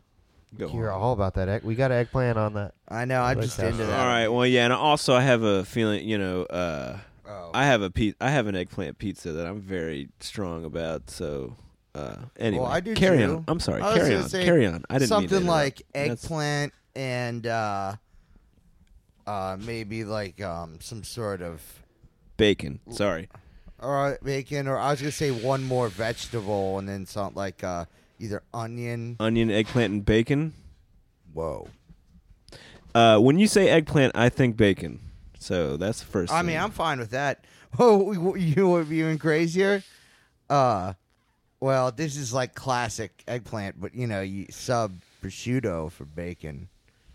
S3: Go
S1: You're all about that egg. We got eggplant on that.
S4: I know. I'm just
S1: sounds
S4: into
S3: All
S4: that.
S3: right. Well, yeah, and also I have a feeling, you know, uh
S4: Oh.
S3: I have a pe- I have an eggplant pizza that I'm very strong about, so uh anyway.
S4: Well, I do
S3: carry
S4: too.
S3: on. I'm sorry.
S4: I was
S3: Carry
S4: gonna
S3: on.
S4: say
S3: Carry on. I didn't mean to
S4: something
S3: interrupt.
S4: like
S3: That's-
S4: eggplant and uh, uh, maybe like um, some sort of
S3: bacon. Sorry.
S4: or uh, bacon, or I was gonna say one more vegetable, and then something like uh, either onion.
S3: Onion, eggplant and bacon.
S4: Whoa!
S3: Uh, when you say eggplant, I think bacon. So that's the first.
S4: I mean, I'm fine with that. (laughs) Oh, we- we- you know what would be even crazier? Uh, well, this is like classic eggplant, but you know, you sub prosciutto for bacon.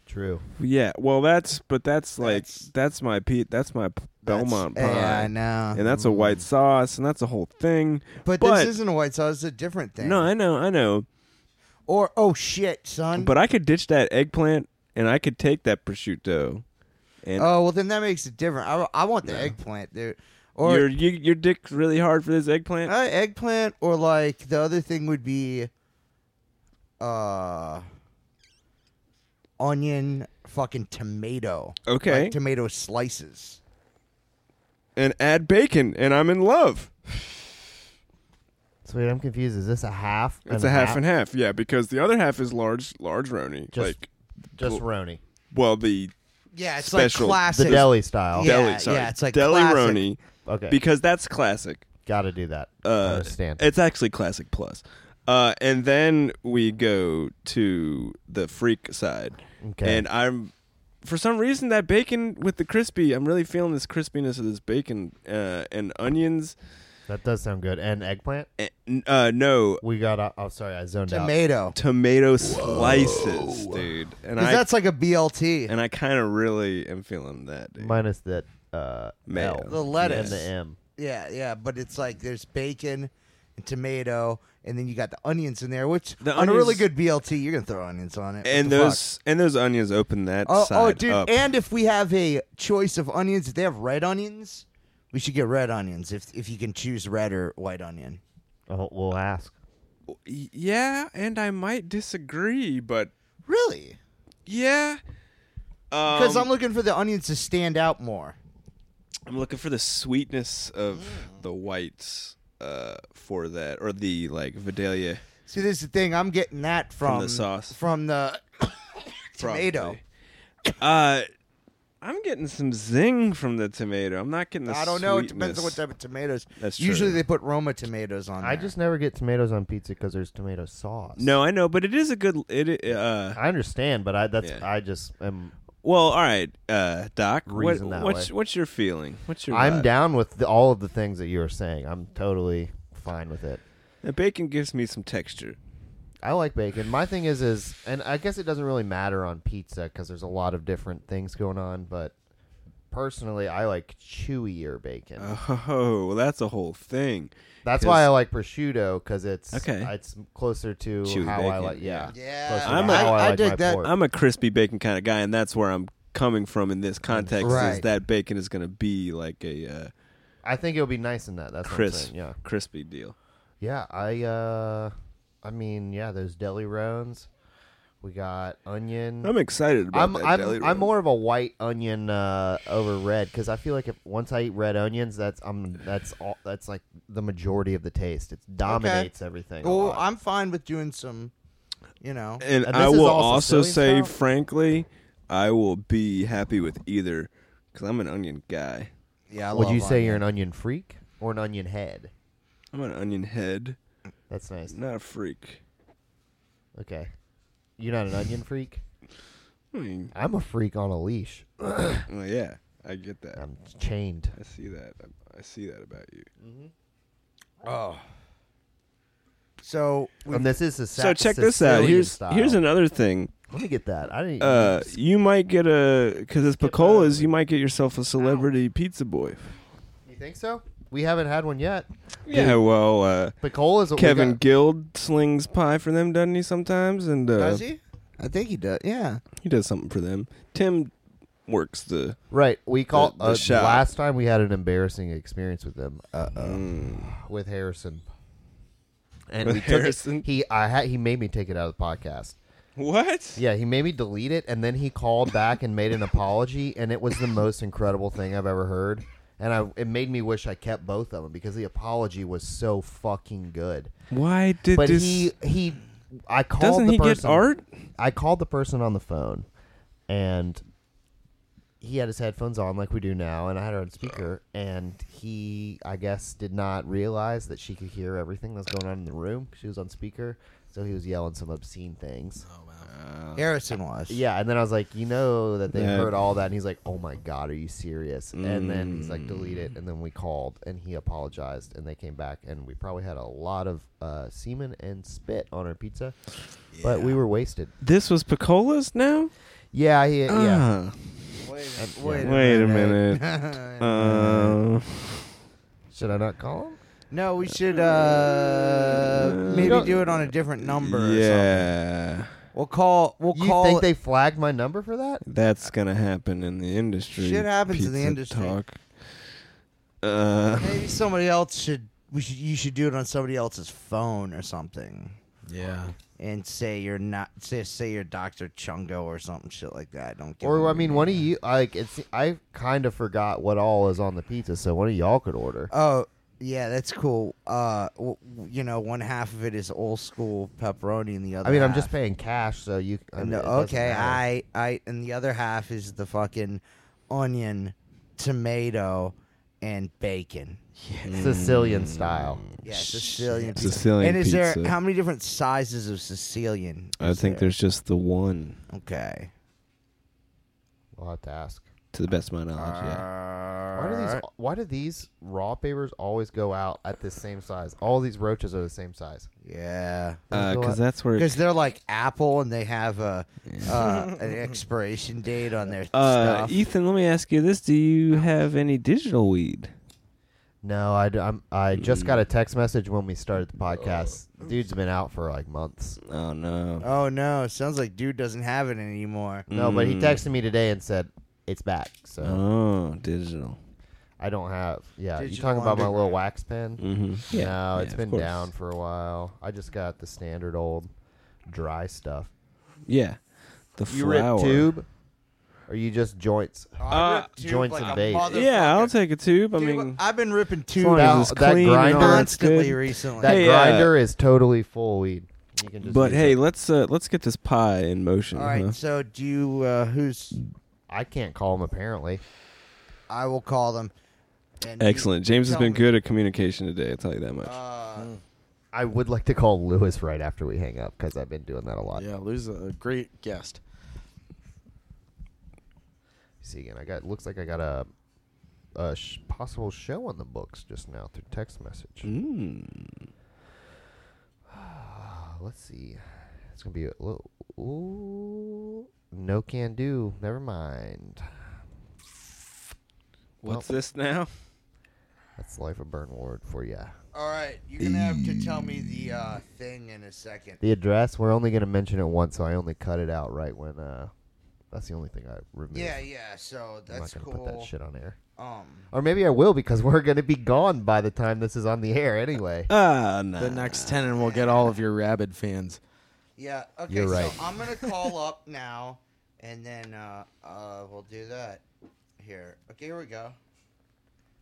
S1: true.
S3: Yeah, well, that's but that's like
S4: That's-
S3: that's, my pe- that's my p- Belmont pie,
S4: Yeah, I know.
S3: and that's a white sauce, and that's a whole thing.
S4: But,
S3: but-
S4: this isn't a white sauce. It's a different thing.
S3: No, I know, I know,
S4: or oh shit, son.
S3: but I could ditch that eggplant, and I could take that prosciutto. And
S4: oh well, then that makes it different. I, I want the eggplant, dude. Or
S3: your you, your dick's really hard for this eggplant.
S4: uh, eggplant, or like the other thing would be, uh, onion, fucking tomato.
S3: Okay.
S4: Like tomato slices.
S3: and add bacon, and I'm in love.
S1: So wait, I'm confused. Is this a half?
S3: It's a half and half, yeah, because the other half is large, large roni,
S1: Just-
S3: like
S1: Just Roni,
S3: well, the
S4: Yeah, it's
S3: Special.
S4: like
S1: the
S4: classic.
S1: deli style.
S4: Yeah,
S3: deli, sorry,
S4: yeah, it's like
S3: deli
S4: classic.
S3: roni,
S1: Okay,
S3: because that's classic.
S1: got to do that. I
S3: Uh,
S1: understand.
S3: It's actually classic plus, uh, and then we go to the freak side,
S1: Okay.
S3: and I'm. For some reason, that bacon with the crispy, I'm really feeling this crispiness of this bacon uh, and onions.
S1: that does sound good. And eggplant.
S3: eh, Uh, no,
S1: We got. Uh, oh, sorry, I zoned out.
S4: tomato.
S3: tomato slices, dude. And
S4: 'Cause
S3: I
S4: that's like a BLT.
S3: and I kind of really am feeling that. Dude.
S1: Minus that. Uh,
S3: Mayo.
S1: L
S4: the
S1: and
S4: lettuce.
S1: the M.
S4: Yeah, yeah, but it's like there's bacon and tomato, and then you got the onions in there. Which
S3: The
S4: on a really
S3: onions-
S4: good BLT, you're gonna throw onions on it. What
S3: and
S4: the fuck?
S3: those and those onions open that
S4: Oh,
S3: side
S4: oh, dude!
S3: up.
S4: And if we have a choice of onions, if they have red onions, we should get red onions. If if you can choose red or white onion,
S1: Oh, we'll ask.
S3: yeah, and I might disagree, but
S4: really?
S3: yeah,
S4: Because
S3: um,
S4: I'm looking for the onions to stand out more.
S3: I'm looking for the sweetness of
S4: Mm.
S3: the whites uh, for that, or the like Vidalia
S4: See, this is the thing. I'm getting that from,
S3: the sauce.
S4: from the tomato.
S3: probably. Uh, I'm getting some zing from the tomato. I'm not getting the.
S4: I don't know. It depends
S3: sweetness.
S4: on what type of tomatoes.
S3: That's
S4: Usually
S3: true.
S4: they put Roma tomatoes on.
S1: I
S4: there.
S1: just never get tomatoes on pizza because there's tomato sauce.
S3: No, I know, but it is a good. It uh,
S1: I understand, but I that's
S3: Yeah.
S1: I just am
S3: well, all right, uh, Doc. What,
S1: Reason that
S3: what's
S1: way.
S3: what's your feeling? What's your?
S1: I'm
S3: vibe?
S1: down with the, all of the things that you are saying. I'm totally fine with it.
S3: The bacon gives me some texture. (laughs)
S1: I like bacon. My thing is is and I guess it doesn't really matter on pizza because there's a lot of different things going on, but personally I like chewier bacon.
S3: Oh, well, that's a whole thing.
S1: that's
S3: 'cause-
S1: why I like prosciutto because it's
S3: Okay.
S1: it's closer to
S3: Chewy
S1: how I
S3: bacon,
S1: like yeah.
S4: Yeah.
S1: Closer to
S3: I'm a-
S1: how
S4: I- I
S1: like
S4: dig
S1: my
S4: that.
S1: pork.
S3: I'm a crispy bacon kind of guy, and that's where I'm coming from in this context. Is
S4: Right.
S3: that bacon is going to be like a uh,
S1: I think it'll be nice in that. That's what I'm
S3: crisp,
S1: saying. Yeah.
S3: crispy deal.
S1: Yeah, I uh I mean, yeah, those deli rounds. We got onion.
S3: I'm excited about
S1: I'm
S3: that
S1: I'm,
S3: deli
S1: I'm
S3: roll.
S1: more of a white onion uh, over red because I feel like if once I eat red onions, that's I'm that's all that's like the majority of the taste. It dominates everything. a
S4: Well,
S1: lot.
S4: I'm fine with doing some, you know.
S3: and,
S1: and
S3: I
S1: this is
S3: will
S1: all
S3: also say,
S1: Sicilian style?
S3: frankly, I will be happy with either because I'm an onion guy.
S4: Yeah. I
S1: Would
S4: love
S1: you say you're
S4: onion.
S1: an onion freak or an onion head?
S3: I'm an onion head,
S1: That's nice.
S3: not a freak.
S1: Okay, you're not an onion freak.
S3: I mean,
S1: I'm a freak on a leash.
S3: well, yeah, I get that.
S1: I'm chained.
S3: I see that. I, I see that about you.
S4: Oh. So we
S1: And this is a
S3: so check this out. Here's here's another thing.
S1: Let me get that. I didn't.
S3: Uh, you might get a because it's Piccola's. You might get yourself a celebrity pizza boy.
S1: you think so? We haven't had one yet.
S3: Yeah, well, uh,
S1: Picola is what we
S3: Kevin
S1: got.
S3: Guild slings pie for them, doesn't he? Sometimes, and uh,
S4: does he? I think he does. Yeah.
S3: he does something for them. Tim works the.
S1: Right. We call
S3: the
S1: uh,
S3: shop.
S1: last time we had an embarrassing experience with them. Uh oh.
S3: Mm.
S1: With Harrison. And
S3: With
S1: we took it-
S3: Harrison?
S1: he I had he made me take it out of the podcast.
S3: What?
S1: Yeah, he made me delete it and then he called back and made an apology and it was the most incredible thing I've ever heard. And I it made me wish I kept both of them because the apology was so fucking good.
S3: Why did
S1: But
S3: this?
S1: he he I called
S3: doesn't
S1: the
S3: he get
S1: person-
S3: art?
S1: I called the person on the phone, and he had his headphones on like we do now, and I had her on speaker, and he, I guess, did not realize that she could hear everything that's going on in the room. She was on speaker, so he was yelling some obscene things.
S4: Uh, Harrison was.
S1: Yeah, and then I was like, you know that they
S3: Yeah.
S1: heard all that, and he's like, oh my god, are you serious? And then he's like, delete it, and then we called, and he apologized, and they came back, and we probably had a lot of uh, semen and spit on our pizza, but we were wasted.
S3: This was Piccola's now.
S1: Yeah, he,
S4: Uh.
S1: yeah.
S4: Wait a
S3: Wait a
S4: minute.
S3: minute. Uh,
S1: Should I not call him?
S4: (laughs) No, we should uh maybe do it on a different number. Or something.
S3: yeah,
S4: We'll call. We'll
S1: You
S4: call.
S1: think they flagged my number for that?
S3: that's gonna happen in the industry.
S4: Shit happens in the
S3: Pizza
S4: industry.
S3: Talk.
S4: (laughs)
S3: Uh,
S4: maybe somebody else should. We should. You should do it on somebody else's phone or something,
S2: Yeah.
S4: and say you're not. Say say you're Doctor Chungo or something shit like that. Don't. Give
S1: Or
S4: them-
S1: I mean, one of you like it's I kind of forgot what all is on the pizza, so one of y'all could order.
S4: Oh yeah, that's cool. Uh, w- w- you know, one half of it is old school pepperoni, and the other.
S1: I mean, I'm
S4: half-
S1: just paying cash, so you. I mean,
S4: No,
S1: it doesn't
S4: okay,
S1: matter.
S4: I, I, and the other half is the fucking onion, tomato, and bacon.
S1: Sicilian style.
S4: Yeah, Sicilian. pizza.
S3: Sicilian
S4: And is there
S3: pizza.
S4: how many different sizes of Sicilian?
S3: I
S4: is
S3: think
S4: there?
S3: there's just the one,
S4: Okay.
S1: I'll have to ask.
S3: to the best of my knowledge. yeah.
S1: Why do these? Why do these raw papers always go out at the same size? All these roaches are the same size.
S4: Yeah.
S1: you know
S3: Because
S1: what?
S3: Uh, that's where
S4: Because they're like Apple, and they have a uh,
S1: (laughs)
S4: an expiration date on their
S3: Uh,
S4: stuff.
S3: Ethan, let me ask you this: Do you have any digital weed?
S1: No, I, d- I'm- I just got a text message when we started the podcast. Dude's been out for like months.
S3: Oh no!
S4: oh no! Sounds like dude doesn't have it anymore.
S1: No, but he
S3: Mm.
S1: texted me today and said it's back. So
S3: Oh, digital.
S1: I don't have. Yeah, you
S4: Digital
S1: talking about my little
S4: underground.
S1: wax pen?
S3: Mm-hmm.
S1: no, it's been down for a while. I just got the standard old dry stuff.
S3: Yeah, the
S1: You
S3: flower.
S1: rip tube, or you just joints?
S4: Oh, I
S3: Uh,
S4: ripped tube
S1: joints
S4: like
S1: and
S4: a
S1: bait.
S4: mother-
S3: Yeah, I'll take a tube. I
S4: Dude,
S3: mean,
S4: I've been ripping
S3: as
S4: tube
S3: long
S1: That-
S3: as it's clean,
S1: grinder-
S3: and all that's
S4: constantly
S3: good.
S4: recently.
S1: That
S3: Hey, uh,
S1: grinder is totally full weed. You can just
S3: But
S1: use
S3: hey,
S1: it.
S3: let's uh, let's get this pie in motion.
S4: All right.
S3: huh?
S4: So do you? Uh, who's?
S1: I can't call him apparently.
S4: I will call them. And you-
S3: Excellent. James has
S4: tell
S3: been
S4: me.
S3: good at communication today. I'll tell you that much.
S4: Uh,
S1: I would like to call Lewis right after we hang up because I've been doing that a lot.
S2: Yeah, Lou's a great guest.
S1: See again. I got looks like I got a, a sh- possible show on the books just now through text message.
S4: Hmm.
S3: Mm.
S1: Uh, (sighs) let's see. It's gonna be a little. Ooh, no can do. Never mind.
S3: What's this now?
S1: That's life of burn ward for ya.
S4: all right. You're gonna have to tell me the uh, thing in a second.
S1: The address. We're only gonna mention it once, so I only cut it out right when. uh That's the only thing I removed.
S4: Yeah, yeah. So
S1: I'm not
S4: that's
S1: gonna put
S4: cool.
S1: that shit on air.
S4: Um,
S1: Or maybe I will because (laughs) we're gonna be gone by the time this is on the air anyway.
S3: Ah, no.
S2: The next ten, and we'll get all of your rabid fans.
S4: yeah. Okay.
S1: You're right.
S4: So I'm gonna call up
S1: (laughs)
S4: now, and then uh, uh, we'll do that. Here. Okay. Here we go.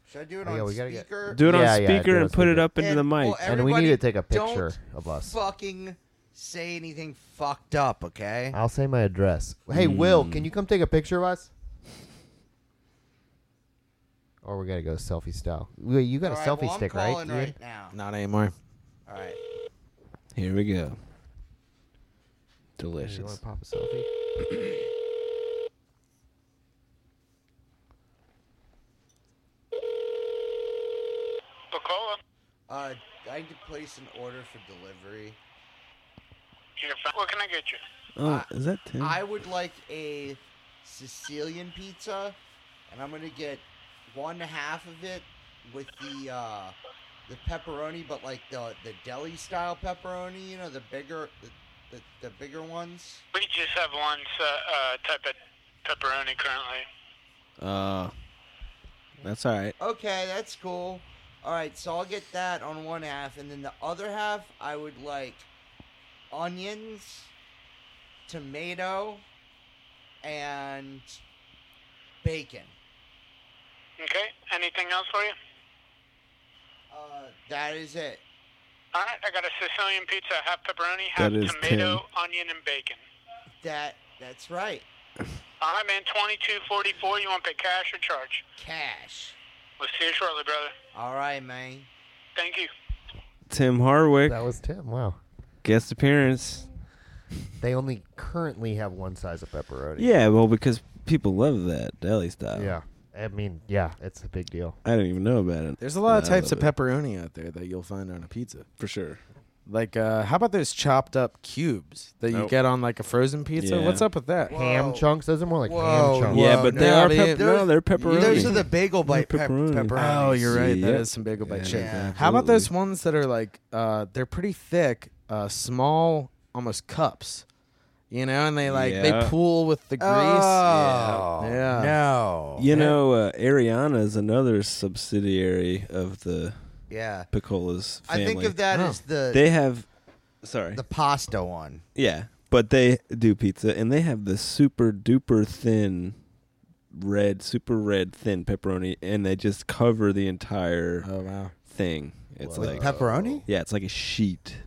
S4: Should I do it
S1: Oh,
S4: on
S1: yeah, we gotta get-
S4: speaker?
S3: Do it on
S1: Yeah, yeah,
S3: speaker
S1: do it on
S3: and put it
S1: speaker.
S3: up into the mic.
S4: well, eh,
S1: And we need
S4: everybody
S1: to take a
S4: don't
S1: picture of us.
S4: Fucking say anything fucked up, okay?
S1: I'll say my address. Hey,
S4: Hmm.
S1: Will, can you come take a picture of us? Or we gotta go selfie style. Will, You got
S4: All
S1: a
S4: right,
S1: selfie
S4: well, I'm
S1: stick,
S4: calling
S1: right?
S4: right?
S1: Ian?
S4: now.
S2: Not anymore.
S4: All right.
S3: Here we go.
S1: You want
S3: Delicious.
S1: to pop a selfie?
S6: Bacola,
S4: Uh, I need to place an order for delivery.
S6: you're fine. What can I get you?
S3: Oh, is that Tim?
S4: I would like a Sicilian pizza, and I'm gonna get one half of it with the uh, the pepperoni, but like the the deli style pepperoni. You know, the bigger the, the, the bigger ones.
S6: We just have one uh, uh, type of pepperoni currently.
S3: Uh, that's all right.
S4: Okay, that's cool. All right, so I'll get that on one half, and then the other half I would like onions, tomato, and bacon.
S6: Okay. Anything else for you?
S4: Uh, that is it.
S6: All right. I got a Sicilian pizza, half pepperoni, half
S3: That is
S6: tomato, onion, and bacon.
S4: That that's right.
S6: All right, man. Twenty-two forty-four. You want to pay cash or charge?
S4: Cash.
S6: We'll see you shortly, brother.
S4: All right, man.
S6: Thank you.
S3: Tim Harwick,
S1: That was Tim. Wow.
S3: guest appearance.
S1: They only currently have one size of pepperoni.
S3: Yeah, well, because people love that deli style.
S1: Yeah. I mean, yeah, it's a big deal.
S3: I didn't even know about it.
S2: There's a lot of
S3: I
S2: types of
S3: love it,
S2: pepperoni out there that you'll find on a pizza.
S3: for sure.
S2: Like, uh, how about those chopped up cubes that you
S3: Nope.
S2: get on like a frozen pizza?
S3: Yeah.
S2: What's up with that?
S1: ham
S4: Whoa.
S1: chunks. Those are more like
S4: Whoa,
S1: ham chunks.
S3: yeah,
S2: Whoa,
S3: but
S2: no,
S3: they are
S2: they-
S3: pep- no,
S2: those-
S3: they're pepperoni.
S4: Those are the bagel bite pep-
S3: pepperoni.
S4: pepperonis.
S2: Oh, you're right. That
S3: Yeah.
S2: is some bagel bite
S3: Yeah,
S2: shit.
S3: yeah,
S2: How about
S3: absolutely.
S2: those ones that are like uh, they're pretty thick, uh, small, almost cups, you know, and they like
S3: Yeah.
S2: they pool with the grease.
S4: Oh,
S2: yeah.
S4: no.
S3: you know, uh, Ariana is another subsidiary of the
S4: Yeah.
S3: Piccola's family.
S4: I think of that
S2: Oh.
S4: as the
S3: They have, sorry,
S4: the pasta one.
S3: yeah, but they do pizza, and they have the super duper thin, red, super red thin pepperoni, and they just cover the entire
S2: Oh wow.
S3: thing. It's
S4: With
S3: like
S4: pepperoni?
S3: yeah, it's like a sheet.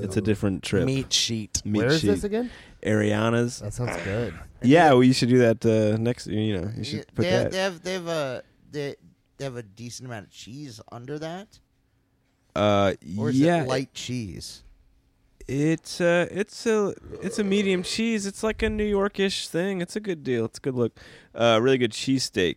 S3: It's a different trip.
S2: Meat sheet.
S3: Meat
S1: Where is
S3: sheet.
S1: this again? Uh,
S3: Ariana's.
S1: That sounds good.
S3: Yeah, well, you should do that uh, next. You know, you should
S4: Yeah,
S3: put
S4: they,
S3: that.
S4: they have they have a they, they have a decent amount of cheese under that,
S3: uh,
S4: or is
S3: yeah,
S4: it light cheese?
S3: It's uh, it's a it's a medium cheese. It's like a New Yorkish thing. It's a good deal. It's a good look. Uh, really good cheesesteak.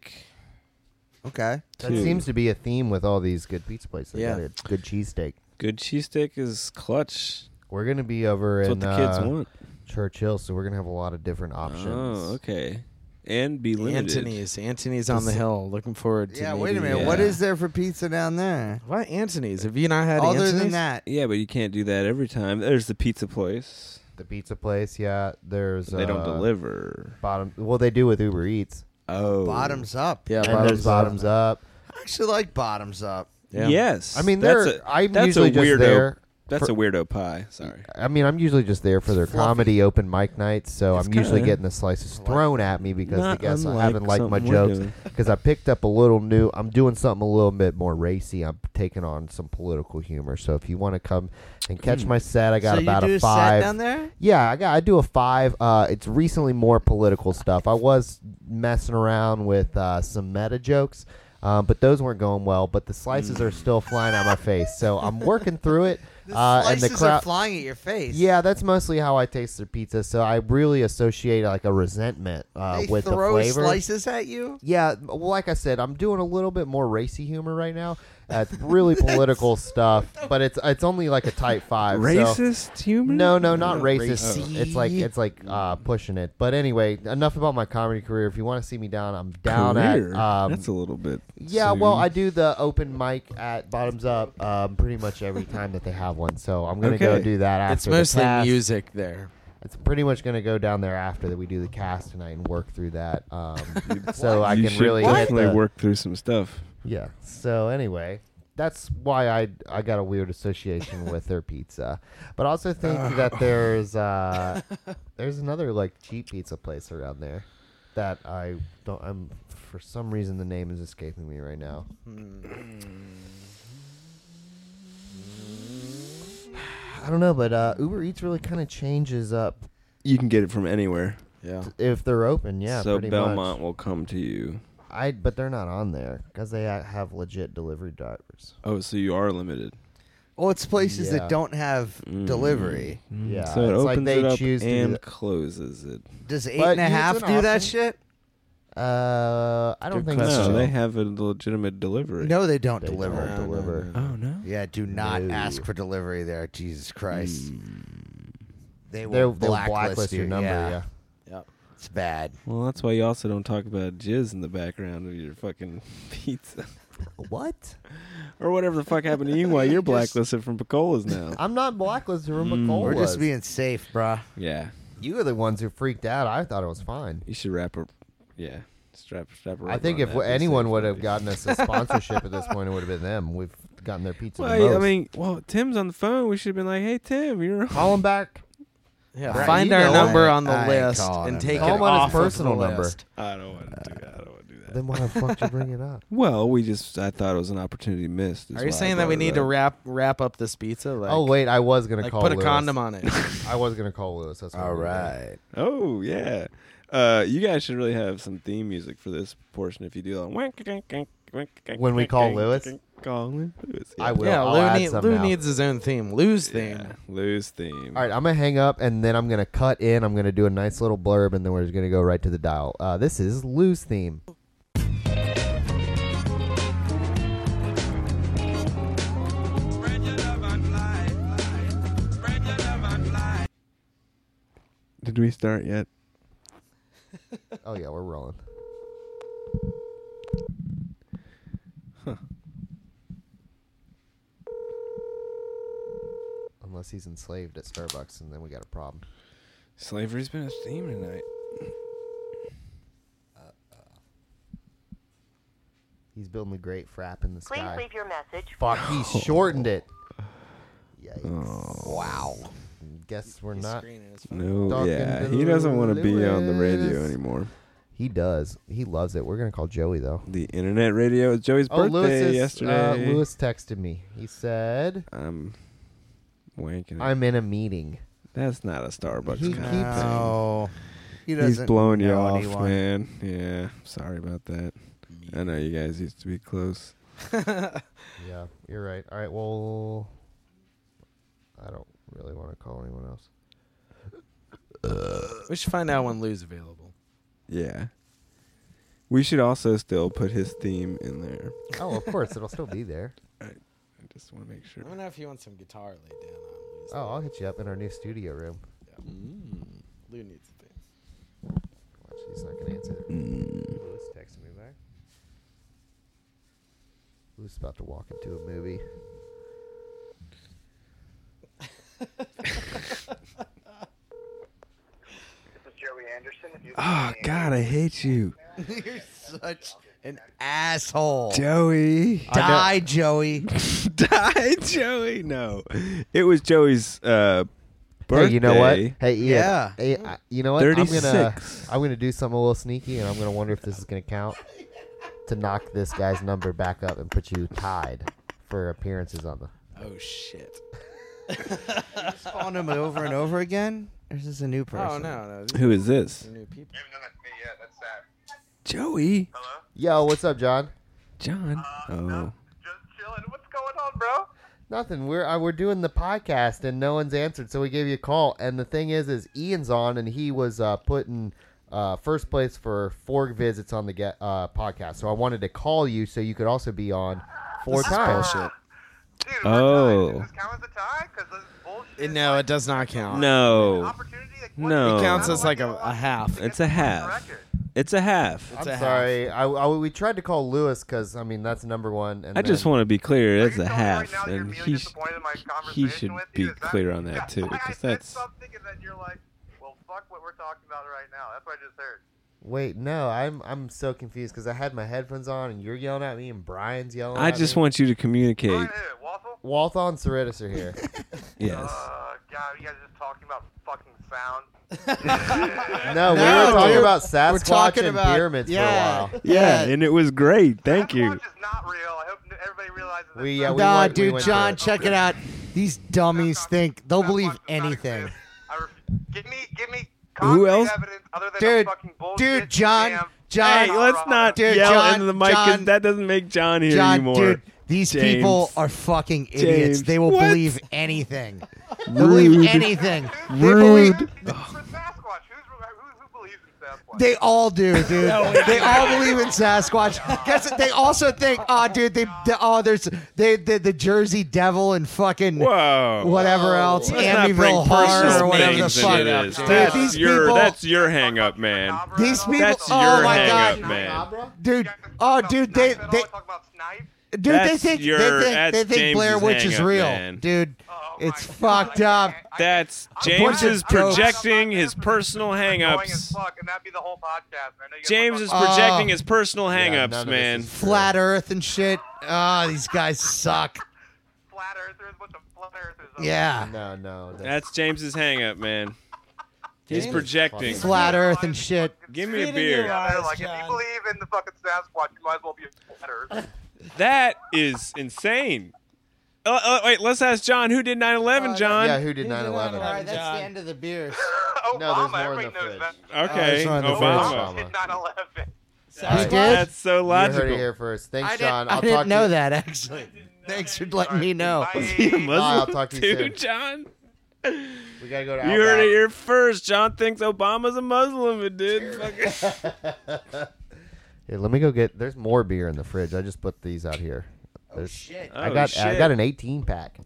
S4: Okay.
S1: That
S3: too.
S1: seems to be a theme with all these good pizza places. They
S2: Yeah.
S1: got a good cheesesteak.
S3: Good cheesesteak is clutch.
S1: We're gonna be over
S3: That's
S1: in
S3: what the kids
S1: uh,
S3: want.
S1: Churchill, so we're gonna have a lot of different options.
S3: Oh, okay. And be limited.
S2: Anthony's. Anthony's on the hill. Looking forward to.
S4: Yeah. Wait a
S2: maybe-
S4: minute.
S3: yeah.
S4: What is there for pizza down there?
S2: What Anthony's? Have you not had
S4: Other
S2: Anthony's?
S4: than that,
S3: Yeah, but you can't do that every time. There's the pizza place.
S1: The pizza place, yeah. There's
S3: They don't
S1: uh,
S3: deliver.
S1: Bottom. Well, they do with Uber Eats.
S3: Oh,
S4: bottoms up.
S2: Yeah,
S1: and
S2: bottoms
S1: there's
S4: uh,
S1: bottoms up.
S4: I actually like bottoms up.
S2: Yeah.
S3: Yes.
S1: I mean,
S3: that's
S1: they're-
S3: a,
S1: I'm
S3: that's
S1: usually
S3: a
S1: just
S3: weirdo.
S1: there
S3: That's
S1: for-
S3: a weirdo pie. Sorry.
S1: I mean, I'm usually just there for their
S4: Fluffy.
S1: comedy open mic nights, so
S3: It's
S1: I'm usually
S3: kinda-
S1: getting the slices thrown at me because I
S3: Not
S1: guess I
S3: unlike
S1: haven't liked my
S3: something we're
S1: jokes
S3: doing.
S1: because I picked up a little new. I'm doing something a little bit more racy. I'm taking on some political humor. So if you want to come and catch my set, I got
S4: Hmm. so
S1: about
S4: you do
S1: a five.
S4: set down there.
S1: Yeah, I got I do a five. Uh, it's recently more political stuff. I was messing around with uh, some meta jokes, um, but those weren't going well. But the slices are still flying out my face, so I'm working through it.
S4: (laughs) The
S1: uh, and
S4: slices
S1: the
S4: are
S1: crowd,
S4: flying at your face.
S1: yeah, that's mostly how I taste their pizza. So I really associate like a resentment uh,
S4: They
S1: with the
S4: throw
S1: flavor.
S4: slices at you.
S1: Yeah, well, like I said, I'm doing a little bit more racy humor right now. Uh, it's really
S4: (laughs)
S1: political stuff, but it's it's only like a type five. so-
S3: Racist humor?
S1: no, no, not
S3: Oh,
S1: racist.
S3: racy.
S1: It's like it's like uh, pushing it. But anyway, enough about my comedy career. If you want to see me down, I'm down
S3: Career?
S1: at. Um,
S3: That's a little bit.
S1: yeah, well,
S3: soon.
S1: I do the open mic at Bottoms Up um, pretty much every time that they have one. So I'm gonna go
S3: Okay.
S1: do that after.
S2: It's
S1: the
S2: mostly
S1: cast.
S2: music there.
S1: It's pretty much gonna go down there after that we do the cast tonight and work through that.
S3: (laughs)
S1: Um, so I
S3: You
S1: can
S3: should
S1: really hit
S3: definitely
S1: the,
S3: work through some stuff.
S1: Yeah. So anyway, that's why I I got a weird
S3: (laughs)
S1: association with their pizza. But I also think
S3: Oh.
S1: that there's
S3: (laughs)
S1: uh there's another like cheap pizza place around there that I don't I'm for some reason the name is escaping me right now. (sighs) I don't know, but uh, Uber Eats really kind of changes up
S3: You can get it from anywhere.
S2: Yeah.
S1: if they're open. Yeah,
S3: so
S1: pretty
S3: Belmont
S1: Much.
S3: will come to you.
S1: I but they're not on there because they ha- have legit delivery drivers.
S3: Oh, so you are limited.
S4: Well, it's places
S1: Yeah.
S4: that don't have
S3: Mm.
S4: delivery.
S1: Yeah,
S3: so it
S1: it's
S3: opens
S1: like they
S3: it up
S1: choose to do
S3: and
S1: that.
S3: closes it.
S4: Does eight
S1: But
S4: and a
S1: it's
S4: half
S1: an
S4: do that
S1: option.
S4: shit?
S1: Uh, I don't
S2: Good
S1: think
S2: question.
S3: No,
S1: so.
S3: they have a legitimate delivery.
S4: No, they don't
S1: They
S4: deliver.
S1: don't deliver.
S3: Oh no.
S4: Yeah, do not
S1: No.
S4: ask for delivery there. Jesus Christ. They
S1: They're, they'll
S4: will
S1: blacklist,
S4: blacklist,
S1: your number. Yeah.
S2: Yep.
S4: It's bad.
S3: Well, that's why you also don't talk about jizz in the background of your fucking (laughs) pizza
S1: What?
S3: or whatever the fuck happened to you
S1: (laughs)
S3: while you're blacklisted from Picolas now.
S1: I'm not blacklisted. Room
S3: Mm.
S1: McCall
S4: We're
S1: was.
S4: just being safe, bruh.
S3: Yeah,
S1: You were the ones who freaked out. I thought it was fine.
S3: you should wrap up. Yeah, strap strap. a
S1: I
S3: rubber
S1: think
S3: on
S1: if
S3: that, be
S1: anyone
S3: safe,
S1: would have
S3: buddy.
S1: gotten
S3: (laughs)
S1: us a sponsorship at this point, it would have been them. We've gotten their pizza. the
S3: Well, I
S1: most.
S3: mean, well, Tim's on the phone. We should have been like, "Hey, Tim, you're on."
S1: call him back.
S2: Yeah.
S4: Right,
S2: Find
S4: you
S2: our
S4: know
S2: number
S4: I-
S2: on the
S4: I ain't
S2: list
S4: calling him
S2: and take
S4: back.
S2: it
S1: Call him on his
S2: off of the
S1: personal number.
S2: list.
S3: I don't want to do that. I don't want to do that.
S1: Then why the fuck did you bring it
S3: (laughs)
S1: up?
S3: Well, we just I thought it was an opportunity missed. is
S2: Are
S3: why I
S2: you saying that we
S3: brought it
S2: need to
S3: up.
S2: wrap wrap up this pizza? Like,
S1: oh wait, I was gonna
S2: like
S1: call.
S2: put a
S1: Lewis.
S2: condom
S1: (laughs)
S2: on it. (laughs)
S1: I was gonna call Lewis. That's what
S4: All
S1: I'm gonna do.
S4: right.
S3: Oh yeah, uh, you guys should really have some theme music for this portion if you do. Like,
S1: When we call Lewis?
S3: call Lewis. Yeah.
S1: I will.
S2: yeah,
S1: I'll
S2: Lou,
S1: add
S2: need-
S1: some
S2: Lou
S1: now.
S2: needs his own theme. Lou's theme.
S3: Yeah, Lewis theme.
S1: All right, I'm gonna hang up and then I'm gonna cut in. I'm gonna do a nice little blurb and then we're just gonna go right to the dial. Uh, this is Lou's theme.
S7: Bridget of my life. Did we start yet?
S1: Oh yeah, we're rolling. Unless he's enslaved at Starbucks, and then we got a problem.
S3: Slavery's been a theme tonight.
S1: He's building the great frap in the
S8: Please
S1: sky.
S8: leave your message.
S1: Fuck, he shortened it. Yikes! Wow. Guess we're not.
S7: No.
S1: Talking
S7: yeah,
S1: to
S7: he doesn't want to be on the radio
S1: Lewis.
S7: anymore.
S1: He does. He loves it. We're gonna call Joey though.
S7: The internet radio. It's Joey's
S1: Oh,
S7: birthday
S1: Lewis is,
S7: yesterday.
S1: Uh, Lewis texted me. He said,
S4: Uh,
S7: I'm wanking.
S1: "I'm in a meeting."
S7: That's not a Starbucks
S1: He
S7: kind of
S1: keeps-
S4: No. He
S7: thing. He's
S4: doesn't
S7: blowing you
S4: know
S7: off,
S4: anyone.
S7: man. Yeah, sorry about that. I know you guys used to be close.
S1: Yeah, you're right. All right, well, I don't really want to call anyone else.
S2: We should find out when Lou's available.
S7: Yeah. We should also still put his theme in there.
S1: Oh, of course, it'll still be there.
S7: I just want to make sure.
S2: I wonder if you want some guitar laid down on Lou's.
S1: Oh, I'll hit you up in our new studio room.
S2: Lou needs a thing.
S1: Watch, he's not gonna answer.
S4: Mm.
S1: Louis texting me back. Louis about to walk into a movie.
S9: This is Joey Anderson. If you
S7: Oh God, I hate you,
S4: (laughs) You're such an asshole.
S7: Joey.
S4: Die, Joey.
S7: (laughs) Die, Joey. No, it was Joey's uh, birthday.
S1: Hey, you know what? Hey, Ian,
S4: Yeah.
S1: hey, I- you know what? I'm gonna
S7: 36.
S1: I'm gonna do something a little sneaky, and I'm gonna wonder if this is gonna count to knock this guy's number back up and put you tied for appearances on the.
S2: Oh shit.
S4: Calling him over and over again. This is a new person.
S2: Oh no, no. These
S7: Who is this?
S2: are new people.
S9: haven't done that to me yet, that's sad.
S7: Joey.
S9: Hello?
S1: Yo, what's up, John?
S7: John. Oh.
S9: Just chilling. What's going on, bro?
S1: Nothing. We're uh, we're doing the podcast and no one's answered, so we gave you a call. And the thing is, is Ian's on, and he was uh, putting uh, first place for four visits on the get, uh, podcast. So I wanted to call you so you could also be on four
S2: This is
S1: times.
S2: bullshit.
S9: Dude, we're
S3: Oh.
S9: tied. Does this count as a tie? Because this is bullshit.
S2: It- no, it does not count.
S3: No,
S9: Opportunity, like,
S3: No.
S2: It
S3: Oh.
S2: counts as like a, a half.
S3: it's a half. It's a half.
S2: It's
S1: I'm
S2: a half.
S1: sorry. I, I- we tried to call Lewis because I mean that's number one. And
S3: I just
S1: then-
S3: want to be clear.
S9: It's
S3: It's a half, and he sh- he should be clear on
S9: (laughs)
S3: that too,
S9: I
S3: because
S9: said
S3: that's
S9: something and then you're like, well, fuck what we're talking about right now. That's what I just heard.
S1: Wait, no, I'm I'm so confused because I had my headphones on and you're yelling at me and Brian's yelling.
S3: I
S1: at
S3: just
S1: me.
S3: want you to
S9: Brian,
S3: communicate.
S9: who? Waffle? (laughs)
S1: Walthall and Ceritas are here.
S3: Yes.
S9: Uh, God, you guys are just talking about fucking sound.
S1: No, we
S4: No,
S1: were talking
S4: dude.
S1: about Sasquatch
S4: talking
S1: and
S4: about-
S1: pyramids
S4: yeah.
S1: for a while.
S7: Yeah, and it was great. Thank you.
S9: Sasquatch is not real. I hope n- everybody realizes that.
S1: We, uh, we
S4: nah,
S1: went- we
S4: dude,
S1: went
S4: John,
S1: to-
S4: check it out. These dummies
S9: Sasquatch-
S4: think they'll
S9: Sasquatch
S4: believe
S9: does not
S4: anything.
S9: exist. I ref- give me, give me concrete
S7: else?
S9: evidence other than
S4: Dude,
S9: a fucking bullshit.
S4: Dude, John,
S9: scam.
S4: John,
S9: Hey,
S3: Let's not
S4: Dude,
S3: yell
S4: John-
S7: into the mic 'cause
S4: John-
S7: that doesn't make John here
S4: John,
S7: anymore.
S4: dude, these
S7: James.
S4: people are fucking idiots.
S7: James.
S4: They will
S7: What?
S4: believe anything. They'll believe
S7: Rude.
S4: anything.
S9: Who's
S4: They
S7: Rude.
S4: believe.
S9: For Sasquatch, who's, who, who believes in Sasquatch?
S4: They all do, dude.
S3: (laughs)
S4: they all believe in Sasquatch. Guess they also think, oh, dude, they, they oh, there's they, they, the Jersey Devil and fucking
S3: Whoa.
S4: whatever else,
S3: Let's not bring
S4: Amityville Horror or
S3: personal
S4: whatever the
S3: names
S4: fuck.
S3: into this.
S4: Dude,
S3: That's
S4: these
S3: your
S4: people,
S3: that's your hang up, man.
S4: these people,
S3: That's
S4: oh
S3: your
S4: my
S3: hang
S4: God,
S3: up, man.
S4: dude, oh, dude, they, they,
S9: talk about snipe.
S4: dude, they
S3: That's
S4: think,
S3: your-
S4: they think, they
S3: that's
S4: think Blair
S3: James's
S4: Witch is
S3: hang-up,
S4: real,
S3: man.
S4: dude.
S9: Oh my
S4: it's
S9: God,
S4: fucked
S9: I
S4: up.
S9: can't- I
S3: That's
S9: can't-
S3: James
S4: bunch of
S3: is
S4: jokes.
S3: projecting his personal hang
S9: Annoying
S3: ups.
S9: as fuck, and that'd be the whole podcast. I know you guys
S3: James
S9: are
S3: is
S9: fucking-
S3: projecting his personal hang
S1: Yeah,
S3: ups,
S1: none of this
S3: man.
S1: is-
S4: Flat Earth and shit. Ah, these guys suck.
S9: flat earthers, bunch of flat earthers. on
S4: Yeah,
S1: No, no. that's-
S3: That's James's hang up, man. He's
S2: James-
S3: projecting.
S1: Fuck.
S4: Flat Earth and shit.
S3: Give me a
S2: Feeding
S3: beer.
S2: your
S9: Yeah, they're
S2: eyes,
S9: like, if
S2: John.
S9: you believe in the fucking Sasquatch, you might as well be a
S4: (laughs)
S9: flat earther.
S3: That is insane. Uh, uh, wait, let's ask John who did 9 11, John.
S1: Uh, yeah, who did 9 11?
S4: that's the end of the beers.
S9: Obama,
S1: No, there's more in
S9: everybody
S1: the
S9: knows
S1: fridge.
S9: that.
S3: Okay,
S4: Oh, it's not in the
S3: Obama.
S1: fridge.
S9: Obama did 9/11.
S4: I
S3: That's so
S1: You heard it
S3: logical.
S1: here first. Thanks,
S4: I didn't,
S1: John. I'll
S4: (laughs) I
S1: talk
S4: didn't
S1: to
S4: know
S1: you-
S4: that actually. Thanks for letting me know.
S3: (laughs)
S4: (laughs)
S3: You
S9: Bye.
S3: must
S1: I'll talk to you soon.
S3: John.
S1: We gotta go to.
S3: You heard it
S1: Outback.
S3: here first. John thinks Obama's a Muslim, it did.
S1: (laughs)
S3: Fucking-
S1: Here, let me go get. There's more beer in the fridge. I just put these out here. There's,
S4: Shit.
S1: I
S3: Oh,
S1: got. I
S3: shit.
S1: got an 18 pack.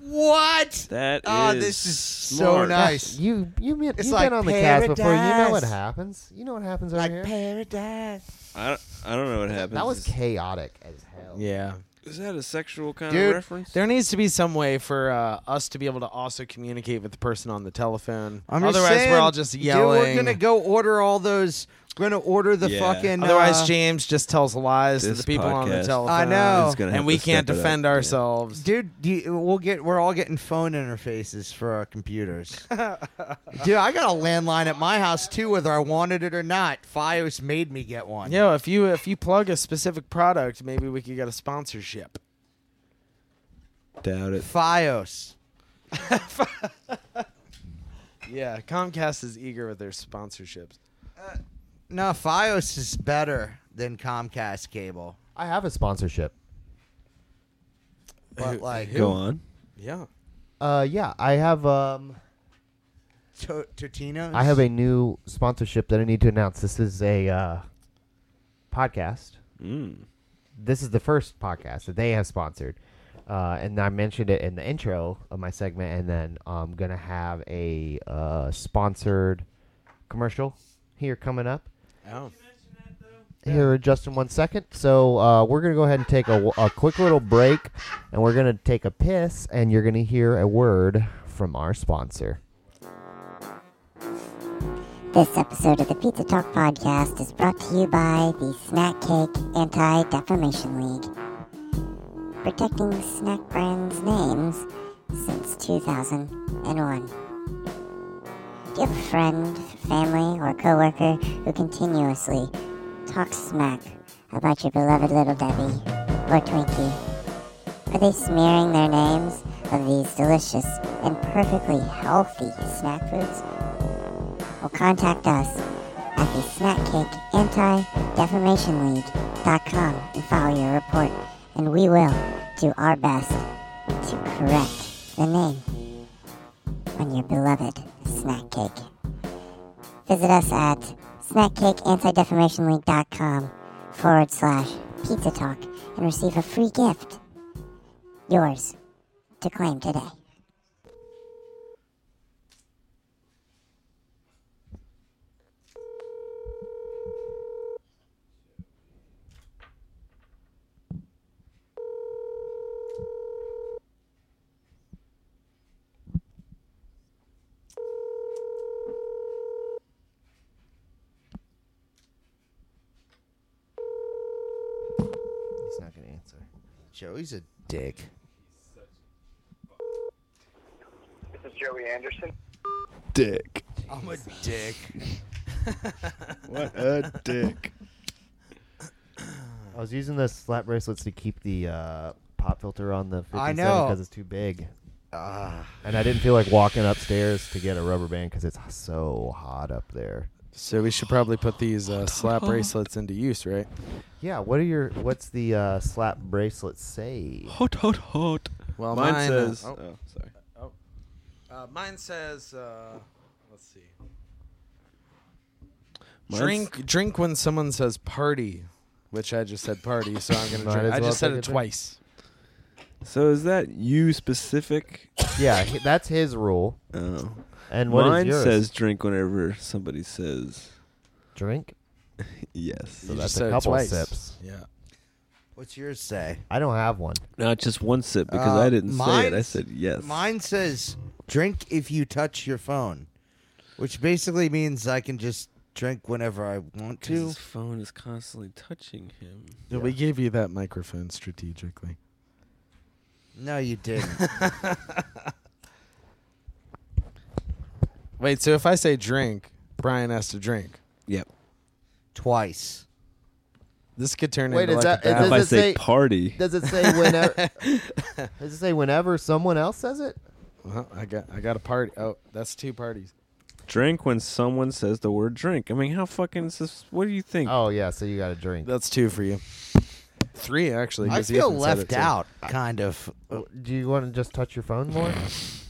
S4: What?
S3: That
S4: Oh,
S3: is
S4: this is so
S3: smart.
S4: nice.
S1: You you mean,
S4: It's
S1: you've
S4: like
S1: been on the cast before. You know what
S4: paradise.
S1: happens. You know what happens over here.
S4: Like paradise.
S3: I don't, I don't know what happened.
S1: that was chaotic as hell.
S2: Yeah.
S3: Is that a sexual kind
S2: Dude,
S3: of reference?
S2: There needs to be some way for uh, us to be able to also communicate with the person on the telephone.
S4: I'm just
S2: Otherwise,
S4: saying,
S2: we're all just
S4: dude,
S2: yelling.
S4: we're gonna go order all those. We're gonna order the
S3: Yeah.
S4: fucking.
S2: Otherwise,
S4: uh,
S2: James just tells lies to
S3: This
S2: the people on the
S3: podcast
S2: telephone.
S4: I know. is
S3: gonna have
S2: and we
S3: to
S2: can't
S3: step it up.
S2: defend
S3: Yeah.
S2: ourselves.
S4: dude, you, we'll get. We're all getting phone interfaces for our
S2: (laughs)
S4: computers. dude, I got a landline at my house too, whether I wanted it or not. FiOS made me get one.
S2: Yo, if you if you plug a specific product, maybe we could get a sponsorship.
S7: Doubt it.
S4: FiOS.
S2: Yeah, Comcast is eager with their sponsorships.
S4: No, FiOS is better than Comcast cable.
S1: I have a sponsorship.
S4: But like,
S7: Go on.
S2: Yeah.
S1: Uh, yeah, I have um,
S4: To- Totino's.
S1: I have a new sponsorship that I need to announce. This is a uh, podcast.
S3: Mm.
S1: This is the first podcast that they have sponsored, uh, and I mentioned it in the intro of my segment, and then I'm gonna have a uh, sponsored commercial here coming up.
S2: Oh.
S1: here in just in one second. So uh, we're gonna go ahead and take a, a quick little break, and we're gonna take a piss, and you're gonna hear a word from our sponsor.
S8: This episode of the Pizza Talk podcast is brought to you by the Snack Cake Anti Defamation League, protecting snack brands' names since 2001. Do you have a friend, family, or coworker who continuously talks smack about your beloved Little Debbie or Twinkie? Are they smearing their names of these delicious and perfectly healthy snack foods? or contact us at the Snackcake Anti Defamation League.com and file your report, and we will do our best to correct the name on your beloved snack cake. Visit us at snackcakeantidefamationleague.com forward slash pizza talk and receive a free gift. Yours to claim today.
S1: He's not gonna answer.
S4: Joey's a dick.
S9: This is Joey Anderson.
S7: Dick.
S4: I'm a dick.
S7: What a dick.
S1: I was using the slap bracelets to keep the uh, pop filter on the 57
S4: I know. Ah.
S1: because it's too big. and I didn't feel like walking upstairs to get a rubber band because it's so hot up there.
S2: So we should probably put these uh, slap bracelets into use, right?
S1: Yeah, what are your what's the uh, slap bracelet say?
S3: (laughs) Hot, hot, hot.
S2: Well,
S3: Mine,
S2: mine, uh,
S3: says.
S2: oh.
S3: oh, sorry.
S2: Uh, mine says. Uh, let's see.
S3: Mine's-
S2: drink, drink when someone says party, which I just said party, so I'm gonna
S1: Might
S2: drink.
S1: as
S2: I
S1: well
S2: just said
S1: take a
S2: it
S1: drink.
S2: twice.
S3: So is that you specific?
S1: Yeah, he- that's his rule.
S3: Oh.
S1: And what is
S3: Mine
S1: yours?
S3: says drink whenever somebody says
S1: drink.
S3: yes.
S1: So
S2: You
S1: that's
S2: just
S1: a
S2: said it
S1: couple
S2: twice.
S1: sips.
S2: Yeah.
S4: What's yours say?
S1: I don't have one.
S3: Not just one sip because
S4: Uh,
S3: I didn't say it. I
S4: mine's-
S3: said yes.
S4: Mine says drink if you touch your phone, which basically means I can just drink whenever I want
S3: 'Cause
S4: to.
S3: His phone is constantly touching him.
S2: We gave you that microphone strategically.
S4: No, you didn't. (laughs)
S2: Wait, so if I say drink, Brian has to drink.
S3: Yep.
S4: Twice.
S2: This could turn
S1: Wait,
S2: into
S1: is
S2: like
S1: that-
S2: a
S1: is
S2: battle.
S3: If I
S1: it
S3: say,
S1: say-
S3: party,
S1: Does it say whenever? does it say whenever someone else says it?
S2: Well, I got I got a party. Oh, that's two parties.
S3: drink when someone says the word drink. I mean, how fucking is this? What do you think?
S1: Oh yeah, so you got to drink.
S2: That's two for you. Three actually.
S4: I
S2: 'cause
S4: feel
S2: Ethan said it
S4: left
S2: too.
S4: out, kind of.
S1: Do you want to just touch your phone more?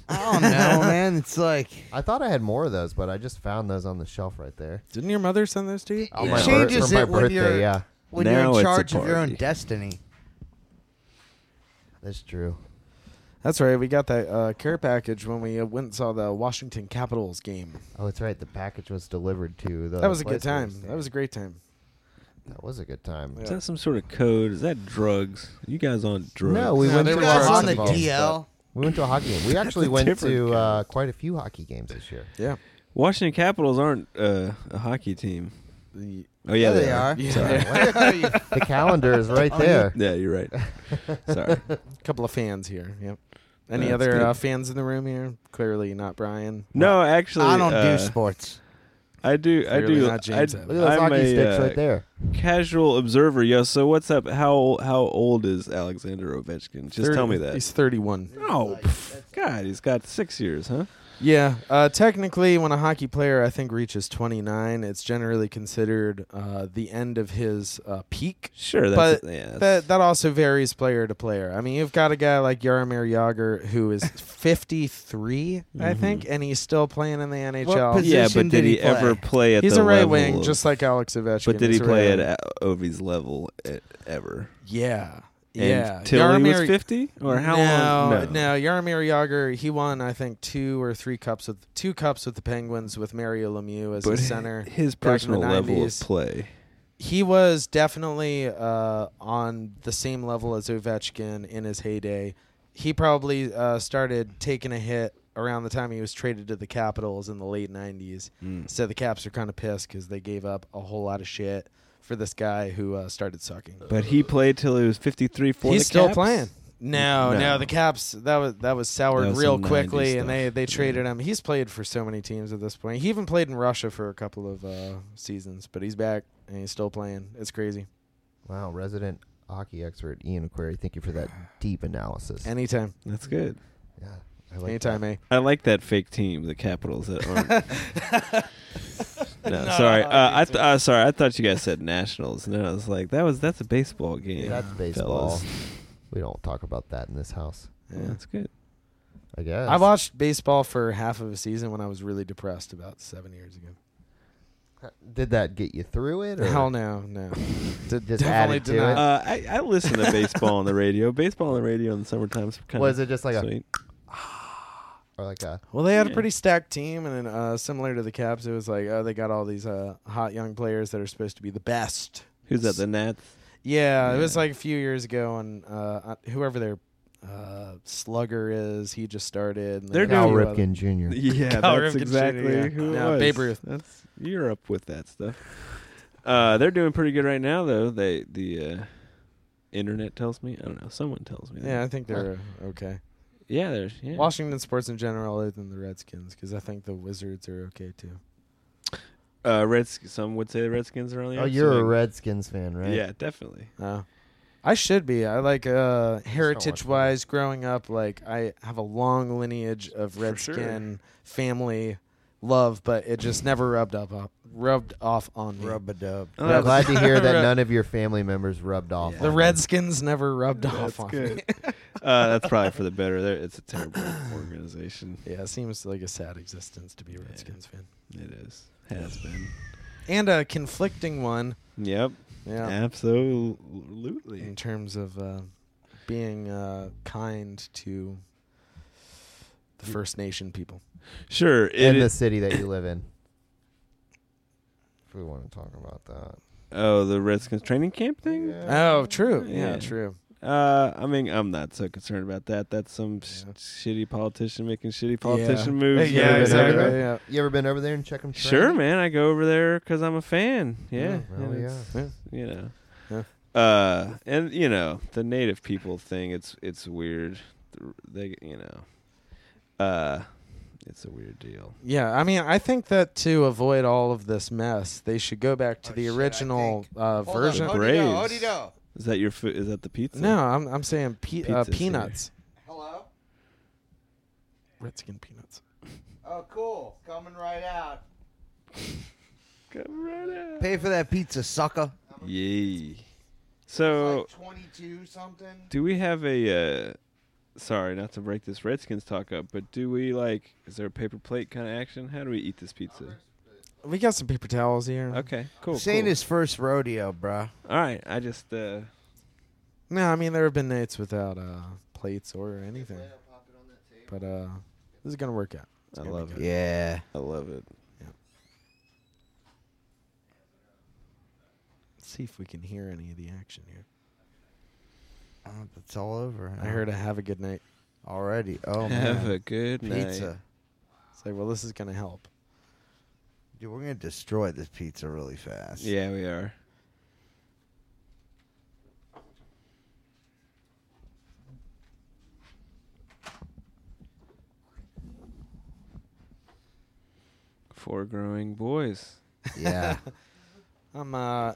S4: I don't
S3: (laughs)
S4: know, man. It's like
S1: I thought I had more of those, but I just found those on the shelf right there.
S2: Didn't your mother send those to you?
S1: On Oh,
S4: It
S1: my bir-
S4: changes
S1: for my
S4: it when
S1: birthday,
S4: you're-
S1: yeah.
S4: when
S3: Now
S4: you're
S3: it's a
S4: in charge of your own
S3: party.
S4: destiny.
S1: That's true.
S2: That's right. We got that uh, care package when we uh, went and saw the Washington Capitals game.
S1: Oh, that's right. The package was delivered to the.
S2: That was a good
S1: PlayStation
S2: time.
S1: stand.
S2: That was a great time.
S1: That was a good time.
S2: Yeah.
S3: Is that some sort of code? Is that drugs? You guys on drugs?
S1: No, we
S2: No,
S1: went
S2: they
S1: to
S2: were
S1: a
S2: just
S1: hockey
S4: on the
S1: game.
S4: DL.
S1: We went to a hockey
S2: (laughs)
S1: game. We actually
S3: a
S1: went
S3: different
S1: to uh, quite a few hockey games this year.
S2: Yeah.
S3: Washington Capitals aren't uh, a hockey team. Oh yeah,
S4: There they are.
S3: (laughs)
S1: What? the calendar is
S2: (laughs)
S1: right there.
S3: Yeah, you're right. Sorry.
S2: couple of fans here. Yep. Any
S3: That's good.
S2: other uh, fans in the room here? Clearly not Brian.
S3: No, actually,
S4: I don't
S3: uh,
S4: do sports.
S3: I do. I
S2: Clearly
S3: do.
S2: not James
S3: I,
S2: Evans.
S1: Look at those
S3: I'm
S1: hockey
S3: a,
S1: sticks
S3: uh,
S1: right there.
S3: Casual observer, yo. So what's up? How old, how old is Alexander Ovechkin? Just tell me that.
S2: He's 31.
S3: oh, pff, God, he's got six years, huh?
S2: Yeah. Uh, technically, when a hockey player, I think, reaches 29, it's generally considered uh, the end of his uh, peak.
S3: Sure, that's
S2: but
S3: yeah, that's-
S2: that that also varies player to player. I mean, you've got a guy like Yaramir Yager who
S3: (laughs)
S2: is 53, I
S3: Mm-hmm.
S2: think, and he's still playing in the NHL.
S4: posi-
S3: yeah.
S4: position
S3: But did
S4: did he
S3: he ever
S4: play?
S3: play at
S2: he's
S3: the
S2: a right
S3: level
S2: wing,
S3: of-
S2: just like Alex Ovechkin.
S3: But did he
S2: He's a
S3: play
S2: right
S3: at
S2: wing.
S3: uh, Ovi's level at, ever?
S2: Yeah.
S3: And
S2: yeah.
S3: till he was
S2: Jaromir-
S3: fifty, or how
S2: no,
S3: long?
S2: No, Jaromir Jagr, he won, I think, two or three cups with two cups with the Penguins with Mario Lemieux as
S3: But
S2: the center.
S3: his
S2: back in the
S3: personal level of
S2: 90s.
S3: play.
S2: He was definitely uh, on the same level as Ovechkin in his heyday. He probably uh, started taking a hit around the time he was traded to the Capitals in the late '90s.
S3: Hmm.
S2: So the Caps are kind of pissed because they gave up a whole lot of shit for this guy who uh, started sucking.
S3: But he played till he was 53 for
S2: He's
S3: the
S2: still
S3: Caps?
S2: playing. No,
S3: No.
S2: no, the Caps that was that was soured
S3: That was
S2: real
S3: some 90s
S2: quickly, and they
S3: stuff.
S2: they
S3: Yeah.
S2: traded him. He's played for so many teams at this point. He even played in Russia for a couple of uh, seasons, but he's back and he's still playing. It's crazy.
S1: Wow, resident hockey expert Ian Aquari. Thank you for
S2: (sighs)
S1: that deep analysis.
S2: Anytime,
S3: That's good.
S1: yeah, I like
S2: anytime, eh?
S3: I like that fake team, the Capitals that
S2: (laughs)
S3: aren't.
S2: eh?
S3: (laughs) no, sorry. Uh, I th- uh, sorry. I thought you guys said Nationals, and then I was like, that was that's a baseball game.
S1: Yeah, that's baseball.
S3: fellas.
S1: We don't talk about that in this house.
S3: Yeah, that's good.
S1: I guess.
S2: I watched baseball for half of a season when I was really depressed about seven years ago.
S1: Uh, Did that get you through it? Or
S2: Hell no, no.
S1: Did, just
S2: definitely
S1: added to
S2: denied.
S1: it?
S3: Uh, I, I listen to baseball on the radio. Baseball on the radio in the summertime kind
S1: Was it just like a-
S3: sweet.
S1: or like a
S2: Well, they had
S3: Yeah.
S2: a pretty stacked team, and then, uh, similar to the Caps, it was like, oh, they got all these uh, hot young players that are supposed to be the best.
S3: who's that? The Nats.
S2: Yeah, it was
S3: Yeah.
S2: like a few years ago, and uh, I- whoever their uh, slugger is, he just started. And
S3: They're
S2: they had a
S1: Cal
S3: doing-
S2: few
S3: Well,
S1: Ripken Oh, Jr.
S3: Yeah,
S2: Cal
S3: that's
S2: Ripken
S3: exactly
S2: Jr., yeah.
S3: who it
S2: No,
S3: was.
S2: Babe Ruth.
S3: That's you're up with that stuff. Uh, they're doing pretty good right now, though. They the uh, internet tells me. I don't know. Someone tells me.
S2: other-
S3: that.
S2: Yeah, I think they're uh, okay.
S3: yeah. There's yeah.
S2: Washington sports in general, other than the Redskins, because I think the Wizards are okay too.
S3: Uh, Reds. Some would say the Redskins are on the.
S1: Oh,
S3: up, so
S1: you're a
S3: like-
S1: Redskins fan, right?
S3: Yeah, definitely.
S2: Uh, I should be. I like uh,
S1: watch
S2: heritage wise, growing up, like I have a long lineage of Redskin family love, but it just never rubbed up, up rubbed off on me.
S4: Rub a dub.
S3: Oh,
S1: I'm glad to hear that
S2: (laughs) Right.
S1: none of your family members rubbed off.
S2: the
S1: on
S2: Redskins never rubbed off on me.
S3: (laughs) uh, that's probably for the better. They're, it's a terrible organization.
S2: (laughs) Yeah, it seems like a sad existence to be a Redskins fan.
S3: It is. Has been.
S2: And a conflicting one.
S3: Yep.
S2: Yeah.
S3: Absolutely.
S2: In terms of uh, being uh, kind to the First Nation people.
S1: you
S3: Sure. It
S1: in the
S3: is,
S1: city that you live in. If we want to talk about that,
S3: oh, the Redskins training camp thing.
S2: Oh, true. Yeah,
S3: Yeah.
S2: true.
S3: Uh, I mean, I'm not so concerned about that. That's some sh-
S2: Yeah.
S3: shitty politician making shitty politician moves.
S2: (laughs) Yeah,
S1: Yeah,
S2: exactly.
S1: exactly.
S2: Yeah.
S1: you ever been over there and check them?
S3: Sure, man. I go over there because I'm a fan. Yeah.
S1: Mm, well,
S3: and it's-
S2: yeah.
S3: You know.
S2: Yeah.
S3: Uh, and you know the native people thing. It's it's weird. They you know. Uh, it's a weird deal.
S2: Yeah, I mean, I think that to avoid all of this mess, they should go back to
S4: Oh,
S2: the
S4: shit, I
S2: original
S4: think-
S2: uh, version.
S3: hold on. Braves. Is that your food? Is that the pizza?
S2: No, I'm, I'm saying pe- uh,
S3: Pizza's
S2: peanuts.
S4: Hello.
S2: Redskin peanuts.
S4: Oh, cool. Coming right out.
S3: Come right out.
S4: Pay for that pizza, sucker.
S3: Yay. So.
S4: It's like 22 something.
S3: Do we have a? Uh, sorry, not to break this Redskins talk up, but do we like? Is there a paper plate kind of action? How do we eat this pizza?
S2: We got some paper towels here.
S3: Okay, cool.
S4: This ain't
S3: Oh, cool.
S4: his first rodeo, bruh.
S3: All right, I just uh,
S2: No, I mean there have been nights without uh, plates or anything. But uh, this is gonna work out. It's
S3: I
S2: gonna be
S3: love
S2: good.
S3: it.
S4: Yeah.
S3: I love it.
S2: Let's see if we can hear any of the action here.
S4: Uh, it's all over. Oh,
S2: I heard a "Have a good night."
S4: already. Oh
S3: Have
S4: man,
S3: a good night.
S4: pizza.
S2: It's like, well, this is gonna help.
S4: Dude, we're gonna destroy this pizza really fast.
S3: Yeah, we are.
S10: Four growing boys.
S3: (laughs)
S4: Yeah.
S2: I'm uh,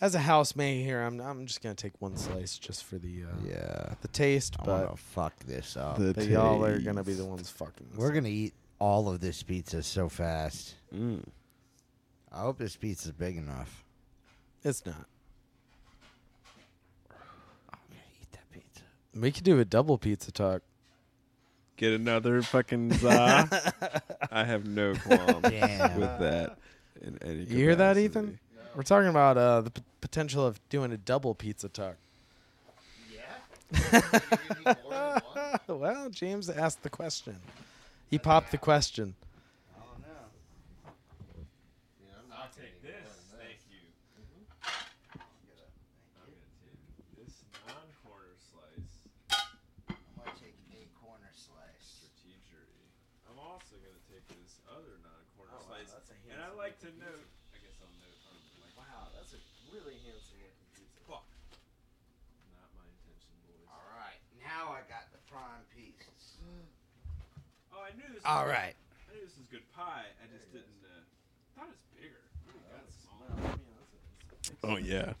S2: as a housemate here, I'm I'm just gonna take one slice just for the uh,
S4: yeah.
S2: the taste,
S4: I
S2: but
S4: wanna fuck this up.
S2: but y'all are gonna be the ones fucking. this
S4: We're
S2: up.
S4: gonna eat all of this pizza so fast.
S3: Mm.
S4: I hope this pizza's big enough.
S2: It's not.
S4: I'm gonna eat that pizza.
S2: We could do a double pizza talk.
S3: Get another fucking za. I have no qualm (laughs)
S4: Damn.
S3: with that. In any
S2: You hear that,
S3: capacity.
S2: Ethan? We're talking about uh, the p- potential of doing a double pizza talk. (laughs) Yeah. well, James asked the question. He popped the question.
S3: Oh,
S4: I'm gonna take a corner slice.
S10: I'm also going to take this other non-corner slice. and I like to note, I guess I'll note on the way. Wow, that's a really handsome looking pizza. Fuck. Not my intention, boys.
S4: All right, now I got the prime piece.
S10: Oh, I knew this.
S4: All
S10: was,
S4: right.
S10: I knew this was good pie. I just didn't. Uh, thought it was bigger. Ooh, that's small.
S3: Oh yeah.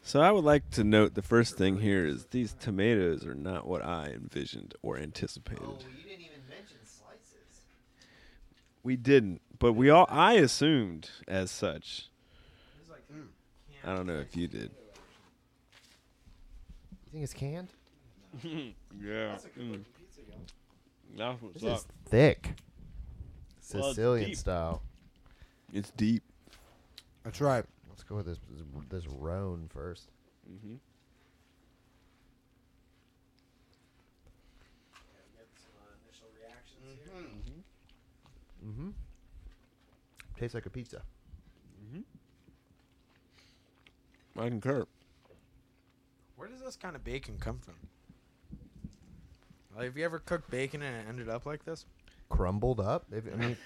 S3: So I would like to note the first thing here is these tomatoes are not what I envisioned or anticipated.
S1: Oh, you didn't even mention slices.
S3: We didn't, but we all I assumed as such.
S10: Hmm.
S3: I don't know if you did.
S1: You think it's canned?
S3: Yeah. hmm. That's what's
S1: This is thick. Sicilian
S3: deep.
S1: style.
S3: It's deep.
S4: That's right.
S1: Let's go with this this, this roan first.
S3: Mm-hmm.
S1: Mm-hmm. Tastes like a pizza.
S3: I concur.
S2: Where does this kind of bacon come from? Like, have you ever cooked bacon and it ended up like this?
S1: Crumbled up. If, I
S4: (laughs)
S1: mean,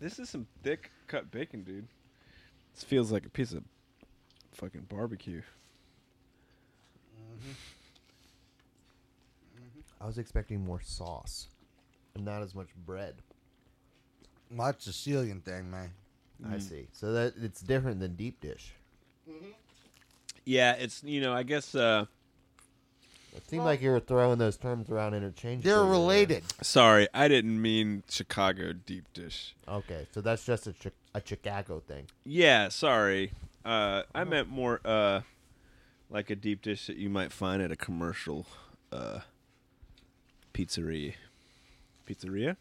S3: This is some thick cut bacon, dude. This feels like a piece of fucking barbecue.
S1: I was expecting more sauce, and not as much bread.
S4: That's Sicilian thing, man.
S3: Mm-hmm.
S1: I see. So that it's different than deep dish.
S10: Yeah, it's you know I guess uh,
S1: It seemed like you were throwing those terms around interchangeably.
S4: They're
S1: earlier.
S4: related.
S3: Sorry, I didn't mean Chicago deep dish.
S1: Okay, so that's just a chi- a Chicago thing.
S3: Yeah, sorry. Uh, I meant more uh, like a deep dish that you might find at a commercial uh, pizzeria. Pizzeria?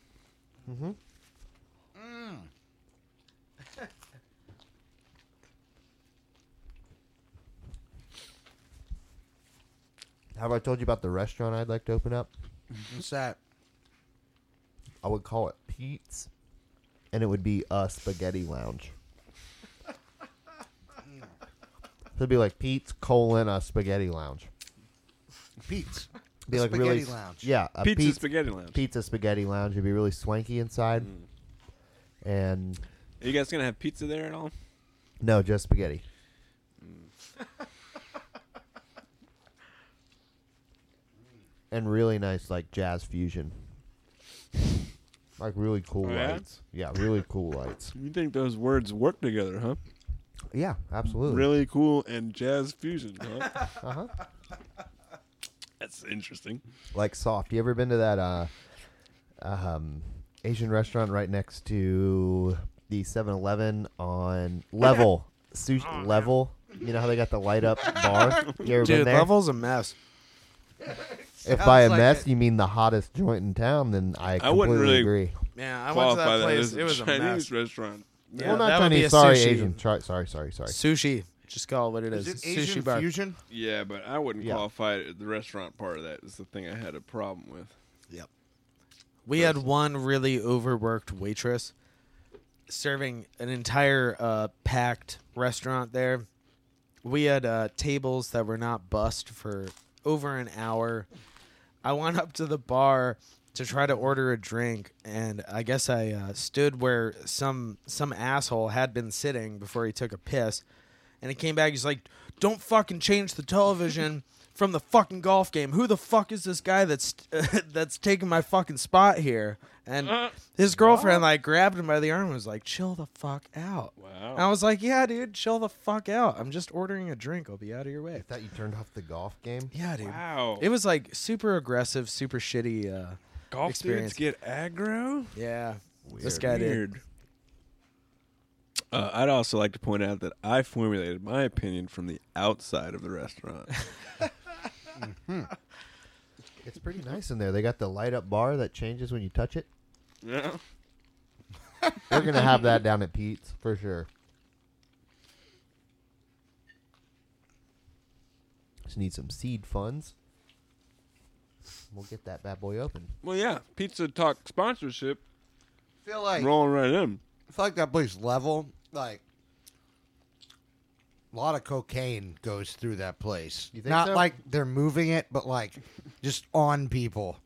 S1: Have I told you about the restaurant I'd like to open up?
S4: What's that?
S1: I would call it Pete's, and it would be a spaghetti lounge. (laughs) It'd be like Pete's colon a spaghetti lounge.
S4: (laughs) Pete's.
S1: Be
S4: A
S1: like really,
S4: spaghetti lounge.
S1: Yeah, a
S3: Pizza
S1: Pete's,
S3: Spaghetti Lounge.
S1: pizza spaghetti lounge. It'd be really swanky inside, and
S3: Are you guys going to have pizza there at all?
S1: no, just spaghetti. and really nice, like jazz fusion. Like really cool
S3: Oh, yeah?
S1: lights. Yeah, really cool lights.
S3: You think those words work together, huh?
S1: Yeah, absolutely.
S3: Really cool and jazz fusion, huh?
S1: (laughs) Uh-huh.
S3: That's interesting.
S1: Like soft. You ever been to that uh um Asian restaurant right next to the 7-Eleven on
S3: (laughs)
S1: Level
S3: Oh,
S1: sushi Level? You know how they got the light up bar? You ever been
S2: Dude,
S1: there?
S2: level's a mess.
S1: if by a
S4: Sounds like
S1: mess
S4: it.
S1: you mean the hottest joint in town, then I
S10: I
S1: completely
S10: wouldn't really-
S1: agree.
S2: Yeah, I went to
S10: qualify
S2: that
S10: that
S2: place.
S10: as
S2: It was a
S10: Chinese
S2: mess.
S10: restaurant.
S2: Yeah,
S1: well, not
S2: that would be
S1: Chinese.
S2: a
S1: Sorry,
S2: sushi.
S1: Asian. Try, sorry, sorry, sorry.
S2: Sushi. Just call it what it is.
S4: Is it
S2: Sushi
S4: Asian
S2: bar.
S4: fusion?
S3: Yeah, but I wouldn't
S1: Yeah.
S3: qualify it. The restaurant part of that is the thing I had a problem with.
S4: Yep.
S2: We had one really overworked waitress serving an entire uh, packed restaurant there. We had uh, tables that were not bussed for over an hour. I went up to the bar to try to order a drink, and I guess I uh, stood where some some asshole had been sitting before he took a piss. And he came back. He's like, "Don't fucking change the television from the fucking golf game. Who the fuck is this guy that's (laughs) that's taking my fucking spot here?" And his girlfriend like grabbed him by the arm and was like, "Chill the fuck out."
S3: Wow.
S2: And I was like, "Yeah, dude, chill the fuck out. I'm just ordering a drink. I'll be out of your way."
S1: I thought you turned off the golf game.
S2: Yeah, dude.
S3: Wow.
S2: It was like super aggressive, super shitty. Uh,
S3: Golf
S2: experience.
S3: dudes get aggro?
S2: yeah, this guy did.
S3: Weird. Uh, I'd also like to point out that I formulated my opinion from the outside of the restaurant.
S1: It's pretty nice in there. They got the light up bar that changes when you touch it.
S3: (laughs) yeah.
S1: We're gonna have that down at Pete's for sure. Just need some seed funds. We'll get that bad boy open.
S3: Well, yeah. Pizza Talk sponsorship
S4: feel like
S3: rolling right in.
S4: I feel like that place level like a lot of cocaine goes through that place.
S1: You think
S4: Not
S1: so?
S4: like they're moving it, but (laughs) like just on people.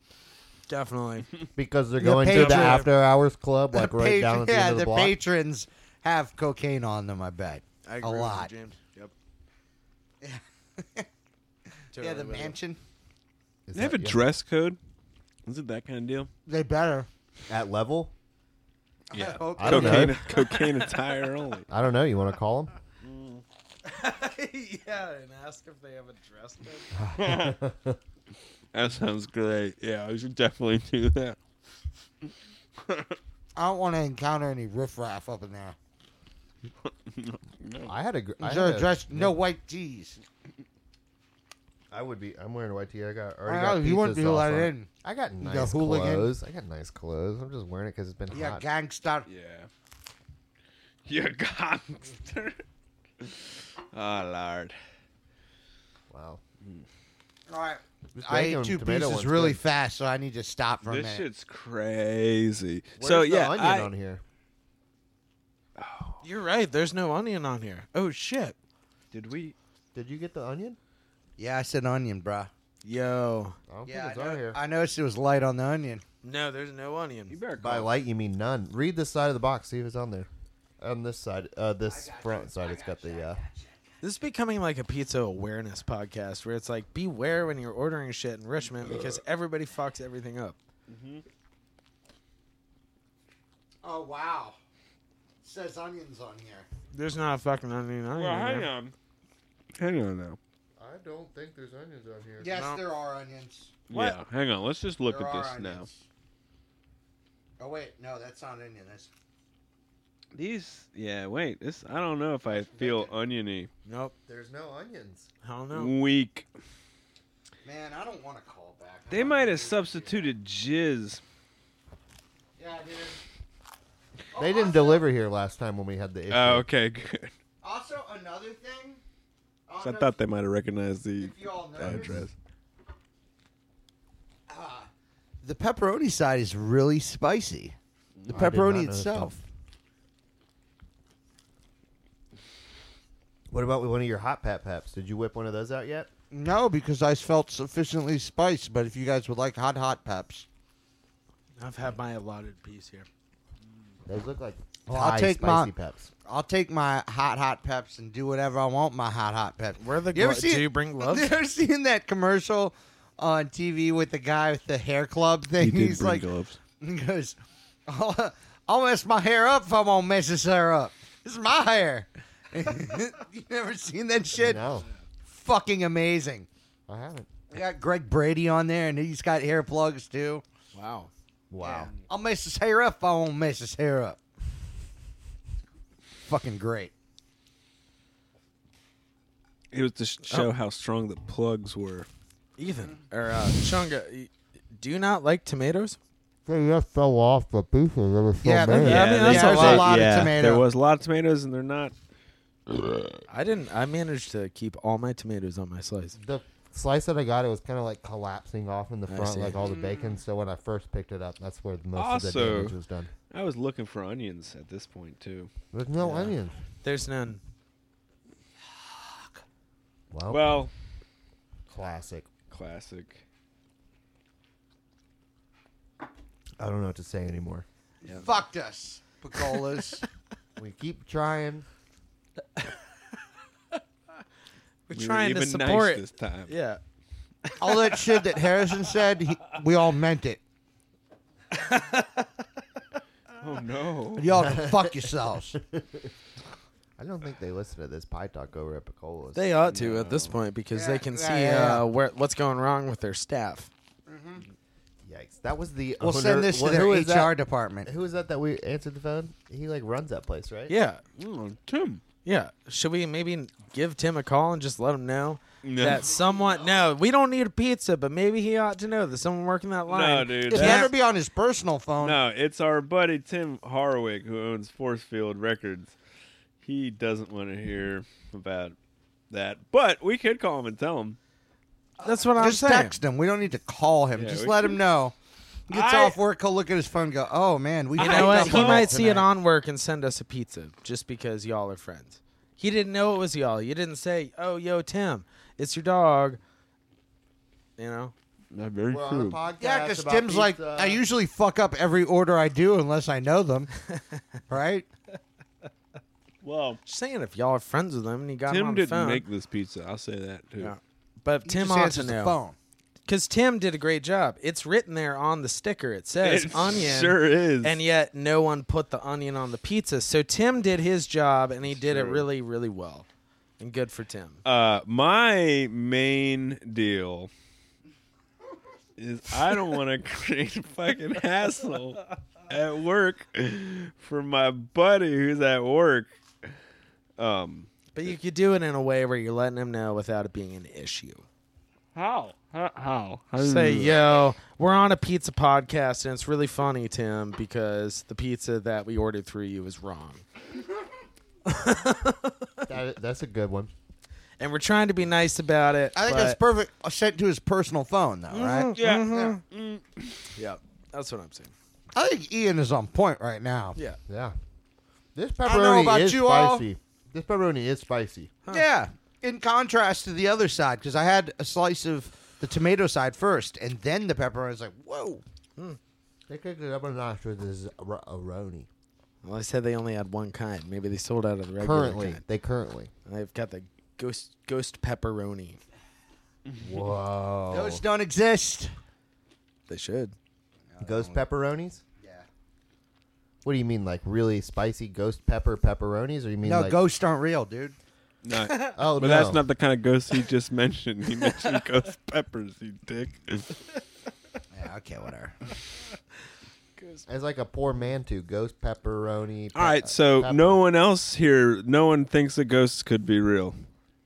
S2: Definitely.
S1: Because they're
S4: The
S1: going to the
S4: patron-
S1: after hours club, like
S4: The
S1: right
S4: pat-
S1: down at the
S4: yeah,
S1: end of the, block.
S4: patrons have cocaine on them. I bet
S2: I
S4: a
S2: agree
S4: lot.
S2: With you, James.
S3: (laughs)
S2: Yep.
S4: yeah, the
S2: Totally with you.
S4: mansion.
S1: Is
S3: They have a
S1: that- yeah.
S3: dress code. Is it that kind of deal?
S4: They better.
S1: at level.
S3: Yeah.
S4: hope
S1: I don't
S3: cocaine, (laughs)
S1: know.
S3: cocaine attire only.
S1: I don't know. You want to call them?
S2: (laughs) yeah, and ask if they have a dress code.
S3: That sounds great. Yeah, I should definitely do that.
S4: I don't want to encounter any riffraff up in there.
S1: I had a. gr- I
S4: Is
S1: had
S4: there a
S1: a-
S4: dress? No white tees.
S1: I would be. I'm wearing a white tee. I got.
S4: I
S1: Already
S4: know,
S1: got
S4: you wouldn't
S1: pizza
S4: be
S1: sauce
S4: let
S1: on it.
S4: in.
S1: I got
S4: the
S1: nice
S4: hooligan.
S1: clothes. I got nice clothes. I'm just wearing it because it's been
S4: Yeah,
S1: hot.
S4: gangster.
S3: Yeah. You gangster. (laughs) oh, Lord.
S1: wow.
S4: All right.
S1: This
S4: I
S1: bacon
S4: ate
S1: and
S4: two
S1: tomato
S4: pieces
S1: one's
S4: really
S1: good.
S4: fast, so I need to stop for a
S3: This
S4: minute.
S3: shit's crazy.
S1: Where's
S3: so
S1: the
S3: yeah,
S1: onion
S3: I-
S1: on here.
S2: You're right. There's no onion on here. Oh shit.
S3: did we?
S1: Did you get the onion?
S4: Yeah, I said onion, bruh.
S2: Yo.
S1: I don't
S4: Yeah,
S1: think
S4: I,
S1: it's on
S4: know-
S1: here.
S4: I noticed it was light on the onion.
S2: No, there's no
S3: You
S2: onion.
S3: better
S1: By
S3: call.
S1: light, you mean none. Read this side of the box. See if it's on there. On this side, uh, this front side, it's got the. Uh,
S2: This is becoming like a pizza awareness podcast where it's like beware when you're ordering shit in Richmond because everybody fucks everything up.
S4: Oh wow! It says onions on here.
S2: There's not a fucking onion on
S3: well,
S2: here.
S3: hang on. Hang on now.
S1: I don't think there's onions on here.
S4: Yes,
S2: No.
S4: there are onions.
S3: Yeah, hang on. Let's just look
S4: There
S3: at
S4: are
S3: this now.
S4: onions. Oh wait, no, that's not onion. That's
S3: These. Yeah, wait. This. I don't know if I feel oniony.
S2: Nope.
S1: There's no onions.
S2: I don't know.
S3: Weak.
S4: man. I don't want to call back.
S3: They might have substituted jizz.
S4: Yeah, dude. Oh,
S1: They didn't deliver here last time when we had the issue.
S3: Oh, okay, (laughs) good.
S4: Also, another thing.
S3: So I thought they might have recognized the
S4: If you all noticed-
S3: address.
S4: the pepperoni side is really spicy. The
S1: I did not
S4: pepperoni
S1: notice
S4: itself.
S1: What about one of your hot pap paps? Did you whip one of those out yet?
S4: No, because I felt sufficiently spiced. But if you guys would like hot, hot peps,
S2: I've had my allotted piece here.
S1: Those look like
S4: Well, I'll
S1: Thai
S4: take
S1: spicy
S4: mine.
S1: peps.
S4: I'll take my hot, hot peps and do whatever I want. My hot, hot peps.
S2: Where the
S4: You ever
S2: glo-
S4: see
S2: do
S4: it- (laughs)
S2: you bring gloves?
S4: You ever seen that commercial on TV with the guy with the hair club thing? He's like,
S3: gloves.
S4: he goes, I'll, I'll mess my hair up if I won't mess this hair up. This is my hair. (laughs) you never seen that shit?
S1: No,
S4: Fucking amazing.
S1: I haven't.
S4: We got Greg Brady on there, and he's got hair plugs too.
S2: Wow.
S1: Wow.
S4: I'll mess his hair up if I won't mess his hair up. Fucking great.
S3: It was to sh- show how strong the plugs were.
S2: Ethan or uh, Chunga, y- do you not like tomatoes?
S1: They just fell off the pieces. There was
S4: Yeah,
S1: many.
S4: Yeah, I mean, that's a
S2: lot.
S4: lot of tomato.
S3: There was a lot of tomatoes, and they're not
S2: I didn't. I managed to keep all my tomatoes on my slice.
S1: The slice that I got, it was kind of like collapsing off in the
S2: I
S1: front,
S2: see.
S1: like all the
S4: Mm.
S1: bacon. So when I first picked it up, that's where most of the
S3: Also-
S1: damage was done.
S3: I was looking for onions at this point too.
S1: There's no onion.
S2: There's none.
S1: Wow.
S3: Well,
S1: classic.
S3: classic.
S1: I don't know what to say anymore.
S4: Fucked us, Picolas.
S1: We keep trying.
S2: We're
S3: We were
S2: trying to
S3: even nice
S2: support.
S3: this time.
S2: Yeah.
S4: All that shit that Harrison said, he, we all meant it.
S3: Oh no.
S4: Y'all can fuck yourselves.
S1: I don't think they listen to this pie talk over at Piccolo's.
S2: They ought to at this point because
S4: Yeah,
S2: they can
S4: yeah,
S2: see
S4: yeah, yeah.
S2: Uh, where, what's going wrong with their staff.
S1: Yikes! That was the.
S4: We'll
S1: owner-
S4: send this to
S1: what-
S4: their
S1: who
S4: HR
S1: is that?
S4: department.
S1: Who is that that we answered the phone? He like runs that place, right?
S2: Yeah.
S3: Mm, Tim.
S2: Yeah. Should we maybe give Tim a call and just let him know
S3: No.
S2: that someone? No, we don't need a pizza, but maybe he ought to know that someone working that line.
S3: No, dude.
S4: It
S3: that-
S4: better be on his personal phone.
S3: no, it's our buddy Tim Harwick who owns Force Field Records. He doesn't want to hear about that, but we could call him and tell him.
S2: That's what I'm
S4: Just
S2: saying.
S4: text him. We don't need to call him.
S3: Yeah,
S4: Just
S3: we
S4: let
S3: can-
S4: him know. He Gets
S3: I-
S4: off work, he'll look at his phone and go, oh, man, we
S2: You
S4: fucked
S2: know what?
S4: up
S2: He
S4: on that
S2: might see it
S4: tonight."
S2: on work and send us a pizza just because y'all are friends. He didn't know it was y'all. You didn't say, "Oh, yo, Tim, it's your dog." You know.
S3: Not very
S1: We're on a podcast.
S4: Yeah, because
S1: about
S4: Tim's like,
S1: pizza.
S4: I usually fuck up every order I do unless I know
S2: (laughs)
S4: them. right?
S3: Well,
S2: Just saying, if y'all are friends with him and he got him
S3: Tim
S2: on the
S3: didn't
S2: phone,
S3: make this pizza. I'll say that too.
S2: Yeah. but
S4: He
S2: Tim
S4: just
S2: ought to
S4: answers the
S2: know
S4: phone.
S2: because Tim did a great job. It's written there on the sticker. It says
S3: It
S2: onion,
S3: sure is.
S2: and yet no one put the onion on the pizza. So Tim did his job, and he did it really, really well, and good for Tim.
S3: uh, my main deal is I don't want to (laughs) create a fucking hassle at work for my buddy who's at work. Um,
S2: But you could do it in a way where you're letting him know without it being an issue.
S3: how? How? How?
S2: Say, yo, we're on a pizza podcast, and it's really funny, Tim, because the pizza that we ordered through you is wrong.
S1: That- that's a good one.
S2: And we're trying to be nice about it.
S4: I think
S2: but- Mm-hmm.
S4: that's perfect. uh, Sent to his personal phone, though, right?
S3: Mm-hmm. Yeah.
S2: Yep, that's what I'm saying.
S4: I think Ian is on point right now.
S2: Yeah.
S1: Yeah. This
S4: don't know
S1: pepperoni
S4: about
S1: is
S4: you all.
S1: spicy. This pepperoni is spicy.
S4: Yeah. In contrast to the other side, because I had a slice of the tomato side first, and then the pepperoni. I was like, whoa.
S1: They kicked it up a notch with this r- aroni.
S2: Well, I said they only had one kind. Maybe they sold out of the regular
S1: Currently,
S2: kind.
S1: they currently.
S2: They've got the ghost ghost pepperoni.
S1: Whoa.
S2: Oh.
S4: Those don't exist.
S2: They should.
S1: Ghost pepperonis?
S4: Yeah.
S1: What do you mean, like really spicy ghost pepper pepperonis, or you mean
S4: No,
S1: like
S4: ghosts aren't real, dude.
S3: No,
S2: (laughs)
S3: but
S1: Oh, no.
S3: that's not the kind of ghost he just (laughs) mentioned. He mentioned ghost peppers, you dick.
S4: Yeah, okay, whatever.
S1: It's like a poor man to ghost pepperoni.
S3: All right, so no one else here, no one thinks that ghosts could be real.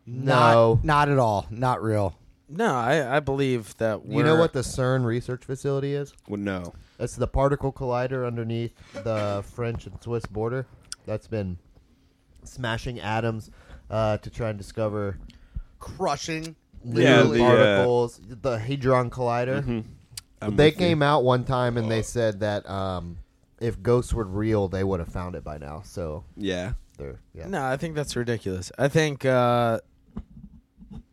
S1: No.
S4: (laughs) Not, not at all. Not real.
S2: No, I, I believe that we're
S1: you know what the CERN research facility is?
S3: Well, no.
S1: That's the particle collider underneath the French and Swiss border. That's been smashing atoms uh, to try and discover
S4: Crushing.
S1: new
S3: Yeah, the, uh,
S1: particles. the hadron collider.
S2: Mm-hmm.
S3: I'm
S1: They
S3: with you.
S1: came out one time and they said that um, if ghosts were real, they would have found it by now. So
S3: Yeah.
S1: they're yeah.
S2: No, I think that's ridiculous. I think uh,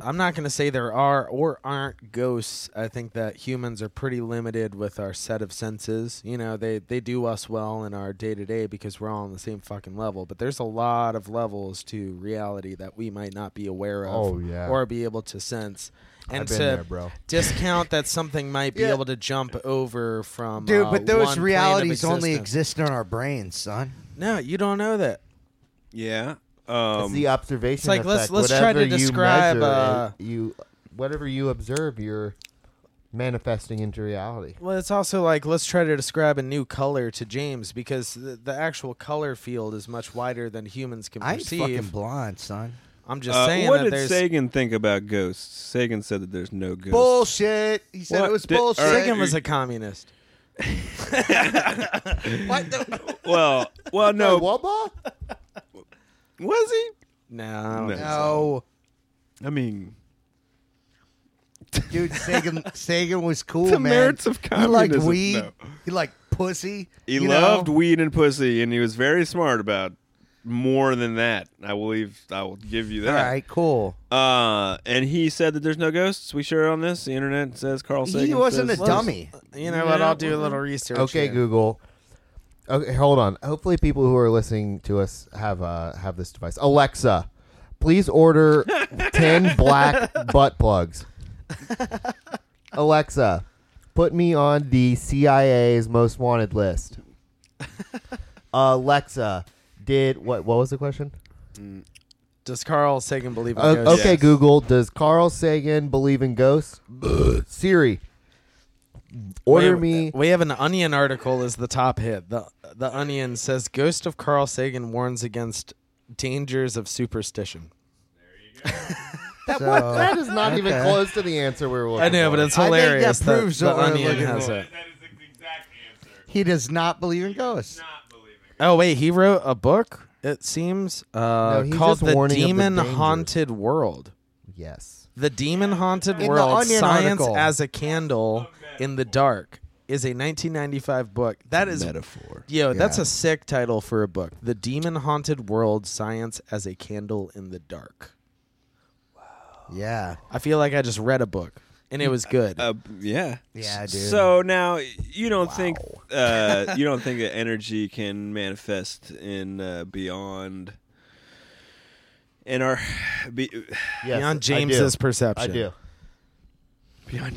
S2: I'm not going to say there are or aren't ghosts. I think that humans are pretty limited with our set of senses. You know, they they do us well in our day to day because we're all on the same fucking level. But there's a lot of levels to reality that we might not be aware of,
S1: Oh, yeah.
S2: or be able to sense. And
S1: I've been
S2: to
S1: there, bro.
S2: discount that something might be
S4: Yeah.
S2: able to jump over from
S4: Dude,
S2: uh,
S4: but those
S2: one plane of
S4: realities only
S2: existence.
S4: exist in our brains, son.
S2: No, you don't know that.
S3: Yeah.
S1: it's
S3: Um,
S1: the observation.
S2: it's like, let's-
S1: effect.
S2: let's try to
S1: Whatever you
S2: describe,
S1: measure,
S2: uh,
S1: it- you whatever you observe, you're manifesting into reality.
S2: Well, it's also like let's try to describe a new color to James because the, the actual color field is much wider than humans can
S4: I ain't fucking
S2: perceive.
S4: blind, son.
S2: I'm just
S3: uh,
S2: saying
S3: what
S2: that
S3: did
S2: there's
S3: Sagan think about ghosts? Sagan said that there's no ghosts.
S4: Bullshit. He said
S3: What
S4: it was
S3: did-
S4: bullshit.
S3: all right.
S2: Sagan was a communist.
S4: What the-
S1: (laughs)
S3: Well, well, no.
S1: Wubba?
S3: Was he?
S2: No, I don't
S3: No.
S2: think
S4: No,
S3: I mean,
S4: (laughs) dude, Sagan Sagan was cool,
S3: the
S4: man.
S3: merits of
S4: he liked
S3: communism.
S4: weed.
S3: no.
S4: He liked pussy.
S3: He
S4: you
S3: loved
S4: know?
S3: weed and pussy, and he was very smart about more than that. I believe I will give you
S4: All
S3: that.
S4: right, cool.
S3: Uh, and he said that there's no ghosts. We sure on this. The internet says Carl Sagan.
S1: He wasn't a
S3: says-
S1: dummy.
S2: so. You know what? I'll do a little research.
S1: Okay,
S2: here.
S1: Google. Okay, hold on. Hopefully, people who are listening to us have uh, have this device. Alexa, please order ten black butt plugs. Alexa, put me on the CIA's most wanted list. Alexa, did what? What was the question?
S2: Does Carl Sagan believe in
S1: O-
S2: ghosts?
S1: okay,
S3: Yes.
S1: Google. Does Carl Sagan believe in ghosts? Siri, order
S2: we,
S1: me.
S2: We have an Onion article as the top hit. The The Onion says ghost of Carl Sagan warns against dangers of superstition.
S1: (laughs) That, what, that is not even
S4: okay.
S1: close to the answer we were looking
S2: I know,
S1: for.
S2: but it's
S4: I think that
S2: hilarious. that
S4: proves
S2: the
S4: what we're
S2: Onion
S4: looking
S2: has
S4: for.
S2: it.
S3: That is the exact answer.
S4: He does not believe in ghosts.
S3: Not believing.
S2: Oh wait, he wrote a book. It seems uh,
S1: No, he's
S2: called
S1: just
S2: "The
S1: warning of the
S2: Demon
S1: dangers.
S2: Haunted World."
S1: yes.
S2: The Demon Haunted
S4: the
S2: World:
S4: Onion
S2: Science
S4: article.
S2: as a Candle in the Dark is a 1995 book. That is
S3: Metaphor.
S2: Yo, that's a sick title for a book. The Demon Haunted World: Science as a Candle in the Dark.
S4: Yeah,
S2: I feel like I just read a book and it was good.
S1: Oh,
S3: Uh, yeah.
S4: yeah, dude.
S3: So now you don't think uh,
S1: (laughs)
S3: you don't think that energy can manifest in uh, beyond in our be,
S1: Yes,
S2: Beyond
S1: I do.
S2: James's
S1: I
S2: perception.
S1: do.
S3: beyond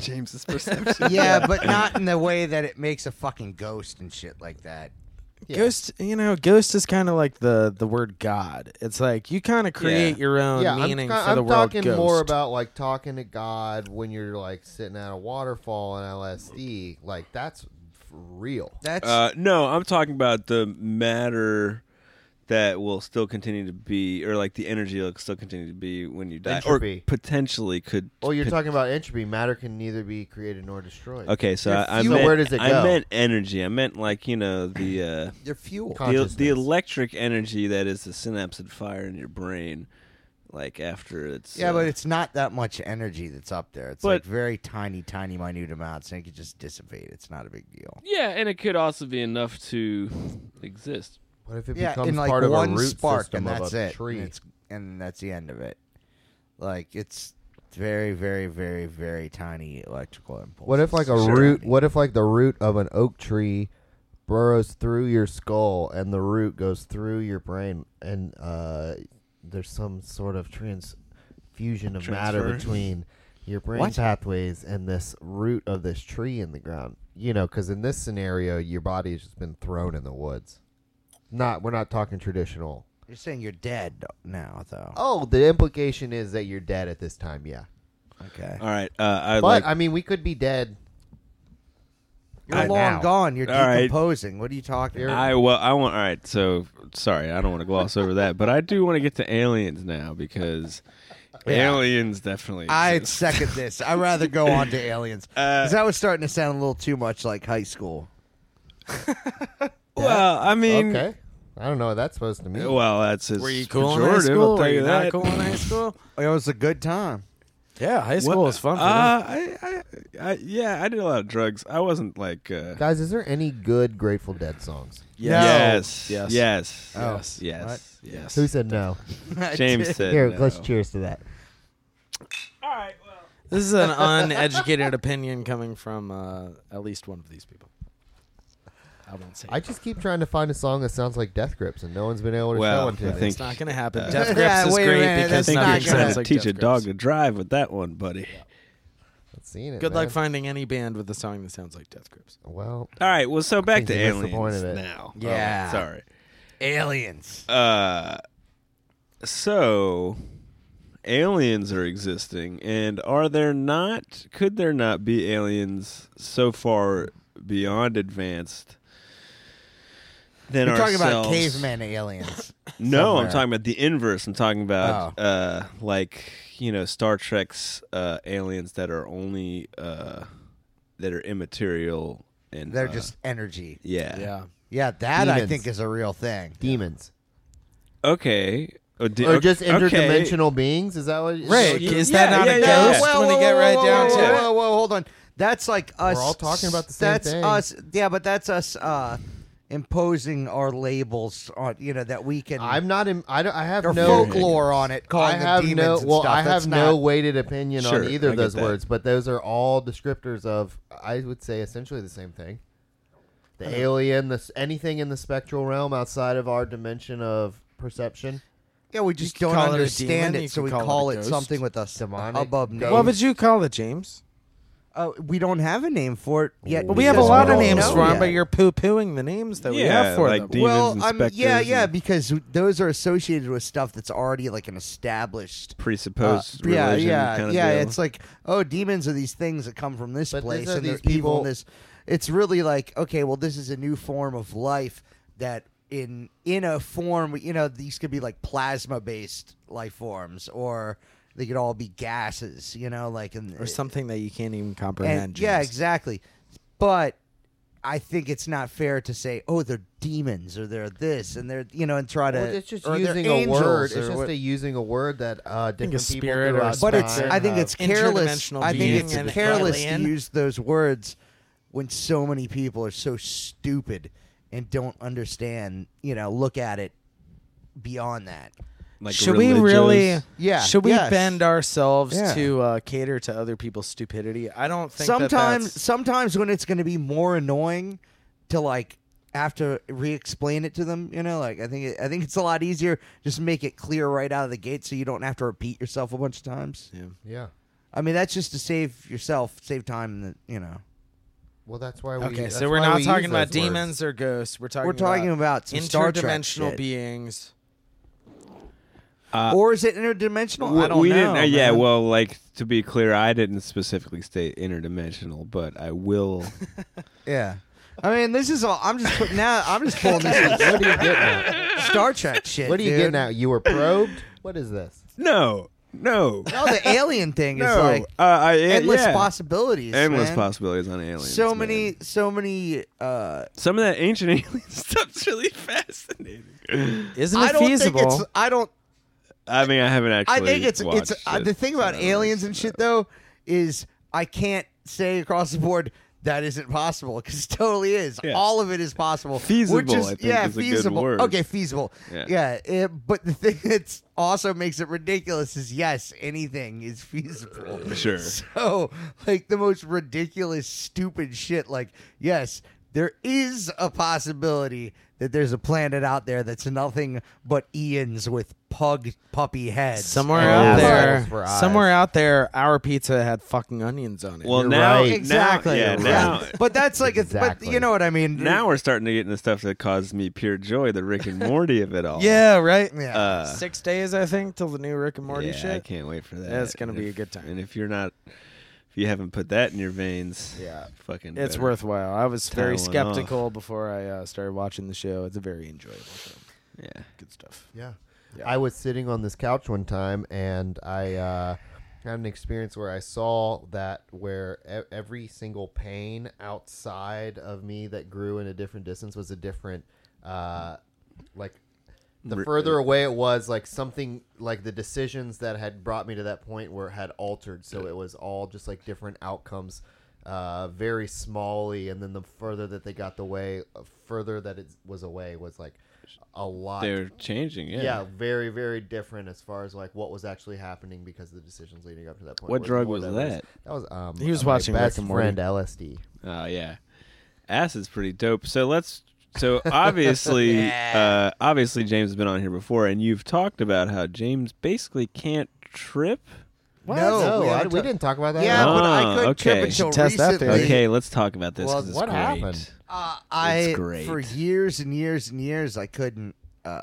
S1: (laughs)
S3: James's perception.
S4: yeah,
S3: (laughs)
S4: but not in the way that it makes a fucking ghost and shit like that.
S2: Ghost, you know, ghost is kind of like the the word God. It's like you kind of create
S3: Yeah.
S2: your own
S1: yeah,
S2: meaning
S1: I'm,
S2: for the
S1: I'm
S2: word
S1: talking
S2: ghost.
S1: more about like talking to God when you're like sitting at a waterfall and LSD. Like that's for real.
S4: That's
S3: Uh, no, I'm talking about the matter that will still continue to be, or like the energy will still continue to be when you die,
S1: Entropy.
S3: or potentially could.
S1: Well, you're
S3: pot-
S1: talking about entropy. Matter can neither be created nor destroyed.
S3: Okay, so
S1: Your
S3: I, I
S1: fuel-
S3: meant
S1: where does it go?
S3: I meant energy. I meant like you know the uh,
S4: your fuel.
S3: the,
S1: Consciousness.
S3: the electric energy that is the synapse that fire in your brain, like after it's
S4: Yeah,
S3: uh,
S4: but it's not that much energy that's up there. It's like
S3: But-
S4: very tiny, tiny, minute amounts, and it could just dissipate. It's not a big deal.
S11: Yeah, and it could also be enough to exist.
S1: what if it
S4: yeah,
S1: becomes
S4: in like
S1: part of
S4: one
S1: a root
S4: spark,
S1: system
S4: and that's
S1: of a
S4: it.
S1: tree?
S4: And, it's, and that's the end of it. Like it's very, very, very, very tiny electrical impulse.
S1: What if like a root? What if like the root of an oak tree burrows through your skull and the root goes through your brain and uh, there's some sort of transfusion of matter
S3: Transfer.
S1: between your brain
S4: What?
S1: pathways and this root of this tree in the ground. You know, because in this scenario, your body has just been thrown in the woods. Not we're not talking traditional.
S4: You're saying you're dead now, though.
S1: Oh, the implication is that you're dead at this time. Yeah,
S4: okay.
S3: all right. Uh, I
S1: but
S3: like
S1: I mean, we could be dead.
S4: You're
S3: I-
S4: long
S1: now.
S4: gone. You're
S3: All right.
S4: decomposing. What are you talking
S1: You're-
S4: about?
S3: (laughs) I well, I want. All right, so sorry, I don't want to gloss over that, but I do want to get to aliens now because aliens definitely.
S4: I'd
S3: exist.
S4: second this. I'd rather go on to aliens.
S3: Uh,
S4: Because that was starting to sound a little too much like high school.
S3: well, I mean,
S1: Okay, I don't know what that's supposed to mean.
S3: well, that's his
S2: Were you cool in high
S3: pejorative,
S2: school?
S3: I'll
S2: Were
S3: tell
S2: you
S3: you that.
S2: not cool in high school?
S4: It was a good time.
S2: (laughs) Yeah, high
S3: What-
S2: school was fun. For me.
S3: uh, I, I, I, yeah, I did a lot of drugs. I wasn't like. Uh,
S1: Guys, is there any good Grateful Dead songs?
S2: (laughs)
S3: Yes.
S2: Yes.
S3: Yes. Yes.
S4: Oh.
S3: Yes. Yes. yes.
S1: Who said no?
S3: James said.
S1: Here,
S3: no.
S1: let's cheers to that.
S2: This is an uneducated opinion coming from uh, at least one of these people. I won't say.
S1: I just keep trying to find a song that sounds like Death Grips, and no one's been able to
S3: Well,
S1: show one to
S3: I
S1: me.
S3: think-
S2: it's
S4: (laughs)
S2: not going to happen.
S3: Uh,
S2: Death Grips
S4: Yeah,
S2: is
S4: wait a
S2: great
S4: minute,
S2: because
S4: that's
S3: I
S2: nothing
S4: not
S3: think you're trying
S2: sounds
S3: to
S2: like
S3: teach
S2: Death
S3: a dog
S2: Grips.
S3: to drive with that one, buddy.
S1: I've seen it.
S2: Good luck
S1: man.
S2: finding any band with a song that sounds like Death Grips.
S1: Well,
S3: All right. Well, so back
S1: think
S3: to
S1: you missed the point
S3: aliens
S1: of it.
S3: now. Oh,
S4: Yeah.
S3: sorry.
S4: Aliens.
S3: Uh, so aliens are existing, and are there not? Could there not be aliens so far beyond advanced? Than
S4: We're talking about
S3: ourselves?
S2: (laughs)
S4: caveman aliens.
S3: No,
S4: somewhere. Oh.
S3: I'm talking about the inverse. I'm talking about uh, like you know Star Trek's uh, aliens that are only uh, that are immaterial and
S4: They're
S3: uh,
S4: just energy.
S3: yeah
S2: Yeah.
S4: Yeah, that I
S1: Demons.
S4: think is a real thing.
S1: demons.
S3: okay Oh, di-
S1: Or just
S3: okay.
S1: interdimensional beings? Is that what?
S4: Oh,
S2: Right?
S3: Yeah,
S2: Is that
S3: yeah,
S2: not a
S3: yeah, yeah.
S2: ghost when you get right
S4: whoa,
S2: down to
S4: whoa,
S2: it?
S4: whoa, whoa, hold on. That's like us.
S1: all talking about the same
S4: that's
S1: thing.
S4: us. Yeah, but that's us uh, imposing our labels on you know that we can.
S1: I'm not. In, I don't. I have
S4: or
S1: no
S4: folklore on it,
S1: I
S4: calling
S1: have
S4: them
S1: no.
S4: demons and
S1: Well,
S4: stuff.
S1: I
S4: That's
S1: have no
S4: not-
S1: weighted opinion
S7: Sure,
S1: on either
S7: I
S1: of
S7: get
S1: those
S7: that.
S1: words, but those are all descriptors of. I would say essentially the same thing. The
S4: Uh-huh.
S1: alien, this anything in the spectral realm outside of our dimension of perception.
S4: Yeah, we just
S2: could
S4: don't
S2: call it a
S4: understand
S2: demon,
S4: it,
S2: you
S4: so
S2: could
S4: we
S2: call it
S4: call
S2: a
S4: it,
S2: ghost.
S4: something with us
S1: Demonic
S4: above
S1: ghost.
S4: name.
S2: What would you call it, James?
S4: Uh, we don't have a name for it yet.
S2: But we have a
S4: because
S2: lot
S4: we
S2: of
S4: don't
S2: names
S4: know
S2: for them,
S4: yet.
S2: but you're poo pooing the names that we
S3: Yeah,
S2: have for
S3: like
S2: them.
S3: demons
S4: well,
S3: and
S4: um, yeah,
S3: specters
S4: yeah,
S3: and
S4: because those are associated with stuff that's already like an established. uh,
S3: presupposed
S4: yeah,
S3: religion
S4: yeah,
S3: kind of
S4: yeah.
S3: deal.
S4: It's like, oh, demons are these things that come from this
S1: But
S4: place
S1: these are
S4: and they're
S1: these people-
S4: evil. And this, it's really like, okay, well, this is a new form of life that in in a form, you know, these could be like plasma based life forms, or they could all be gases, you know, like and
S2: or something that you can't even comprehend.
S4: and, yeah,
S2: James.
S4: exactly. But I think it's not fair to say, oh, they're demons or they're this and they're you know and try to
S1: Well, it's just
S4: or they're
S1: using a
S4: angels
S1: word. It's
S4: or
S1: just
S4: what-
S1: a using a word that uh,
S2: think
S1: different
S2: a
S1: people
S2: spirit or a
S1: throughout
S4: but it's
S1: time
S4: I think
S1: have.
S4: it's careless.
S2: Interdimensional
S4: I think
S2: being
S4: it's
S2: and
S4: careless
S2: alien.
S4: to use those words when so many people are so stupid and don't understand. You know, look at it beyond that.
S3: like
S2: should we really?
S3: religious-
S4: Yeah,
S2: Should we
S4: yes.
S2: bend ourselves
S4: Yeah.
S2: to uh, cater to other people's stupidity? I don't think that
S4: Sometimes, (laughs)
S2: that's-
S4: sometimes when it's going to be more annoying to like have to re-explain it to them. You know, like I think it, I think it's a lot easier just make it clear right out of the gate, so you don't have to repeat yourself a bunch of times.
S1: Yeah.
S4: I mean, that's just to save yourself, save time. and the- You know,
S1: Well, that's why we.
S2: Okay,
S1: that's
S2: so we're
S1: why
S2: not
S1: we
S2: talking
S1: use
S2: about
S1: those
S2: demons or ghosts. We're talking
S4: we're talking
S2: about,
S4: about, some Star Trek
S2: interdimensional
S4: shit.
S2: beings.
S4: or is it interdimensional? I don't
S3: we
S4: know.
S3: didn't. uh, yeah,
S4: man.
S3: well, like to be clear, I didn't specifically state interdimensional, but
S4: (laughs)
S3: I will.
S4: yeah. I mean, this is all. I'm just putting now. I'm just pulling this
S1: Words. What (laughs) are you getting at?
S4: Star Trek shit.
S1: What are you
S4: dude.
S1: getting at? You were probed. What is this?
S3: no, no,
S4: No, the alien thing is
S3: no.
S4: like
S3: uh, I,
S4: endless
S3: yeah.
S4: possibilities.
S3: Endless
S4: man.
S3: possibilities on aliens.
S4: So
S3: man.
S4: many, so many. uh
S3: Some of that ancient (laughs) alien stuff's really fascinating.
S2: Isn't
S4: I
S2: it
S4: don't
S2: feasible?
S4: think it's. I don't.
S3: I mean, I haven't actually.
S4: I think it's. It's
S3: watched
S4: uh,
S3: it,
S4: the thing
S3: so I
S4: about
S3: don't really
S4: aliens and
S3: know.
S4: shit though is I can't say across the board that isn't possible because it totally is.
S3: Yeah.
S4: All of it is possible.
S3: Feasible,
S4: We're just,
S3: I think,
S4: yeah,
S3: is a good
S4: feasible.
S3: word.
S4: Okay, feasible.
S3: Yeah.
S4: Yeah, it- but the thing (laughs) that's also makes it ridiculous is yes, anything is feasible.
S3: (laughs) Sure.
S4: So, like the most ridiculous, stupid shit. Like, yes, there is a possibility that there's a planet out there that's nothing but Ian's with pug puppy heads.
S2: Somewhere
S1: And
S2: out
S1: eyes
S2: there,
S1: for eyes.
S2: somewhere out there, our pizza had fucking onions on it.
S3: Well,
S1: You're
S3: now,
S1: right.
S4: exactly.
S3: Now, yeah,
S4: Right.
S3: now,
S4: but that's like it's. But
S1: Exactly.
S4: you know what I mean.
S3: now we're starting to get into stuff that caused me pure joy, the Rick and Morty of it all.
S2: yeah, right.
S4: Yeah.
S3: Uh,
S2: Six days, I think, till the new Rick and Morty
S3: yeah,
S2: shit.
S3: I can't wait for that.
S2: That's gonna
S3: And
S2: be
S3: if-
S2: a good time.
S3: And if you're not, if you haven't put that in your veins,
S1: Yeah.
S3: fucking,
S2: It's
S3: better.
S2: worthwhile. I was
S3: Tailing
S2: very
S3: off.
S2: skeptical before I uh, started watching the show. It's a very enjoyable film.
S3: Yeah,
S2: Good stuff.
S1: Yeah.
S2: Yeah.
S1: I was sitting on this couch one time and I uh, had an experience where I saw that where e- every single pain outside of me that grew in a different distance was a different, uh, like, the
S3: Re- uh,
S1: further away it was, like something like the decisions that had brought me to that point were had altered. So it was all just like different outcomes, uh, very smally. And then the further that they got the way, uh, further that it was away was like a lot
S3: they're changing. Yeah.
S1: yeah. very very different as far as like what was actually happening because of the decisions leading up to that point
S3: What drug
S1: more
S3: was
S1: diverse.
S3: that?
S1: that was um
S2: He was
S1: my
S2: watching Rick
S1: best
S2: and Morty.
S1: friend lsd
S3: Oh yeah, acid's pretty dope. So let's. So obviously, uh, obviously James has been on here before, and you've talked about how James basically can't trip.
S1: no,
S4: No, we
S1: I-
S4: haven't
S1: we
S4: ta-
S1: didn't talk about that
S4: Yeah,
S1: at all.
S4: but I
S3: Oh,
S4: couldn't trip
S3: okay.
S4: until
S2: Test that
S4: recently.
S2: theory.
S3: Okay, let's talk about this. 'cause
S1: Well,
S3: it's
S1: what
S3: great.
S1: happened?
S4: Uh, I
S3: great.
S4: for years and years and years I couldn't. Uh,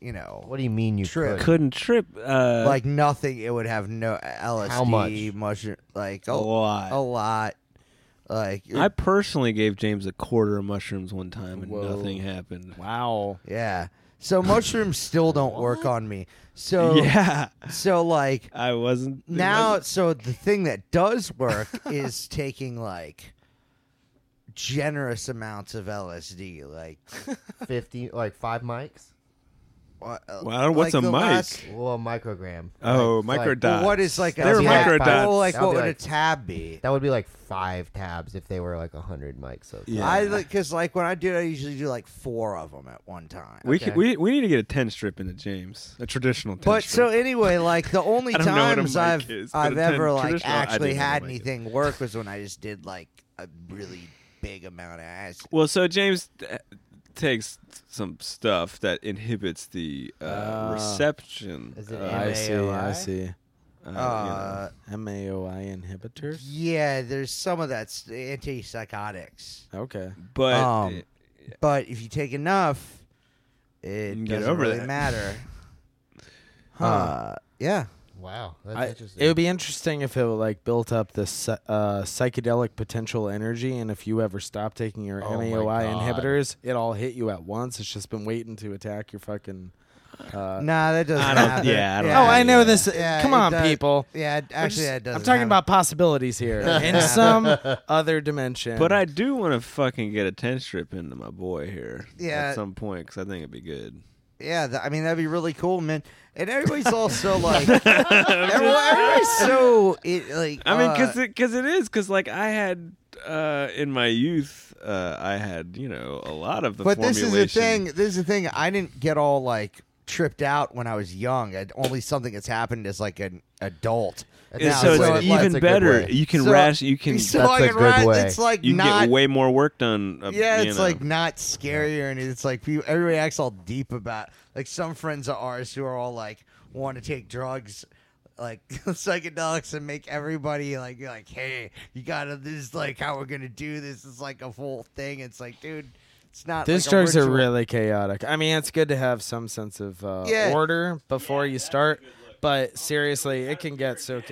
S4: you know
S1: what do you mean you
S4: True.
S1: could
S3: Couldn't trip. Uh,
S4: like nothing. It would have no LSD,
S1: much?
S4: mushroom, like a,
S3: A lot.
S4: a lot. Like
S3: I personally gave James a quarter of mushrooms one time, and
S2: Whoa.
S3: nothing happened.
S2: Wow.
S4: yeah. So mushrooms still don't work on me. So
S3: (laughs) Yeah,
S4: so like
S3: I wasn't it
S4: now
S3: wasn't-
S4: so the thing that does work (laughs) is taking like
S1: (laughs)
S4: generous amounts of LSD like
S1: 50 like five mics
S4: Well,
S3: Wow, what's a mic?
S1: Well, a microgram.
S3: Oh,
S1: Like- like-
S3: microdots.
S4: Well, what is like
S3: They're
S4: a
S1: Yeah,
S4: tab?
S3: microdots.
S4: Well, like
S1: That'll
S4: what
S1: be
S4: would a
S1: like-
S4: tab be?
S1: That would be like five tabs if they were like a hundred mics. So it's
S3: Yeah.
S4: I because like when I do, it, I usually do like four of them at one time.
S3: We,
S1: Okay.
S3: could, we we need to get a ten strip into James, a traditional ten.
S4: But so
S3: strip.
S4: anyway, like
S3: (laughs)
S4: the only
S3: I don't know what a
S4: times
S3: mic
S4: I've
S3: is, but
S4: I've
S3: a ten-
S4: ever like
S3: traditional- I
S4: actually
S3: do know what
S4: had
S3: a mic is.
S4: anything work was when I just did like a really big amount of acid.
S3: (laughs) well, so James uh, takes some stuff that inhibits the uh,
S2: Ah.
S3: reception.
S1: Is it
S3: of,
S2: Uh, I see. I
S1: MAOI?
S2: see.
S3: uh, you know,
S4: Uh,
S2: MAOI inhibitors.
S4: yeah, there's some of that's antipsychotics,
S2: Okay.
S3: but eh,
S4: um,
S3: it-
S4: but if you take enough,
S3: You
S4: it
S3: can get
S4: doesn't
S3: over
S4: really
S3: that. (laughs)
S4: matter.
S2: Huh.
S4: Uh, yeah.
S1: wow, that's
S2: I-
S1: interesting.
S2: it would be interesting if it like built up this psy- uh, psychedelic potential energy, and if you ever stop taking your
S1: Oh my
S2: MAOI
S1: God.
S2: inhibitors, it all hit you at once. It's just been waiting to attack your fucking. Uh,
S4: Nah, that doesn't
S3: I don't-
S4: happen.
S3: yeah, I don't
S2: Oh, I know
S3: Yeah.
S2: this.
S4: Yeah,
S2: Come
S4: it
S2: on,
S4: does-
S2: people.
S4: Yeah, it-
S2: We're
S4: actually,
S2: just-
S4: that does.
S2: I'm talking about possibilities here in some other dimension.
S3: but I do want to fucking get a ten strip into my boy here.
S4: Yeah.
S3: at some point because I think it'd be good.
S4: Yeah, th- I mean that'd be really cool, man. And everybody's also
S2: (laughs)
S4: like, everyone- everybody's so it like.
S3: I mean,
S4: uh,
S3: because because it is because like I had uh, in my youth, uh, I had you know a lot of the.
S4: but this is the
S3: formulation.
S4: thing. This is the thing. I didn't get all like tripped out when I was young. I'd, only something that's happened as like an adult.
S3: And
S4: now,
S3: so,
S4: so it-
S3: it's even
S1: that's a good
S3: better.
S1: way.
S3: You can
S4: So-
S3: rash. You can.
S4: so
S1: that's a
S4: I can
S1: good
S4: ride-
S1: way.
S4: It's like
S3: you can
S4: not.
S3: get way more work done. uh,
S4: yeah,
S3: you
S4: it's
S3: know.
S4: like not scary or anything. It's like people, everybody acts all deep about. Like some friends of ours who are all like want to take drugs, like (laughs) psychedelics, and make everybody like be like, hey, you gotta. This is like how we're gonna do this. It's like a whole thing. It's like, dude, it's not.
S2: These
S4: like a
S2: drugs are
S4: ritual.
S2: really chaotic. I mean, it's good to have some sense of uh,
S4: Yeah.
S2: order before you start, but seriously, it can get so.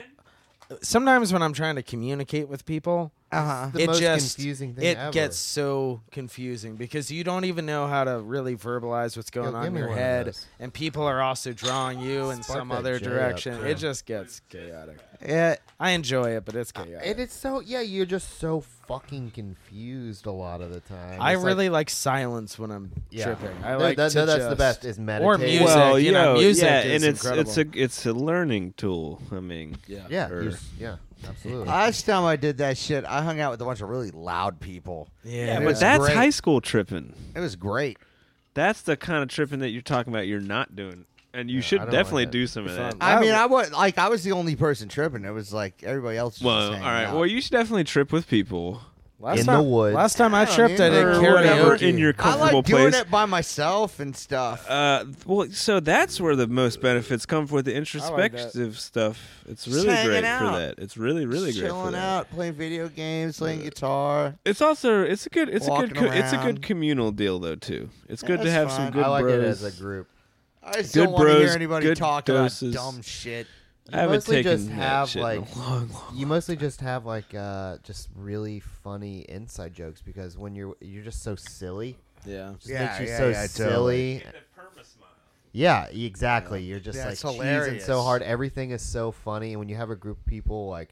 S2: Sometimes when I'm trying to communicate with people,
S4: Uh huh.
S1: the
S2: it
S1: most
S2: just
S1: confusing thing
S2: it
S1: ever.
S2: gets so confusing because you don't even know how to really verbalize what's going
S1: Yo,
S2: on
S1: give
S2: in
S1: me
S2: your
S1: one of
S2: head,
S1: those.
S2: and people are also drawing you in
S1: Spark
S2: some
S1: that
S2: other
S1: J up,
S2: direction.
S1: too.
S2: It just gets chaotic.
S4: Yeah.
S2: I enjoy it, but it's chaotic.
S1: And it's so yeah, you're just so fucking confused a lot of the time.
S2: I
S1: It's like-
S2: really like silence when I'm
S1: Yeah.
S2: tripping. I
S1: No,
S2: like
S1: that-
S2: to
S1: no, that's the
S2: just-
S1: best, is
S2: or
S1: meditate.
S2: music.
S3: Well,
S2: you know,
S3: yeah,
S2: music
S3: yeah,
S2: is
S3: and it's
S2: incredible.
S3: it's a it's a learning tool. I mean,
S2: yeah.
S1: yeah,
S3: Or-
S1: you s- yeah, absolutely.
S4: Last time I did that shit, I hung out with a bunch of really loud people.
S2: Yeah,
S3: but that's high school tripping.
S4: It was great.
S3: That's the kind of tripping that you're talking about. You're not doing, and you
S1: I
S3: should
S1: don't
S3: definitely
S1: like that.
S3: do some of that.
S4: I mean, I was like, I was the only person tripping. It was like everybody else. Was
S3: well, all
S4: just hanging
S3: right.
S4: out.
S3: Well, you should definitely trip with people.
S2: Last
S1: In
S2: time,
S1: the woods.
S2: Last time I,
S4: don't
S2: tripped, I
S4: either.
S2: did
S3: or
S2: karaoke.
S3: whatever in your
S4: I
S3: comfortable
S4: like doing
S3: place.
S4: it by myself and stuff.
S3: Uh, well, so that's where the most benefits come for the introspective stuff. It's really
S4: hanging
S3: great
S4: out.
S3: for that. It's really really
S4: Just
S3: great for
S4: chilling
S3: that.
S4: out, playing video games, playing guitar.
S3: It's also it's a good it's a
S4: Walking
S3: good co- it's a
S4: around.
S3: good communal deal though too. It's good to
S4: that's
S3: have
S4: fine.
S3: some good
S1: I like
S3: bros.
S1: it as a group.
S4: I just
S3: Good
S4: don't want to hear
S3: bros,
S4: anybody
S3: good
S4: talk
S3: doses.
S4: about dumb shit.
S3: I haven't
S1: mostly
S3: taken
S1: just
S3: that
S1: have,
S3: shit in
S1: like-
S3: a long, long.
S1: You mostly just have like uh, just really funny inside jokes because when you're you're just so silly,
S2: Yeah.
S1: just
S4: Yeah,
S1: makes you
S4: yeah,
S1: so
S4: yeah,
S1: silly. Yeah, exactly. You're just
S4: Yeah,
S1: like
S4: it's
S1: cheesing
S4: hilarious.
S1: so hard. Everything is so funny, and when you have a group of people like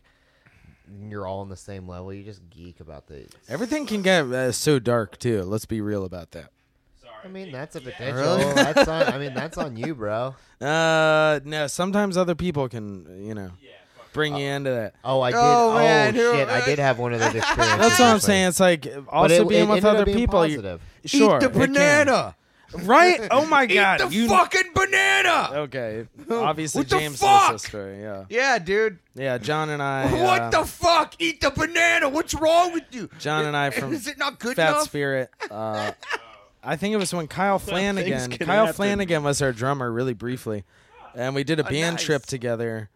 S1: you're all on the same level, you just geek about the.
S2: Everything can get uh, so dark too. Let's be real about that.
S1: I mean, that's a potential.
S4: Really?
S1: that's on. I mean, that's on you, bro.
S2: Uh, no. Sometimes other people can, you know, bring you into that.
S1: Oh, I did.
S4: (laughs) Oh,
S1: Oh,
S4: man, who-
S1: shit! I did have one of
S4: (laughs)
S1: those experiences.
S2: That's what I'm
S1: actually.
S2: saying. It's like
S1: Oh, But
S2: also
S1: it-
S2: being
S1: it
S2: with
S1: ended up
S2: other
S1: being
S2: people. you-
S1: Positive.
S2: sure,
S4: Eat the
S2: it can.
S4: banana.
S2: right? Oh my god!
S4: Eat the
S2: you
S4: fucking banana.
S1: (laughs)
S2: okay? Obviously,
S4: What the
S2: James
S4: fuck?
S2: knows this story. Yeah,
S4: Yeah, dude.
S2: yeah. John and I. uh,
S4: What the fuck? Eat the banana. What's wrong with you?
S2: John and I
S4: (laughs)
S2: from
S4: Is it not good
S2: Fat
S4: enough? (laughs)
S2: Spirit. Uh, I think it was when Kyle Flanagan.
S3: can
S2: Kyle
S3: happen.
S2: Flanagan was our drummer, really briefly, and we did a band
S4: Oh, nice.
S2: trip together.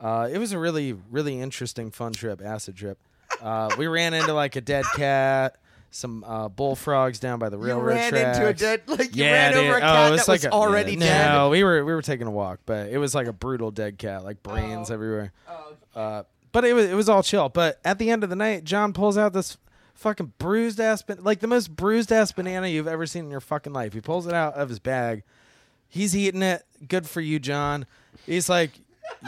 S2: Uh, it was a really, really interesting, fun trip, acid trip. Uh, we ran into like a dead cat, some uh, bullfrogs down by the
S4: You
S2: railroad
S4: ran
S2: tracks.
S4: into a dead like you
S2: yeah,
S4: ran
S2: dude.
S4: over a
S2: oh, it
S4: cat
S2: was
S4: that
S2: like
S4: was
S2: a-
S4: already
S2: no,
S4: dead.
S2: we were we were taking a walk, but it was like a brutal dead cat, like brains
S4: Oh.
S2: everywhere. Uh, but it was it was all chill. But at the end of the night, John pulls out this fucking bruised ass, ban- like the most bruised ass banana you've ever seen in your fucking life. He pulls it out of his bag. He's eating it. Good for you, John. He's like,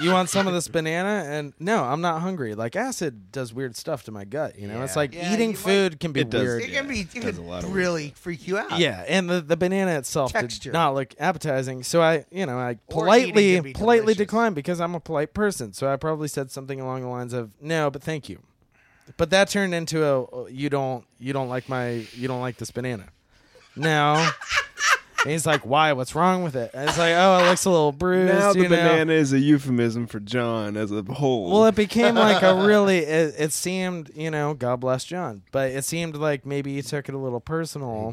S2: you want some of this banana? And no, I'm not hungry. Like acid does weird stuff to my gut. You know, it's like
S4: Yeah,
S2: eating
S4: you might-
S2: food can be
S3: It does,
S2: weird.
S4: It can be it
S3: Yeah, does
S4: can
S3: a lot of weird
S4: really freak you out.
S2: Yeah, and the, the banana itself
S4: Texture.
S2: did not look appetizing. So I, you know, I
S4: Or
S2: politely
S4: eating can be
S2: politely
S4: delicious.
S2: declined because I'm a polite person. So I probably said something along the lines of no, but thank you. But that turned into a "Oh, you don't you don't like my you don't like this banana. No.
S4: (laughs)
S2: and he's like, why? What's wrong with it? And it's like, oh, it looks a little bruised.
S3: Now the
S2: you know?
S3: banana is a euphemism for John as a whole.
S2: Well, it became like a really. It, it seemed, you know, God bless John, but it seemed like maybe he took it a little personal.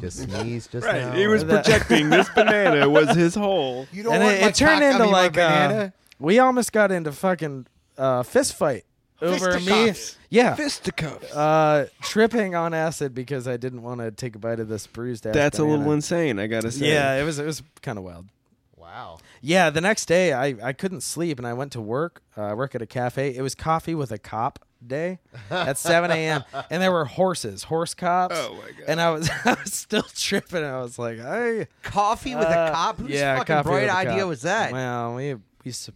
S1: (laughs) Just sneeze. Just
S3: right.
S1: now.
S3: He was
S2: That-
S3: projecting
S2: (laughs)
S3: this banana was his whole.
S4: You don't
S2: and
S4: want
S2: it,
S4: my
S2: it turned
S4: cock- I
S2: into
S4: mean, my
S2: like uh,
S4: banana.
S2: we almost got into fucking uh, fist fight over me.
S4: Fisticuffs.
S2: Yeah,
S3: Fisticuffs.
S2: uh, tripping on acid because I didn't want to take a bite of this bruised. ass
S3: That's a
S2: banana.
S3: little insane. I gotta say.
S2: Yeah, it was it was kind of wild.
S1: Wow.
S2: Yeah, the next day I, I couldn't sleep and I went to work. Uh, I work at a cafe. It was coffee with a cop day at
S4: (laughs)
S2: 7 a.m. and there were horses, horse cops.
S3: Oh, my God.
S2: And I was, (laughs) I was still tripping. I was like, I
S4: coffee with
S2: uh,
S4: a cop. Whose
S2: yeah,
S4: fucking
S2: coffee with
S4: bright
S2: a
S4: idea
S2: cop.
S4: was that?
S2: Well, we we su-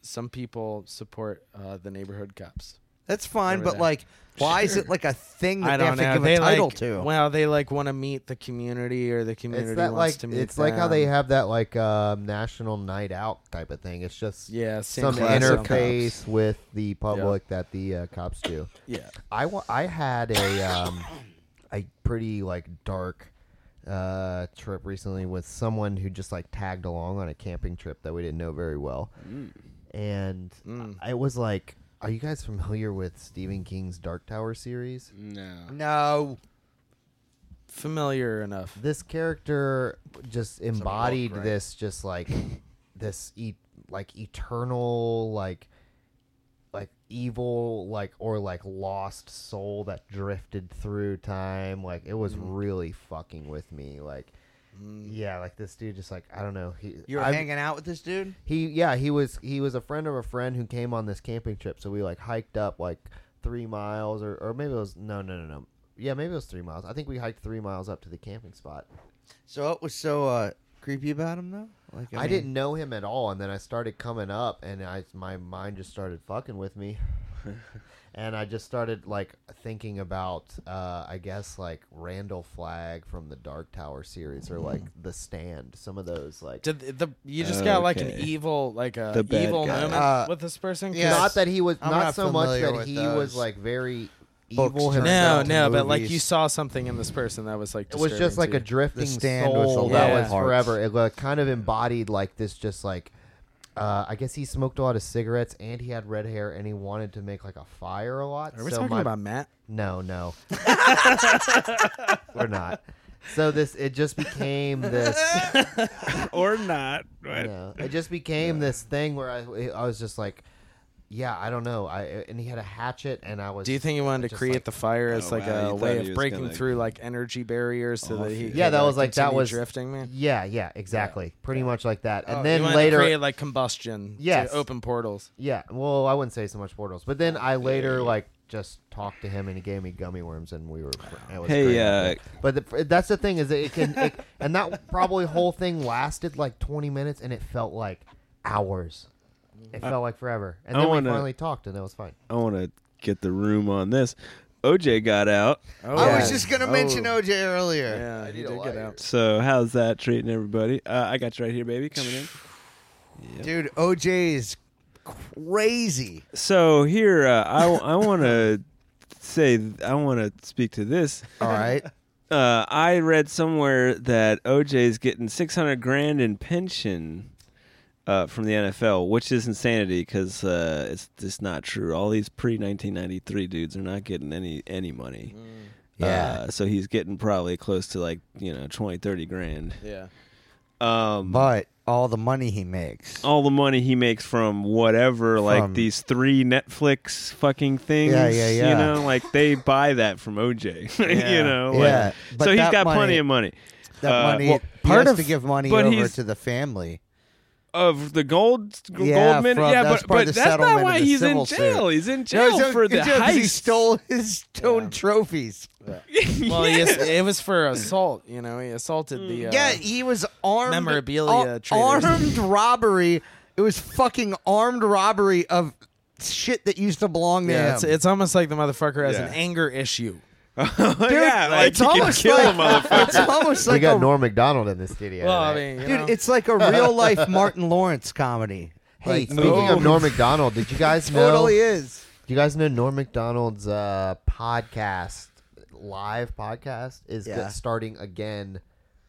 S2: some people support uh, the neighborhood cops.
S4: That's fine,
S2: Remember
S4: but
S2: that.
S4: like, why is it like a thing that
S2: I
S4: they have
S2: don't
S4: to
S2: know.
S4: give
S2: They
S4: a title
S2: like,
S4: to?
S2: Well, they like want to meet the community or the community
S1: It's that
S2: wants
S1: like
S2: to meet.
S1: it's like how they
S2: them.
S1: have that like um, national night out type of thing. It's just
S2: yeah same
S1: some
S2: class of
S1: interface
S2: cops.
S1: with the public that the uh, cops do.
S2: Yeah.
S1: I wa- I had a um, a pretty like dark uh, trip recently with someone who just like tagged along on a camping trip that we didn't know very well,
S2: Mm.
S1: and I was like, "Are you guys familiar with Stephen King's Dark Tower series?"
S3: No.
S4: no,
S2: Familiar enough.
S1: This character just embodied this, just like this e- like eternal like like evil like or like lost soul that drifted through time like it was really fucking with me like yeah like this dude just like i don't know he
S4: you were
S1: I've-
S4: hanging out with this dude.
S1: he yeah he was he was a friend of a friend who came on this camping trip so we like hiked up like three miles or, or maybe it was no no no no yeah maybe it was three miles i think we hiked three miles up to the camping spot
S4: So what was so uh, creepy about him though? Like
S1: I, didn't know him at all, and then I started coming up, and I my mind just started fucking with me, and I just started like thinking about, uh, I guess like Randall Flagg from the Dark Tower series, or like The Stand, some of those like.
S2: Did the, the you just got like an
S3: Okay.
S2: evil like
S3: The
S2: a
S3: bad
S2: evil
S3: guy.
S2: moment
S4: Uh,
S2: with this person? 'Cause-
S4: yeah,
S1: not that he was
S4: I'm
S1: not,
S4: not
S1: so much
S4: familiar
S1: that
S4: with
S1: he
S4: those
S1: was like very
S4: books
S1: evil
S4: turned
S2: no,
S1: himself.
S2: no, but like
S4: movies.
S2: you saw something in this person that was like
S1: it was just like a drifting
S4: stand was
S1: soul
S4: the
S1: that
S2: loud
S1: was
S4: parts.
S1: forever. It like, kind of embodied like this, just like uh, I guess he smoked a lot of cigarettes and he had red hair and he wanted to make like a fire a lot.
S2: Are we
S1: so
S2: talking
S1: my-
S2: about Matt?
S1: No, no, we're not. So this it just became this.
S3: Or not.
S1: you know, it just became this thing where I I was just like. Yeah, I don't know. I and he had a hatchet, and I was.
S2: Do you think he wanted
S1: just
S2: to
S1: like-
S2: create the fire as
S3: Oh,
S2: like
S3: wow, you
S2: a
S3: thought
S2: way
S3: he
S2: of
S3: was
S2: breaking
S3: gonna-
S2: through like energy barriers so that he
S3: Off
S2: could,
S3: you.
S1: Yeah, that
S2: like,
S1: was like that
S2: continue
S1: was
S2: drifting man?
S1: Yeah, yeah, exactly. Pretty much like that. And
S2: Oh,
S1: then
S2: you wanted to
S1: later,
S2: create like combustion. Yeah,
S1: Yes.
S2: to open portals.
S1: Yeah, well, I wouldn't say so much portals, but then I later like just talked to him and he gave me gummy worms and we were. It was
S3: Hey,
S1: great.
S3: uh,
S1: but the, that's the thing is that it can, it, and that probably whole thing lasted like twenty minutes and it felt like hours. It felt like forever, and
S3: I
S1: then
S3: wanna-
S1: we finally talked and it was fine.
S3: I want to get the room on this. OJ got out.
S2: Oh,
S4: I
S2: yeah.
S4: was just gonna mention OJ earlier.
S2: Oh. yeah, he did get out.
S3: So how's that treating everybody? Uh, I got you right here, baby. Coming in.
S4: Dude, OJ is crazy.
S3: So here, uh, I I want to say I want to speak to this.
S4: All right.
S3: Uh, I read somewhere that OJ's getting 600 grand in pension uh, from the NFL, which is insanity because uh, it's just not true. All these pre 1993 dudes are not getting any any money.
S4: Yeah.
S3: Uh, so he's getting probably close to like you know 20, 30 grand.
S2: Yeah.
S3: Um,
S4: but all the money he makes.
S3: all the money he makes from whatever, like
S4: From-
S3: these three Netflix fucking things.
S4: Yeah, yeah,
S3: You
S4: yeah.
S3: know, like they buy that from OJ. (laughs) you know, like-
S4: Yeah, but
S3: so he's
S4: that
S3: got
S4: money-
S3: plenty of money.
S4: That
S3: Uh,
S4: money.
S3: well,
S4: part
S3: part
S4: has
S3: of-
S4: to give money
S3: but
S4: over
S3: he's-
S4: to the family.
S3: of the gold gold
S4: Yeah,
S3: min-
S4: from-
S3: yeah,
S4: that's
S3: but,
S4: part of
S3: but
S4: the
S3: that's not
S4: settlement
S3: why
S4: of the
S3: he's in
S4: civil suit.
S3: jail. He's in jail
S4: he's-
S3: Oh, for the
S4: he's- 'cause
S3: heist.
S4: He stole his own trophies.
S3: (laughs)
S2: Well, he ass- it was for assault. You
S1: Mm.
S2: know, he assaulted the. Uh,
S4: Yeah, he was armed.
S2: Memorabilia
S4: ar-
S2: traders.
S4: armed robbery It was fucking armed robbery of shit that used to belong there.
S2: Yeah, it's, it's almost like the motherfucker has an
S3: Yeah.
S2: anger issue.
S3: yeah, like
S4: it's
S3: you can
S4: almost
S3: kill
S4: like-
S3: a motherfucker.
S4: it's almost
S1: we
S4: like
S1: got
S4: a,
S1: Norm Macdonald in the studio.
S2: Well, I
S1: tonight.
S2: mean, you
S4: dude.
S2: know.
S4: It's like a real life Martin
S1: (laughs)
S4: Lawrence comedy.
S1: hey,
S4: like,
S1: speaking of Norm Macdonald, did you guys know?
S4: (laughs) totally is.
S1: Do you guys know Norm McDonald's uh, podcast, live podcast, is
S4: Yeah.
S1: starting again?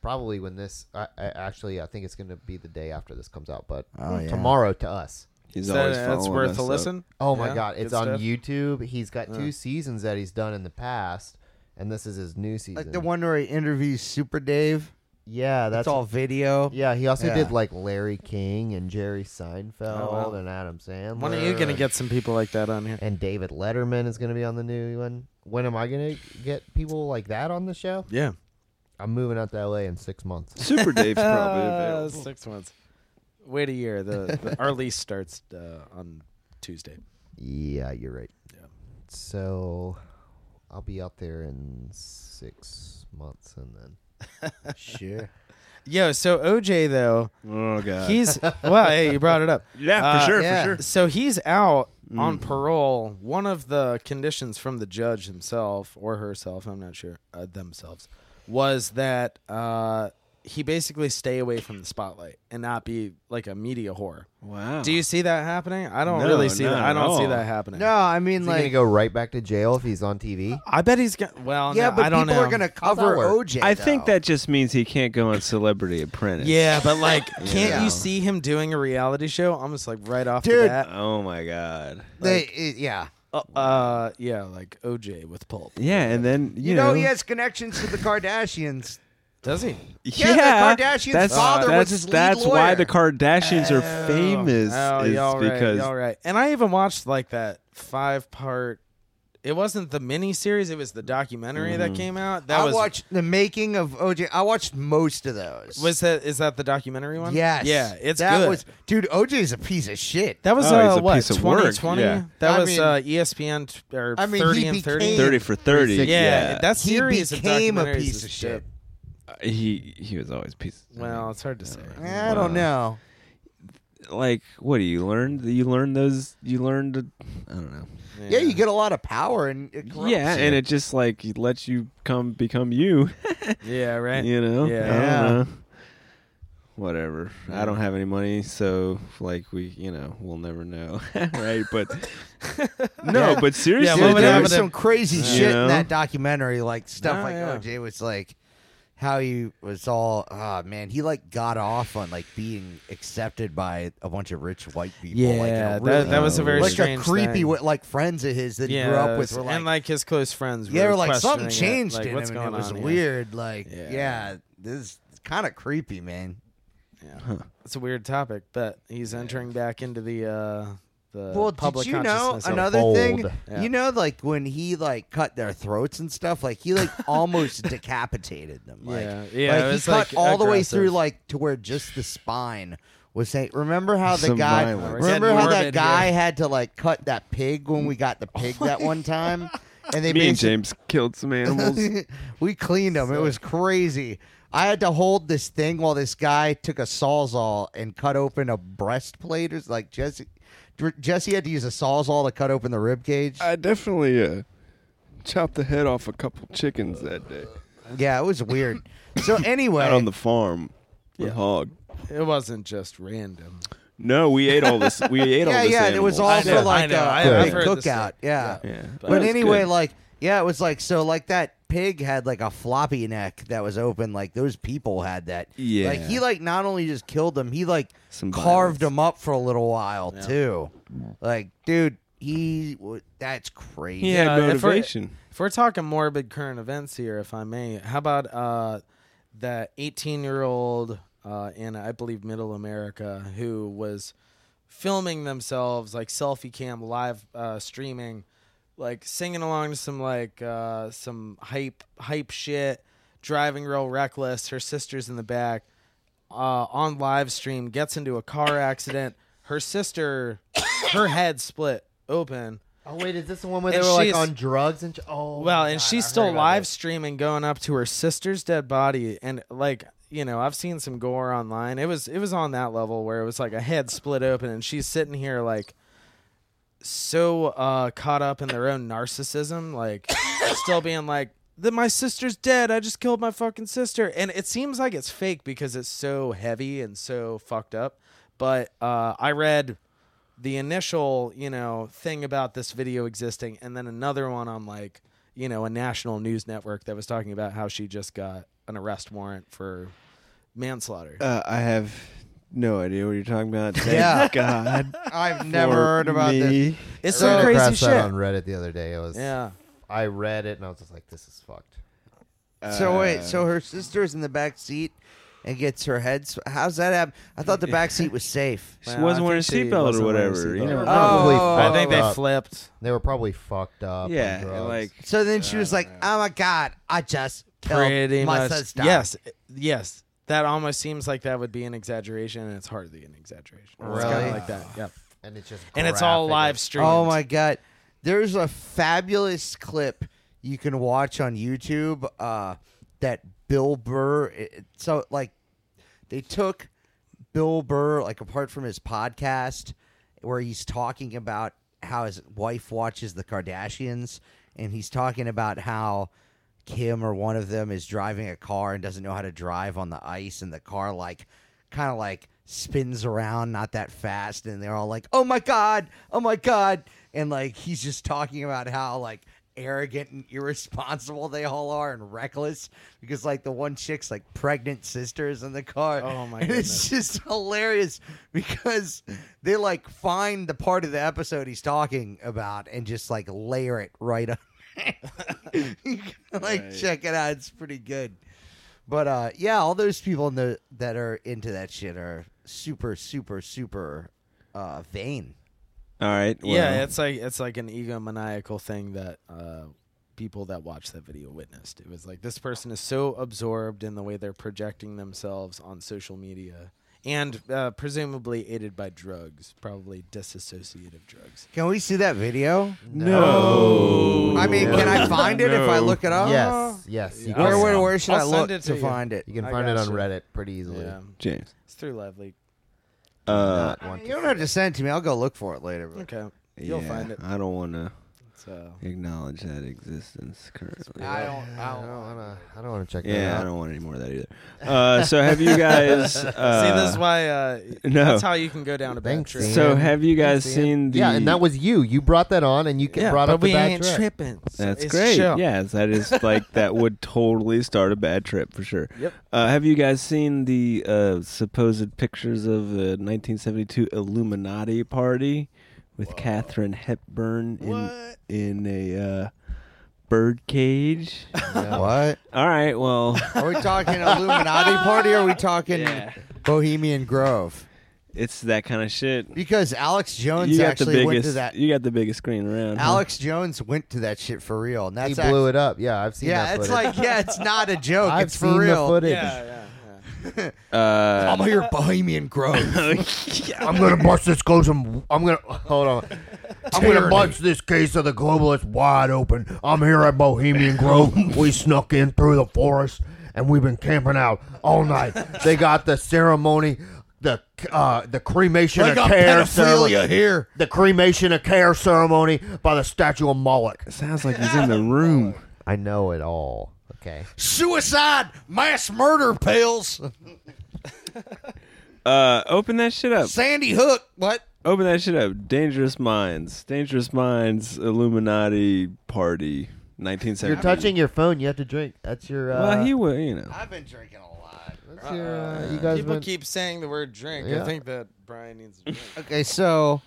S1: Probably when this, I, I, actually, I think it's going to be the day after this comes out, but
S4: Oh, yeah.
S1: tomorrow to us.
S7: He's
S2: So
S7: always
S2: that's
S7: following
S2: worth
S7: us
S2: a
S7: up.
S2: listen.
S1: Oh my
S2: Yeah,
S1: God, it's
S2: good
S1: on
S2: stuff.
S1: YouTube. He's got two seasons that he's done in the past, and this is his new season.
S4: Like the one where he interviews Super Dave.
S1: yeah,
S4: That's
S1: that's
S4: all video.
S1: Yeah, he also
S4: Yeah.
S1: did like Larry King and Jerry Seinfeld
S2: Oh, wow.
S1: and Adam Sandler.
S2: When are you gonna get some people like that on here?
S1: And David Letterman is going to be on the new one. When am I going to get people like that on the show?
S2: Yeah,
S1: I'm moving out to LA in six months.
S7: Super Dave's
S4: (laughs)
S7: probably
S2: uh,
S7: available.
S2: six months. Wait a year. The, the (laughs) our lease starts uh, on Tuesday.
S1: Yeah, you're right. So I'll be out there in six months and then.
S4: (laughs) Sure.
S2: Yo, so OJ though,
S7: Oh god.
S2: he's
S7: (laughs)
S2: well. Hey, you brought it up.
S7: yeah,
S2: Uh,
S7: for sure, Mm.
S4: yeah.
S7: for sure.
S2: So he's out on parole. One of the conditions from the judge himself or herself, I'm not sure, uh, themselves, was that uh, he basically stay away from the spotlight and not be like a media whore.
S7: Wow.
S2: Do you see that happening? I don't
S7: No,
S2: really see
S7: not
S2: that. I
S7: at
S2: don't see
S7: all.
S2: that happening.
S4: No, I mean
S1: Is he
S4: like
S1: gonna go right back to jail if he's on TV?
S2: I bet he's got. Well,
S4: yeah,
S2: no,
S4: but
S2: I don't
S4: people
S2: know.
S4: are gonna
S1: How's that
S4: cover
S1: work?
S4: OJ.
S7: I think
S4: though.
S7: that just means he can't go on Celebrity Apprentice.
S2: Yeah,
S4: (laughs)
S2: but like, can't
S4: Yeah.
S2: you see him doing a reality show? Almost like right off the
S4: Dude.
S2: bat.
S7: Oh my god.
S4: they, it- yeah.
S2: Uh, yeah, like OJ with pulp.
S7: Yeah, and then you,
S4: You
S7: (laughs)
S4: know, he has connections to the Kardashians.
S2: Does he?
S4: Yeah, the Kardashians'
S7: that's,
S4: father
S7: that's,
S4: was his lead
S7: That's why
S4: lawyer.
S7: the Kardashians are famous
S2: Oh,
S7: is
S2: y'all right,
S7: because
S2: y'all right. And I even watched like that five part. It wasn't the mini series; it was the documentary that came out. That
S4: Mm-hmm. I
S2: was
S4: watched the making of OJ. I watched most of those.
S2: was that is that the documentary one?
S4: yes,
S2: yeah, it's
S4: that
S2: good.
S4: was dude. OJ's a piece of shit.
S2: that was
S7: Oh,
S2: uh,
S7: he's a
S2: what
S7: piece of work,
S2: 2020.
S7: yeah.
S2: That
S4: I
S2: was
S4: mean-
S2: uh, ESPN t- or
S4: I mean,
S2: thirty
S4: he
S2: and thirty.
S4: became-
S7: 30 for 30.
S2: Yeah,
S7: Yeah.
S2: that
S4: he
S2: series
S4: became
S2: of
S4: a
S2: documentaries
S4: piece
S2: is
S4: of shit.
S7: he he was always piece
S2: Well, it's hard to say.
S4: I don't know.
S7: like what do you learn? You learn those you learn to I don't know.
S4: Yeah. you get a lot of power and it corrupts
S7: Yeah,
S4: you.
S7: and it just like lets you come become you. (laughs)
S2: yeah, right.
S7: you know?
S2: Eh, Yeah.
S7: I don't know. Whatever. I don't have any money, so like we, you know, we'll never know, (laughs) right? But no, but seriously,
S2: what would
S7: dude,
S4: there
S2: happen
S4: was
S2: if-
S4: some crazy
S7: You
S4: shit
S7: know?
S4: in that documentary, like stuff
S2: No,
S4: like
S2: yeah.
S4: OJ was like how he was all ah man, he like got off on like being accepted by a bunch of rich white people. like, in
S2: Yeah,
S4: a
S2: that-
S4: really-
S2: that was a very
S4: like
S2: strange
S4: a creepy
S2: thing.
S4: wi- like friends of his that
S2: yeah,
S4: he grew up with were
S2: and like his close friends.
S4: yeah,
S2: were
S4: were like something
S2: questioning it,
S4: changed
S2: like,
S4: in
S2: what's
S4: him,
S2: going
S4: and it was
S2: on here?
S4: weird. Like
S2: Yeah.
S4: yeah, this is kind of creepy, man.
S2: It's a weird topic, but he's entering back into the uh, the
S4: well,
S2: public
S4: did you know
S2: consciousness of-
S4: another
S1: bold.
S4: thing?
S2: Yeah.
S4: You know, like when he like cut their throats and stuff, like he like
S2: (laughs)
S4: almost decapitated them. Like,
S2: Yeah, yeah,
S4: like,
S2: it
S4: he
S2: was,
S4: cut
S2: like,
S4: all the way
S2: aggressive.
S4: through, like to where just the spine was saying. Remember how the
S7: Some
S4: guy?
S7: violence.
S4: Remember
S2: Getting
S4: how that
S2: morbid
S4: guy
S2: here.
S4: had to like cut that pig when we
S2: (laughs)
S4: got the pig that one time, and they
S7: me and
S4: basically-
S7: James killed some animals.
S4: (laughs) we cleaned them. It was crazy. I had to hold this thing while this guy took a sawzall and cut open a breastplate. Or s- like Jesse, Dr- Jesse had to use a sawzall to cut open the rib cage.
S7: I definitely uh, chopped the head off a couple chickens that day
S4: yeah, it was
S2: (laughs)
S4: weird. so anyway,
S7: out on the farm with hog.
S2: It wasn't just random.
S7: No, we ate all this. We ate all
S4: yeah,
S7: this.
S4: yeah, and it was
S7: animal.
S4: all
S2: I know,
S4: for like
S2: I know.
S4: a-
S2: I-
S4: a
S2: I've
S4: big
S2: heard this
S4: cookout.
S2: story.
S4: Yeah.
S7: Yeah,
S4: But,
S7: it was
S4: anyway,
S7: good.
S4: like yeah, it was like so like that pig had like a floppy neck that was open. Like those people had that.
S7: Yeah.
S4: Like he like not only just killed them, he like
S7: Some violence.
S4: carved them up for a little while too. Like dude, he w- that's crazy.
S7: he had
S2: Yeah, if we're-
S7: motivation.
S2: If we're talking morbid current events here, if I may, how about uh, the 18 year old uh, in, I believe, middle America who was filming themselves, like selfie cam, live uh, streaming, like singing along to some like uh, some hype, hype shit, driving real reckless. Her sister's in the back uh, on live stream, gets into a car accident. Her sister, her head split open.
S1: Oh wait, is this the one where
S2: And
S1: they were like
S2: she's-
S1: on drugs and? ch- Oh,
S2: Well,
S1: my
S2: and
S1: God,
S2: she's
S1: I heard
S2: still
S1: about
S2: live
S1: this.
S2: streaming going up to her sister's dead body and like you know, I've seen some gore online. It was it was on that level where it was like a head split open and she's sitting here like so uh caught up in their own narcissism, like still being like that my sister's dead. I just killed my fucking sister. And it seems like it's fake because it's so heavy and so fucked up. But uh I read the initial, you know, thing about this video existing, and then another one on like, you know, a national news network that was talking about how she just got an arrest warrant for manslaughter.
S3: Uh, I have no idea what you're talking about. Thank
S12: Yeah.
S3: God.
S2: (laughs)
S12: I've never heard about this.
S3: me.
S2: it's
S1: I
S2: some
S1: ran
S2: crazy
S1: across
S2: shit.
S1: that on Reddit the other day. I was
S2: yeah.
S1: I read it and I was just like, this is fucked.
S4: So wait,
S2: Uh.
S4: so her sister's in the back seat and gets her head. Sw- How's that happen? I
S2: (laughs)
S4: thought the back seat was safe.
S3: She
S2: Well,
S3: wasn't
S2: I
S3: wearing a
S2: think she
S3: seatbelt
S2: wasn't
S3: or
S2: wearing a
S3: whatever.
S1: They
S3: You
S2: seatbelt.
S1: were
S3: know?
S1: probably
S4: Oh,
S2: I
S1: fucked
S2: think they
S1: up.
S2: flipped.
S1: They were probably fucked up. on
S3: yeah,
S1: drugs.
S3: like
S4: So then she was like, "Oh my god, I just killed
S2: Pretty
S4: my
S2: much.
S4: sister."
S2: Yes. Yes. That almost seems like that would be an exaggeration, and it's hardly an exaggeration. It's kind
S1: Really?
S2: of like that. Yeah.
S1: and it's just
S2: And it's all
S1: graphic.
S2: live streamed.
S4: Oh my god, there's a fabulous clip you can watch on YouTube uh, that Bill Burr. It, so like, they took Bill Burr like apart from his podcast where he's talking about how his wife watches the Kardashians, and he's talking about how. Kim or one of them is driving a car and doesn't know how to drive on the ice, and the car like kind of like spins around not that fast, and they're all like, "Oh my god, oh my god," and like he's just talking about how like arrogant and irresponsible they all are and reckless because like the one chick's like pregnant sisters in the car.
S2: Oh, my
S4: And (laughs) it's just hilarious because they like find the part of the episode he's talking about and just like layer it right up (laughs) you can, like check it out. It's pretty good. But uh, yeah, all those people in the, that are into that shit are super, super, super uh, vain.
S3: all right. Well,
S2: yeah, it's like it's like an egomaniacal thing that uh, people that watched that video witnessed. It was like this person is so absorbed in the way they're projecting themselves on social media, and uh, presumably aided by drugs, probably disassociative drugs.
S4: Can we see that video?
S3: no.
S4: I mean, can I find it if I
S3: No.
S4: look it up?
S1: Yes, yes. you
S4: Uh-huh. Where,
S1: can.
S4: where, where should
S2: I'll
S4: i look
S2: send it
S4: to,
S2: to you.
S4: find it?
S1: You can
S2: I
S1: find it on
S2: gotcha.
S1: Reddit pretty easily.
S2: Yeah,
S3: James.
S2: it's through LiveLeak.
S3: Uh,
S4: I mean, you don't have to send it to me. I'll go look for it later. But
S2: Okay, you'll
S3: yeah,
S2: find it.
S3: I don't want to
S2: So
S3: acknowledge that existence currently.
S1: I don't. I don't want to. I don't want to check that
S3: Yeah,
S1: out.
S3: I don't want any more of that either. Uh, so have
S2: (laughs)
S3: you guys? Uh,
S2: see, this is why uh,
S3: (laughs) no.
S2: that's how you can go down a bad
S1: Thanks,
S2: trip.
S1: Ian.
S3: So have you guys
S1: See it?
S3: seen the?
S1: Yeah, and that was you. You brought that on, and you ca-
S2: yeah,
S1: brought
S2: but
S1: up
S2: we
S1: the bad
S2: ain't
S1: trip.
S2: tripping. so
S3: That's
S2: it's
S3: great.
S2: chill.
S3: Yeah, that is like that
S4: (laughs)
S3: would totally start a bad trip for sure.
S2: Yep.
S3: Uh, have you guys seen the uh, supposed pictures of the 1972 Illuminati party with Katharine Hepburn in in a uh, bird
S4: (laughs)
S3: cage?
S4: What?
S3: All right. Well,
S4: (laughs) Are we talking Illuminati party or are we talking
S3: Yeah.
S4: Bohemian Grove?
S3: it's that kind of shit.
S4: Because Alex Jones
S3: you got the
S4: actually
S3: biggest.
S4: went to
S3: (laughs)
S4: that.
S3: You got the biggest screen around. huh?
S4: Alex Jones went to that shit for real. And
S1: He
S4: that's
S1: blew it up. Yeah, I've seen.
S4: Yeah,
S1: that
S4: it's
S1: footage.
S4: like yeah,
S3: (laughs)
S4: it's not a joke.
S1: I've
S4: it's
S1: seen
S4: for real.
S1: the footage.
S2: Yeah, yeah, yeah.
S3: Uh,
S4: I'm
S3: (laughs)
S4: here, Bohemian Grove.
S1: I'm gonna bust this case. I'm, I'm gonna hold on. I'm gonna bust this case of the globalists wide open. I'm here at Bohemian Grove. we snuck in through the forest and we've been camping out all night. They got the ceremony, the uh, the cremation
S4: They
S1: of
S4: got
S1: care
S4: pedophilia
S1: ceremony.
S4: here.
S1: The cremation of care ceremony by the statue of Moloch.
S3: sounds like he's in
S4: (laughs)
S3: the room.
S1: I know it all. Okay.
S4: Suicide, mass murder pills.
S3: Uh, open that shit up.
S4: Sandy Hook. What?
S3: Open that shit up. Dangerous Minds. Dangerous Minds Illuminati Party. 1970.
S1: You're touching your phone. You have to drink. That's your. Uh,
S3: Well, he would, you know.
S4: I've been drinking a lot.
S1: that's your, uh, you guys
S2: People
S1: been-
S2: keep saying the word drink.
S1: Yeah.
S2: I think that Brian needs a drink.
S4: Okay, so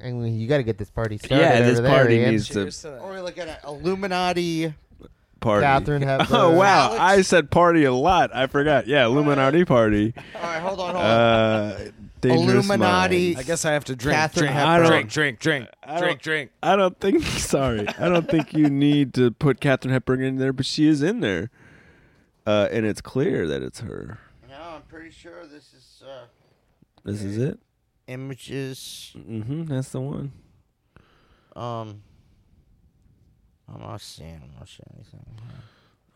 S1: and you got to get this party started.
S3: yeah, this
S1: over there,
S3: party
S1: Ian.
S3: needs to
S2: Cheers to that.
S4: are we looking at Illuminati?
S1: (laughs)
S3: party. (laughs)
S1: Catherine Hepburn.
S3: Oh wow,
S4: Alex-
S3: I said party a lot. I forgot. Yeah, Illuminati party.
S4: All right, hold on, hold on.
S3: Uh, Dangerous
S4: Illuminati.
S3: Minds.
S2: I guess I have to drink.
S4: Catherine
S2: drink,
S3: Hepburn.
S2: drink, drink, drink,
S3: I
S2: drink,
S3: don't-
S2: drink.
S3: I don't think. (laughs) Sorry, I don't think you need to put Catherine Hepburn in there, but she is in there, uh, and it's clear that it's her.
S4: no, I'm pretty sure this is uh,
S3: This is it.
S4: images.
S3: Mm-hmm. That's the one.
S4: Um, I'm not seeing. I'm not seeing anything.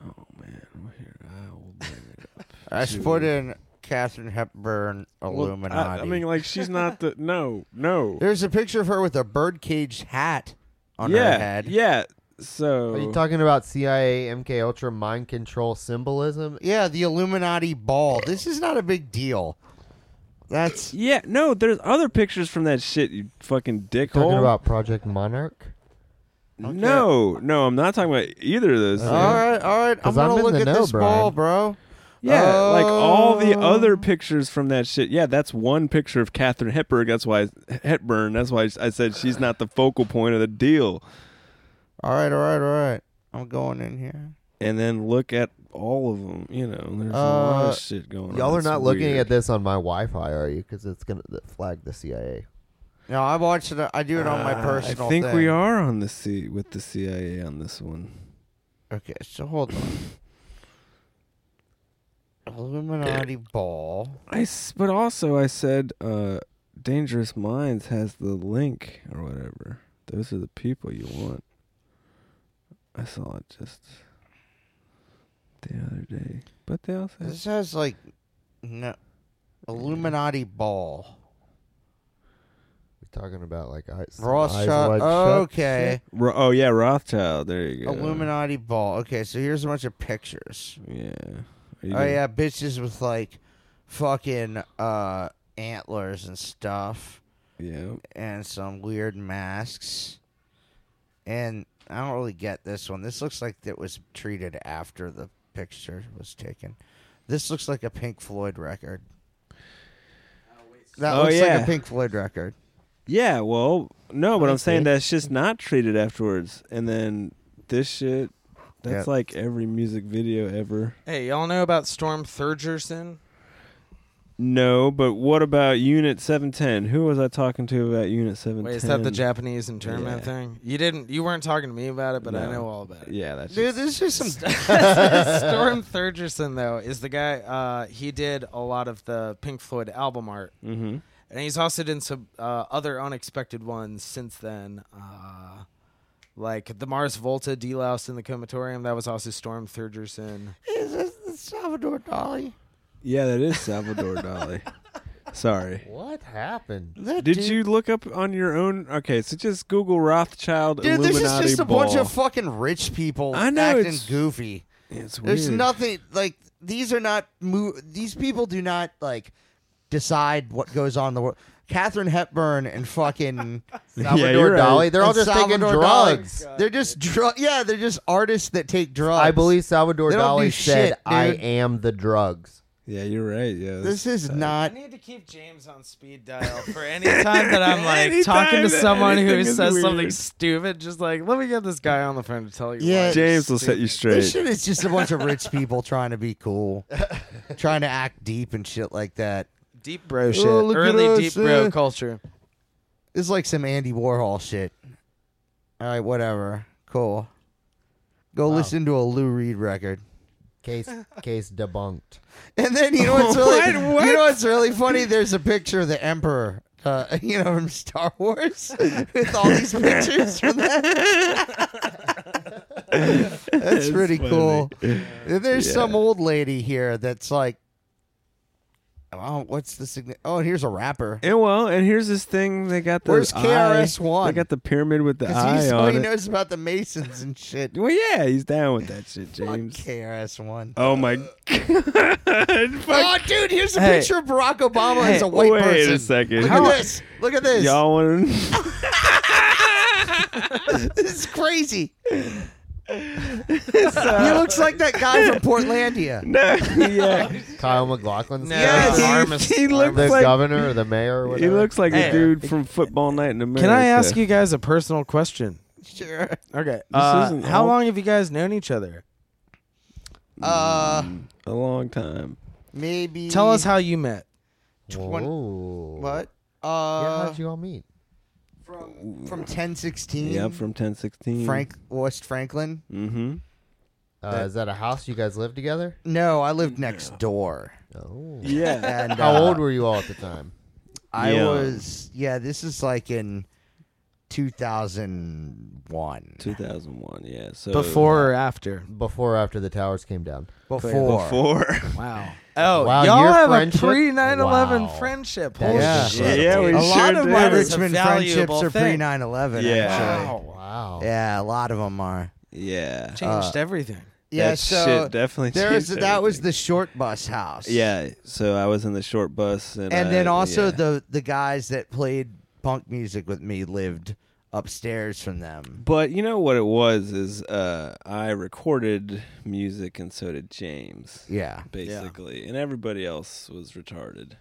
S3: Oh man, we're here. I will bring it up.
S4: Uh, I just put in Catherine Hepburn
S3: Well, I-
S4: Illuminati.
S3: I, mean, like she's
S1: (laughs)
S3: not the no, no.
S4: there's a picture of her with a birdcage hat on
S3: yeah,
S4: her head.
S3: yeah. So
S1: Are you talking about CIA, MK Ultra, mind control, symbolism?
S4: Yeah, the Illuminati
S1: Oh,
S4: ball. This is not a big deal. That's
S3: yeah, no. There's other pictures from that shit. You fucking dickhole.
S1: Talking about Project Monarch?
S3: no, no. I'm not talking about either of those.
S4: all
S1: Uh,
S3: things.
S4: right. All right, I'm
S1: 'Cause I'm
S4: gonna
S1: in
S4: look
S1: the
S4: at
S1: know,
S4: this ball, bro.
S3: Yeah, like all the
S4: Oh.
S3: other pictures from that shit. Yeah, that's one picture of Catherine Hepburn. That's why Hepburn. That's why I said she's not the focal point of the deal.
S4: All right, all right, all right. I'm going in here.
S3: And then look at all of them. You know, there's a lot
S1: Uh,
S3: of shit going on.
S1: Y'all are
S3: It's
S1: not looking
S3: weird.
S1: at this on my Wi-Fi, are you? Because it's gonna th- flag the CIA.
S4: No, I watch it. I do it on my
S3: Uh,
S4: personal.
S3: I think
S4: thing.
S3: we are on the C with the CIA on this one.
S4: Okay, so hold on. Illuminati ball.
S3: I s- but also I said uh Dangerous Minds has the link or whatever. Those are the people you want. I saw it just the other day. But they also have,
S4: This has like no Illuminati ball.
S1: We're talking about like eyes, some eyes
S4: Rothschild.
S1: wide shut
S4: Okay.
S3: Ro- oh yeah, Rothschild. There you go.
S4: Illuminati ball. Okay, so here's a bunch of pictures.
S3: Yeah. Are you
S4: Oh
S3: gonna-
S4: yeah, bitches with like fucking uh antlers and stuff
S3: Yeah.
S4: and some weird masks. And I don't really get this one. This looks like it was treated after the picture was taken. This looks like a Pink Floyd record. That
S3: Oh,
S4: looks like
S3: yeah.
S4: a Pink Floyd record.
S3: Yeah, well, no, but I'm saying that shit's not treated afterwards. And then this shit that's
S4: Yeah.
S3: like every music video ever.
S2: Hey, y'all know about Storm Thurgerson?
S3: No, but what about Unit 710? Who was I talking to about Unit 710?
S2: Wait, is that the Japanese internment
S3: Yeah.
S2: thing? You didn't. You weren't talking to me about it, but I
S3: No.
S2: know all about it.
S3: Yeah, that's
S4: Dude, this is
S3: (laughs)
S4: some
S2: Storm Thurgerson though is the guy. Uh, he did a lot of the Pink Floyd album art,
S3: Mm-hmm.
S2: and he's also done some uh, other unexpected ones since then. Uh, like the Mars Volta, Delouse in the Comatorium. That was also Storm Thurgerson.
S4: Is this the Salvador Dali?
S3: Yeah, that is Salvador
S4: (laughs)
S3: Dali. Sorry.
S1: What happened?
S4: That
S3: Did
S4: dude-
S3: you look up on your own? Okay, so just Google Rothschild
S4: Dude, this
S3: Illuminati
S4: is just a
S3: ball.
S4: bunch of fucking rich people
S3: I know,
S4: acting
S3: it's-
S4: goofy.
S3: it's weird.
S4: There's nothing like these are not mo- these people do not like decide what goes on in the world. Catherine Hepburn and
S1: (laughs)
S4: fucking
S1: Salvador
S3: you're right.
S1: Dali. They're all
S4: and
S1: just
S4: Salvador
S1: taking
S4: Dali.
S1: drugs. Oh
S4: They're just drug. Yeah, they're just artists that take drugs.
S1: I believe Salvador
S4: They don't do
S1: Dali said,
S4: shit,
S1: "I
S4: dude.
S1: am the drugs."
S3: Yeah, you're right. Yeah.
S4: this is not.
S2: I need to keep James on speed dial for any time that I'm like talking
S3: Anytime
S2: to
S3: that
S2: someone who
S3: anything is
S2: says something
S3: weird.
S2: stupid. Just like let me get this guy on the phone to tell you.
S4: Yeah.
S2: why it's
S3: James will set
S2: stupid.
S3: you
S4: This
S3: straight.
S4: shit is just a bunch of rich people trying to be cool,
S1: (laughs)
S4: trying to act deep and shit like that.
S2: deep bro shit.
S4: look at
S2: Early
S4: us,
S2: deep bro
S4: uh,
S2: culture.
S4: This is like some Andy Warhol shit. All right, whatever. Cool. Go listen to a Lou Reed record.
S1: Case case
S4: (laughs)
S1: debunked.
S4: And then you know what's really
S3: (laughs)
S4: you know what's really funny? There's a picture of the Emperor, uh, (laughs) you know, from Star Wars, (laughs) with all these pictures from that. (laughs) that's pretty cool. And there's some old lady here that's like, oh, what's the sign? Oh, here's a rapper.
S3: And well, and here's this thing they got the
S4: Where's
S3: eye-
S4: KRS-One?
S3: They got the pyramid with the
S4: Because
S3: eye
S4: he's all
S3: on
S4: he
S3: it.
S4: knows about the Masons and
S3: (laughs)
S4: shit.
S3: Well, yeah, he's down with that shit, James.
S4: KRS
S3: (laughs)
S4: One.
S3: Oh my (laughs) god! Fuck.
S4: Oh, dude, here's a
S2: Hey.
S4: picture of Barack Obama as a white
S3: Wait
S4: person.
S3: a second.
S4: Look
S3: How-
S4: at this. Look at this.
S3: Y'all want?
S4: (laughs) This is crazy. he looks like that guy from Portlandia.
S3: (laughs) no, yeah.
S1: Kyle McLaughlin's
S2: No.
S4: Yes.
S2: Arm-
S3: he looks
S1: the
S3: like
S1: governor or the mayor. Or
S3: he
S1: whatever.
S3: looks like
S2: Hey.
S3: a dude from Football Night in America.
S2: Can I ask you guys a personal question?
S4: (laughs) Sure.
S2: Okay. Uh,
S3: isn't
S2: how
S3: all-
S2: long have you guys known each other?
S4: Uh,
S3: a long time?
S4: maybe.
S2: Tell us how you met.
S4: twen-
S1: Whoa.
S4: What?
S1: Yeah,
S4: Uh,
S1: how'd you all meet?
S4: from from ten sixteen.
S3: Yeah, from ten sixteen.
S4: Mm. Frank West Franklin.
S3: Mm-hmm.
S1: Uh, is that a house you guys lived together?
S4: No, I lived next
S3: (laughs)
S4: door.
S1: No.
S3: Yeah. (laughs)
S4: And
S1: How
S4: uh,
S1: old were you all at the time?
S4: I
S3: Yeah.
S4: was? Yeah, this is like in two thousand one.
S3: 2001. Yeah. So
S2: Before or after?
S1: Before or after the towers came down?
S4: Before.
S3: Before. (laughs)
S2: Wow. Oh,
S1: Wow,
S2: y'all
S1: your
S2: have
S1: friendship?
S2: a pre 9 11
S1: Wow.
S2: friendship.
S1: That
S2: Holy
S4: is
S2: shit.
S1: shit.
S3: Yeah, we
S2: a
S3: sure
S2: lot of
S3: did.
S2: my
S4: My
S3: That's
S2: Richmond
S4: Richmond friendships are pre
S2: thing.
S4: 9 11.
S3: Yeah.
S4: Actually.
S1: wow.
S4: Yeah, a lot of them are.
S3: Yeah.
S2: Changed everything.
S4: Yeah,
S3: that
S4: so
S3: shit definitely
S4: there
S3: changed
S4: was- that was
S3: everything.
S4: the short bus house.
S3: Yeah, so I was in the short bus, and
S4: and
S3: I-
S4: then also
S3: yeah.
S4: the the guys that played punk music with me lived upstairs from them.
S3: But you know what it was is uh, I recorded music, and so did James, (laughs)
S4: Yeah,
S3: basically, and everybody else was retarded.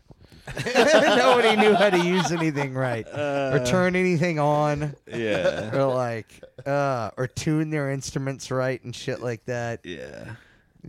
S4: (laughs) nobody knew how to use anything
S3: (laughs)
S4: right or turn anything on
S3: Uh,
S4: (laughs)
S3: Yeah,
S4: or like uh, or tune their instruments right and shit like that.
S3: yeah,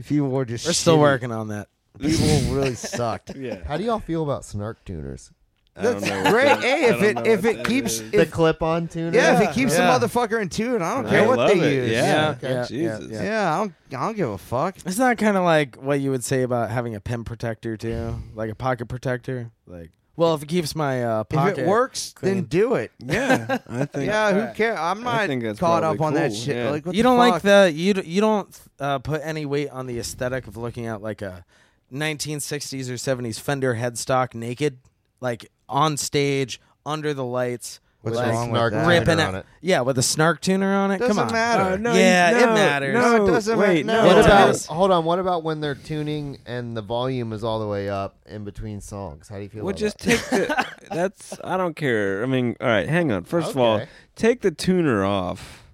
S4: People were just
S2: We're still
S4: shitty.
S2: working on that.
S3: (laughs)
S4: People really sucked.
S3: yeah.
S1: How do y'all feel about snark tuners?
S3: I don't know what
S4: Great.
S3: that-
S4: Hey,
S3: I
S4: if
S3: don't know
S4: it if
S3: what
S4: it
S3: that
S4: keeps
S3: is.
S1: The
S4: if,
S1: clip-on tuner.
S4: yeah, if it keeps
S2: Yeah.
S4: the motherfucker in tune, I don't
S3: I
S4: care what
S3: love
S4: they
S3: it.
S4: use.
S3: Yeah,
S2: Yeah, yeah,
S3: Jesus.
S2: yeah,
S4: Yeah, I don't I don't give a fuck.
S2: It's not kind of like what you would say about having a pen protector too, like a pocket protector. Like, well, if it keeps my uh,
S4: If
S2: pocket,
S4: it works, then
S2: clean.
S4: do it.
S3: Yeah, I think.
S4: Yeah, who cares? I'm
S3: I
S4: not
S3: think that's
S4: caught up
S3: probably
S4: on that
S3: cool,
S4: shit.
S3: yeah.
S4: Like, what
S2: you
S4: the
S2: don't
S4: fuck?
S2: like the you d- you don't uh, put any weight on the aesthetic of looking at like a 1960s or 70s Fender headstock naked, like on stage under the lights.
S1: What's
S2: like,
S1: wrong with that?
S2: Ripping
S1: Tuner on it.
S2: Yeah, with a snark tuner on it.
S4: Doesn't
S2: Come on.
S4: matter.
S3: Uh, no,
S2: Yeah,
S3: no,
S2: it matters.
S3: No,
S4: No, it doesn't
S3: wait,
S4: matter.
S3: No,
S1: What
S4: Oh,
S3: it
S1: about?
S3: does.
S1: Hold on. What about when they're tuning and the volume is all the way up in between songs? How do you feel?
S3: Well,
S1: about
S3: just
S1: that?
S3: take
S4: (laughs)
S3: the. That's. I don't care. I mean, all right. Hang on. First of all,
S1: Okay.
S3: take the tuner off.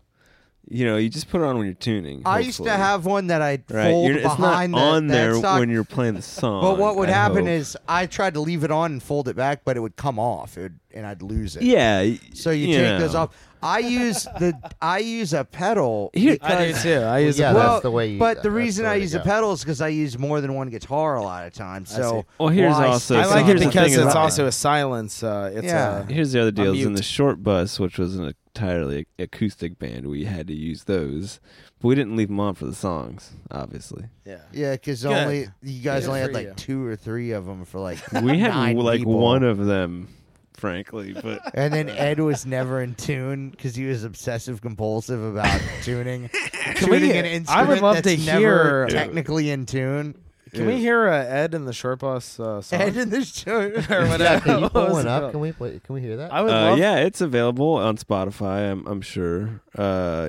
S3: You know, you just put it on when you're tuning.
S4: I used to
S3: hopefully.
S4: have one that I
S3: Right,
S4: fold
S3: You're- it's not
S4: behind the
S3: on
S4: the
S3: there
S4: headstock,
S3: when you're playing the song.
S4: But what would
S3: I
S4: happen
S3: hope.
S4: is I tried to leave it on and fold it back, but it would come off, it would, and I'd lose it.
S3: yeah. y-
S4: So you, take those
S3: know.
S4: off. I use the I use a pedal.
S3: Here-
S2: I do
S4: because-
S2: too. I use
S1: yeah,
S2: a
S1: that's
S4: well,
S1: the way you-
S4: but the
S1: that's
S4: reason
S1: the way
S4: I
S1: to
S4: use a
S1: go.
S4: pedal is because I use more than one guitar a lot of times.
S2: see.
S4: So
S3: Well, here's
S4: why stick
S3: also-
S2: I like
S3: Here's
S2: it
S4: on
S3: the
S2: because
S3: thing
S2: it's
S3: about
S2: also
S3: it.
S2: a silence. Uh, it's
S4: Yeah.
S2: a,
S3: Here's the other deal: is in
S2: mute.
S3: the short bus, which was an entirely acoustic band, we had to use those, but we didn't leave them on for the songs, obviously.
S2: yeah.
S4: Yeah, because
S2: Good.
S4: only you guys
S2: Good
S4: only had
S2: for
S4: like
S2: you.
S4: two or three of them for like
S3: (laughs) We had
S4: nine
S3: like
S4: people.
S3: one of them, frankly, but uh,
S4: And then Ed was never in tune because he was obsessive compulsive about tuning.
S2: we-
S4: tuning an
S2: I would
S4: instrument
S2: love
S4: that's
S2: to
S4: never
S2: hear-
S4: technically in tune.
S2: Can we hear uh, Ed in the short bus uh, song?
S4: Ed in this (laughs) show.
S2: or
S1: Yeah,
S2: whatever.
S1: can you
S2: What
S1: pull
S2: was
S1: one
S2: it
S1: up?
S2: called?
S1: Can we play? Can we hear that?
S2: I would
S3: uh,
S2: love.
S3: yeah, it's available on Spotify. I'm, I'm sure. Uh,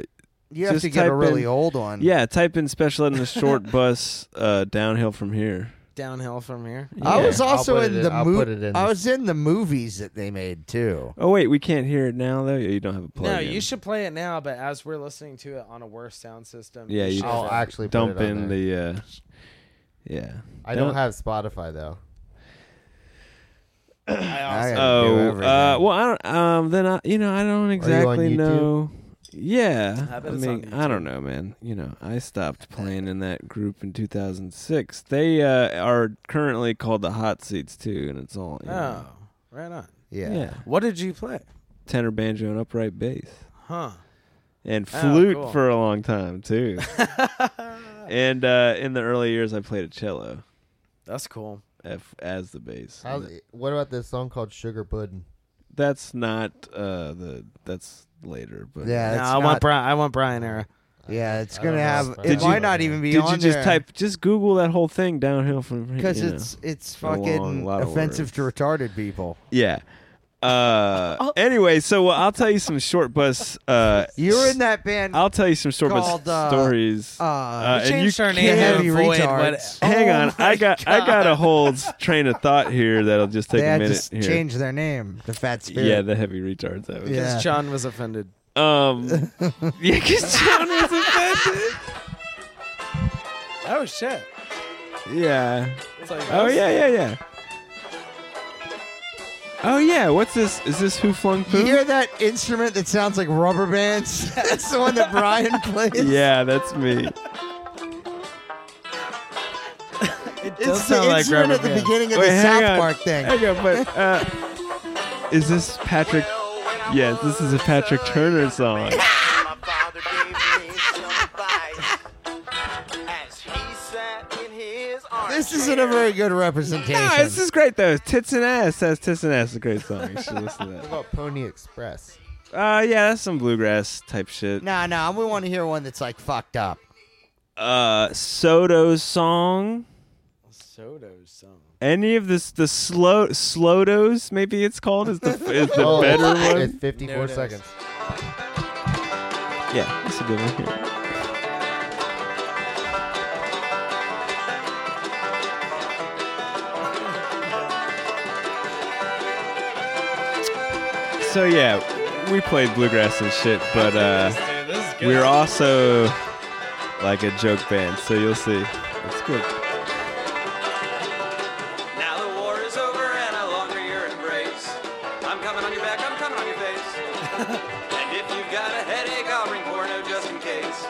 S4: You have
S3: Just
S4: to get a
S3: type
S4: really
S3: in-
S4: old one.
S3: yeah, type in special ed in the short bus uh, downhill from here.
S2: downhill from here.
S4: I
S3: Yeah.
S4: was
S1: I'll
S4: also
S1: put
S4: in
S1: it in-
S4: the
S1: I'll put it
S4: movie.
S1: in
S4: I
S1: this.
S4: was in the movies that they made too.
S3: Oh wait, we can't hear it now though. You don't have a plug.
S2: No, you should play it now, but as we're listening to it on a worse sound system,
S3: Yeah, you
S2: should-
S4: Oh,
S1: I'll actually put
S3: dump
S1: it on
S3: in
S1: there.
S3: the. Uh, yeah,
S1: I don't have Spotify though.
S4: I gotta do
S3: Oh,
S4: everything.
S3: uh, well, I don't. Um, then I, you know, I don't exactly
S1: YouTube?
S3: know. Yeah,
S2: I
S3: I,
S2: bet it's on
S3: mean, I don't know, man. You know, I
S2: (laughs)
S3: stopped playing in that group in 2006. They uh, are currently called the Hot Seats too, and it's all you
S2: Oh,
S3: know,
S2: right on.
S4: yeah.
S3: yeah,
S2: What did you play?
S3: tenor banjo and upright bass
S2: Huh?
S3: and
S2: Oh,
S3: flute
S2: cool.
S3: for a long time
S2: (laughs)
S3: too. (laughs) and uh, in the early years, I played a cello
S2: That's cool.
S3: af- as the bass.
S1: How's, what about this song called Sugar Pudding?
S3: That's not uh, the. That's later, but
S4: Yeah, it's
S2: No, I want
S4: not-
S2: Brian. I want Brian era.
S4: Yeah, it's
S1: I don't
S4: gonna
S1: know
S4: have.
S1: if I
S4: It
S3: Did
S4: might
S3: you-
S4: not even be
S3: Did
S4: on
S3: you just
S4: there.
S3: type? Just Google that whole thing downhill from (laughs) here,
S4: because
S3: you know.
S4: it's it's
S3: a long
S4: fucking
S3: lot of
S4: offensive to
S3: words.
S4: retarded people.
S3: yeah.
S4: Oh.
S3: Uh, anyway, so well, I'll tell you some short bus. Uh,
S4: You were in that band.
S3: I'll tell you some short
S4: Called,
S3: bus
S4: uh,
S3: stories.
S4: uh,
S3: and you
S2: our
S4: can't
S2: to
S4: be
S2: avoid
S4: retards.
S2: (laughs) what-
S3: hang
S4: Oh
S3: on, I got I got a whole s- train of thought here that'll just take
S4: they
S3: a
S4: had
S3: minute
S4: to
S3: here.
S4: change their name to Fat Spirit.
S3: yeah, the heavy retards. That was
S4: Yeah.
S2: Because John was offended.
S4: (laughs)
S3: Um, yeah, 'cause John was offended.
S2: Oh shit!
S3: Yeah.
S2: It's like,
S3: Oh yeah, yeah, yeah. Oh yeah. What's this? Is this who flung
S4: You
S3: poo?
S4: hear that instrument that sounds like rubber bands? (laughs) That's the one that
S3: (laughs)
S4: Brian plays.
S3: Yeah,
S4: (laughs)
S3: that's me.
S2: It does
S4: It's
S2: sound
S4: the
S2: like
S4: instrument
S2: rubber
S4: at the
S2: band.
S4: beginning of
S3: Wait,
S4: the
S3: hang
S4: South
S3: on.
S4: Park thing.
S3: Hang on, but uh, is this Patrick? Yes, this is a Patrick Turner song.
S9: My father gave me some advice as he sat in his arms.
S4: This isn't a very good representation.
S3: No, this is great though. Tits and ass. That's tits and ass. Is a great song. You should listen to
S1: What about Pony Express?
S3: that. Uh, yeah, that's some bluegrass type shit.
S4: Nah, nah, we want to
S3: (laughs)
S4: hear one that's like fucked up.
S3: Uh, Soto's song.
S2: Soto's song.
S3: Any of this, the slow slotos, maybe it's called, is the is the
S1: (laughs) Oh,
S3: better
S1: it's-
S3: one.
S1: It's 54
S2: There it
S4: (laughs)
S2: is.
S1: seconds.
S3: yeah, that's a good one. Here. So yeah, we played bluegrass and shit, but uh, we're also like a joke band, so you'll see. It's good.
S9: Now the war is over and I long for your embrace. I'm coming on your back, I'm coming on your face. and if you've got a headache, I'll bring porno just in case.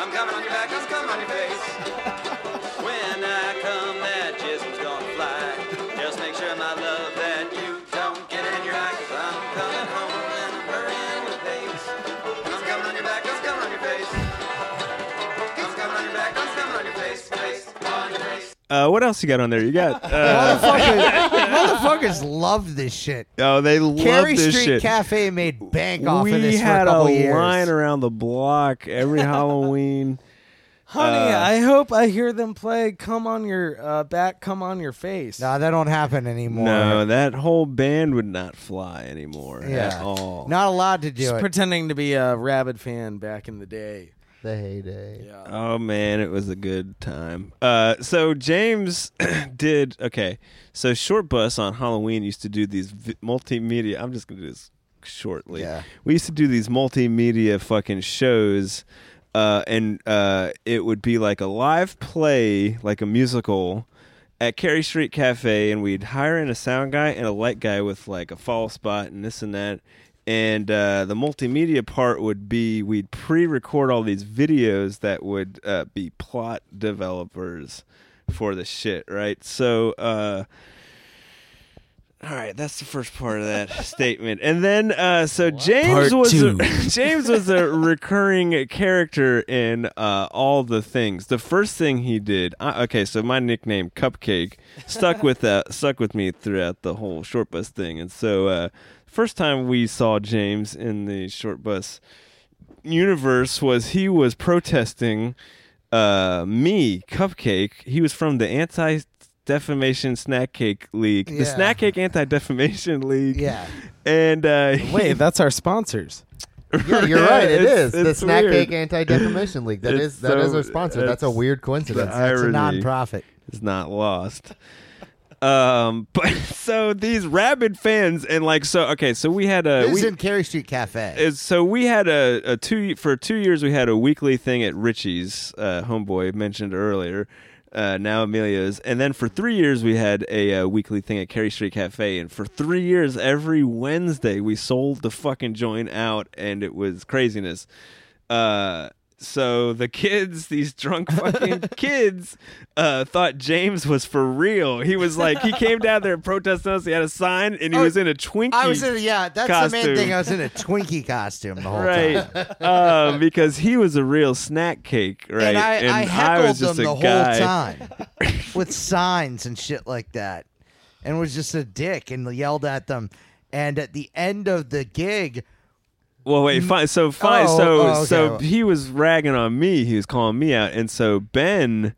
S9: I'm coming on your back, I'm coming on your face. when I come, that jism's gonna fly. Just make sure, my love, that you don't get it in your eye, i I'm coming home and I'm hurrying with pace. I'm coming on your back, I'm coming on your face. I'm coming on your back, I'm coming on your face, face, on your face.
S3: Uh, what else you got on there? You
S4: (laughs)
S3: got uh,
S4: Motherfuckers, motherfuckers love this shit.
S3: oh, they love
S4: Carey
S3: this
S4: Street
S3: shit.
S4: Cafe made bank off
S3: we
S4: of this
S3: had
S4: for a couple
S3: a
S4: years.
S3: line around the block
S4: (laughs)
S3: every Halloween.
S2: Honey,
S3: Uh,
S2: I hope I hear them play "Come on Your uh, Back, Come on Your Face."
S4: no, that don't happen anymore.
S3: no, that whole band would not fly anymore
S4: Yeah.
S3: at all.
S4: not allowed to do
S2: Just
S4: it.
S2: pretending to be a rabid fan back in the day.
S1: The heyday.
S2: Yeah.
S3: Oh man, it was a good time. Uh, so James (clears throat) did okay. So Short Bus on Halloween used to do these vi- multimedia. I'm just gonna do this shortly.
S1: Yeah.
S3: We used to do these multimedia fucking shows, uh, and uh, it would be like a live play, like a musical. At Carey Street Cafe, and we'd hire in a sound guy and a light guy with like a fall spot and this and that. And uh, the multimedia part would be we'd pre record all these videos that would uh, be plot developers for the shit, right? So, uh, all right, that's the first part of that (laughs) statement. And then, uh, so James
S2: Part
S3: was
S2: two.
S3: (laughs) James was
S2: (laughs)
S3: a recurring character in uh, all the things. The first thing he did, I, okay, so my nickname Cupcake stuck with
S2: (laughs)
S3: that, stuck with me throughout the whole short bus thing. And so, uh, first time we saw James in the short bus universe was he was protesting uh, me, Cupcake. He was from the anti defamation snack cake league, the
S4: Yeah.
S3: snack cake anti defamation league.
S4: yeah.
S3: And uh, (laughs)
S2: Wait, that's our sponsors.
S1: Yeah, you're right. It
S3: It's-
S1: is the
S3: it's
S1: Snack
S3: weird.
S1: Cake Anti Defamation League. That
S3: It's
S1: is that is
S3: so-
S1: our sponsor. That's a
S3: it's-
S1: weird
S3: (laughs) The
S1: coincidence.
S4: It's a
S3: irony
S4: nonprofit.
S3: is not lost. Um, (laughs) but so these rabid fans and like so okay, so we had a
S4: This is
S3: we,
S4: in Carey Street Cafe.
S3: is- so we had a, a two for two years we had a weekly thing at Richie's uh, homeboy mentioned earlier. Uh, now Amelia's, and then for three years we had a uh, weekly thing at Carey Street Cafe, and for three years every Wednesday we sold the fucking joint out, and it was craziness. Uh, so the kids, these drunk
S4: (laughs)
S3: fucking kids, uh, thought James was for real. He was like, he came down there and protested us. He had a sign, and he
S4: Oh,
S3: was in a Twinkie.
S4: I was in yeah, that's the
S3: costume.
S4: main thing. I was in a Twinkie costume the whole
S3: right
S4: time. (laughs)
S3: uh, because he was a real snack cake right
S4: And I, I heckled
S3: was just
S4: them the
S3: a guy
S4: whole time with signs and shit like that. And was just a dick and yelled at them. And at the end of the gig,
S3: well wait fine so fine
S4: Mm. Oh,
S3: so
S4: oh, okay.
S3: so he was ragging on me he was calling me out and so ben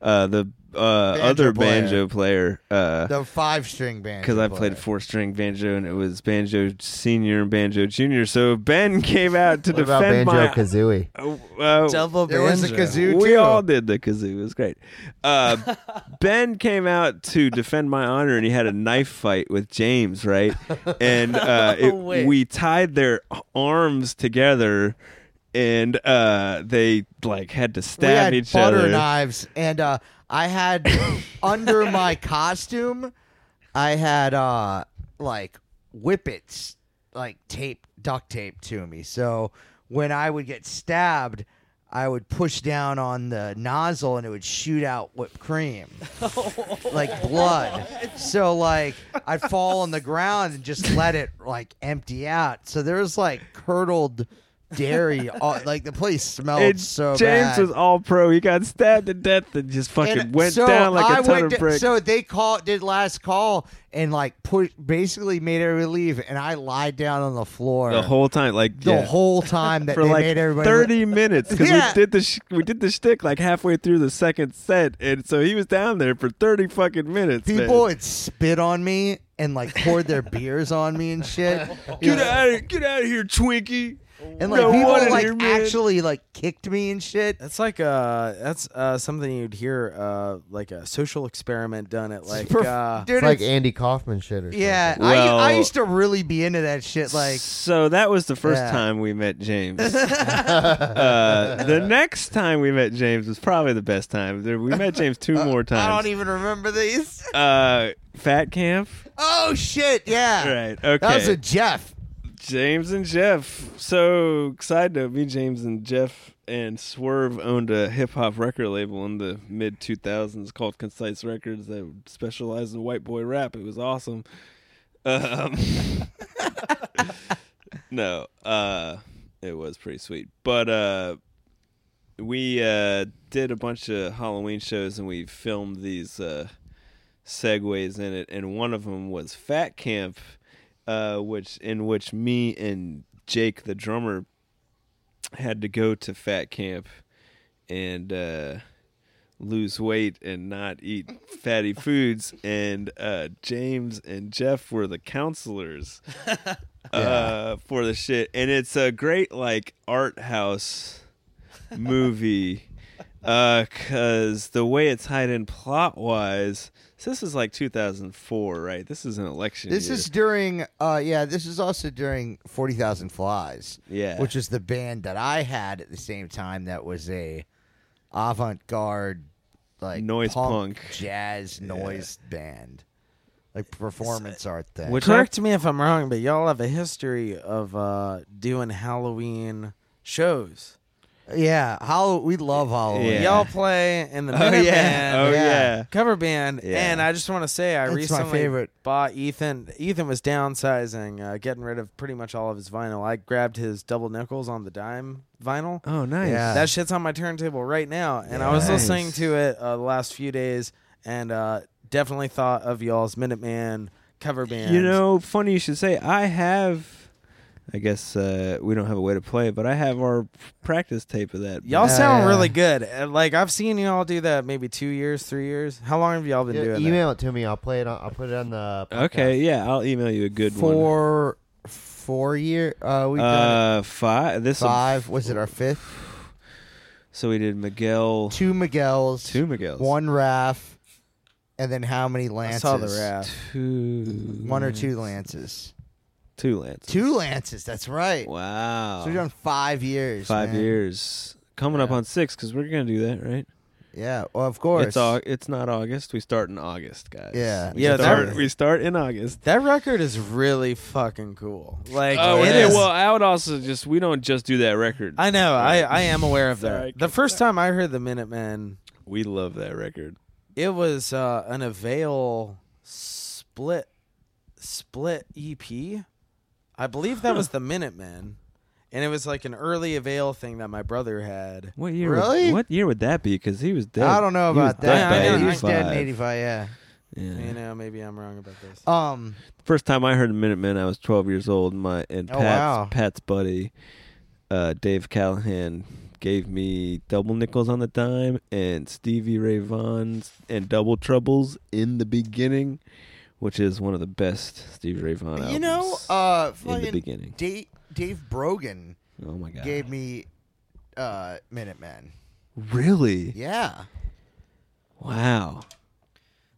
S3: uh the uh other
S4: player.
S3: banjo player uh
S4: the five string band.
S3: because I played four string banjo and it was banjo senior and banjo junior. So Ben came out to
S1: What about
S3: defend
S1: Banjo
S3: my
S1: Kazooie?
S3: uh, uh,
S2: Double
S4: There was a kazoo
S3: we
S4: too.
S3: all did the kazoo. It was great. Uh, ben came out to defend my honor, and he had a knife fight with James, right? And uh, it- we tied their arms together, and uh, they like had to
S4: we
S3: stab
S4: had
S3: each
S4: butter
S3: other.
S4: knives, and uh, I
S3: (laughs)
S4: had under my costume, I had uh, like whippets, like tape, duct tape to me. So when I would get stabbed, I would push down on the nozzle and it would shoot out whipped
S3: (laughs)
S4: cream, like blood. So like I'd fall on the ground and just let it like empty out. So there was like curdled
S3: (laughs)
S4: dairy. all, like the place smelled
S3: And
S4: so
S3: James
S4: bad.
S3: was all pro. He got stabbed to death and just fucking
S13: And
S3: went
S13: so
S3: down like
S13: I
S3: a ton
S13: went
S3: of
S13: to-
S3: bricks.
S13: So they called, did last call, and like put basically made everybody leave, and I lied down on the floor
S3: the whole time, like
S13: the
S3: yeah. (laughs)
S13: whole time that
S3: for
S13: they
S3: like
S13: made everybody leave.
S3: thirty minutes because
S13: Yeah.
S3: we did the sh- we did the shtick like halfway through the second set, and so he was down there for thirty fucking minutes. man.
S4: People had spit on me and like poured their beers on me and
S3: (laughs)
S4: shit.
S3: get out of get out of here, Twinkie.
S4: And like
S3: No one in
S4: people like
S3: here, man.
S4: actually like kicked me and shit. (laughs)
S2: That's like uh that's uh something you'd hear uh like a social experiment done at like
S4: Perf-
S2: uh
S4: dude,
S1: It's like
S4: it's-
S1: Andy Kaufman shit or
S4: yeah,
S3: Well-
S4: I, I used to really be into that shit. Like
S3: so that was the first
S4: Yeah.
S3: time we
S4: (laughs)
S3: met James. uh, the next time we met James was probably the best time. There, we met James two more
S4: I don't
S3: times.
S4: even remember these. (laughs)
S3: Uh, fat camp.
S4: Oh shit! Yeah,
S3: Right. Okay.
S4: that was a Jeff.
S3: James and Jeff. So side note, me, James, and Jeff and Swerve owned a hip hop record label in the mid two thousands called Concise Records that specialized in white boy rap. It was awesome. Um, (laughs) no, uh, it was pretty sweet. But uh, we uh, did a bunch of Halloween shows and we filmed these uh, segues in it, and one of them was Fat Camp, uh, which in which me and Jake the drummer had to go to Fat Camp and uh, lose weight and not eat fatty foods, and uh, James and Jeff were
S4: (laughs)
S3: the counselors uh, for the shit, and it's a great like
S4: (laughs)
S3: art house movie because the way it's tied in plot wise. So this is like 2004, right? This is an election.
S4: This
S3: year.
S4: is during, uh, yeah, this is also during 40,000 Flies.
S3: Yeah.
S4: Which is the band that I had at the same time that was a avant garde, like
S3: Noise
S4: punk,
S3: punk.
S4: jazz noise band, like performance
S3: uh,
S4: art thing.
S3: Which I-
S2: correct me if I'm wrong, but y'all have a history of uh doing Halloween shows.
S4: yeah, Hall- we love Halloween.
S3: Yeah.
S2: Y'all play in
S3: (laughs)
S2: the
S3: Oh
S2: Minuteman
S3: yeah. Oh
S4: Yeah.
S3: yeah.
S2: cover band,
S3: Yeah.
S2: and I just want to say I
S4: That's my
S2: recently
S4: favorite.
S2: bought Ethan. Ethan was downsizing, uh, getting rid of pretty much all of his vinyl. I grabbed his double nickels on the dime vinyl.
S3: Oh nice.
S4: Yeah.
S2: That shit's on my turntable right now, and I was
S3: Nice.
S2: listening to it uh, the last few days, and uh, definitely thought of y'all's Minuteman cover band.
S3: You know, funny you should say. I have. I guess uh, we don't have a way to play, it, but I have our practice tape of that.
S2: Y'all
S4: Yeah,
S2: sound
S4: yeah.
S2: really good. Uh, Like I've seen y'all do that maybe two years, three years. How long have y'all been
S1: something. Yeah,
S2: doing that?
S1: email it to me. I'll play it. On, I'll put it on the. Podcast.
S3: Okay, yeah, I'll email you a good one.
S4: Four, four year, uh, we've done
S3: Uh, five. This
S4: five, was it our fifth?
S3: So we did Miguel.
S4: Two Miguel's,
S3: Two Miguel's.
S4: one Raph, and then how many
S2: I
S4: Lances?
S2: saw the raft.
S3: Two.
S4: One or
S3: Mm.
S4: two Lances.
S3: Two Lance.
S4: Two Lances, that's right.
S3: Wow.
S4: So we've done five years.
S3: five
S4: man.
S3: years. Coming up on six because we're gonna do that, right?
S4: Yeah, well, of course.
S3: It's au- It's not August. We start in August, guys.
S4: Yeah.
S3: We
S2: Yeah,
S3: Start,
S2: that-
S3: we start in August.
S2: That record is really fucking cool. Like
S3: Oh, and
S2: it
S3: then-
S2: is-
S3: well, I would also just we don't just do that record.
S2: I know. I, I am aware of
S3: Sorry, I
S2: that. The first time I heard the Minutemen,
S3: we love that record.
S2: it was uh, an Avail split split EP. I believe that was the Minutemen, and it was like an early Avail thing that my brother had.
S3: What year?
S4: Really?
S3: Would, what year would that be? Because he was dead.
S4: I don't know
S3: he was
S4: about that.
S3: Dead
S2: Yeah,
S3: by
S2: I know.
S4: He was dead in
S3: 85.
S4: 85, yeah.
S2: You
S3: Yeah. Uh,
S2: know, maybe I'm wrong about this.
S4: Um,
S3: First time I heard the Minutemen, I was 12 years old. And my and
S4: Oh,
S3: Pat's,
S4: wow.
S3: Pat's buddy, uh, Dave Callahan, gave me double nickels on the dime and Stevie Ray Vaughan's and Double Troubles in the beginning, which is one of the best Stevie Ray Vaughan albums.
S4: you know, uh,
S3: in the
S4: fucking
S3: beginning.
S4: Dave, Dave Brogan
S3: Oh my god.
S4: gave me uh, Minutemen.
S3: Really?
S4: Yeah.
S3: Wow.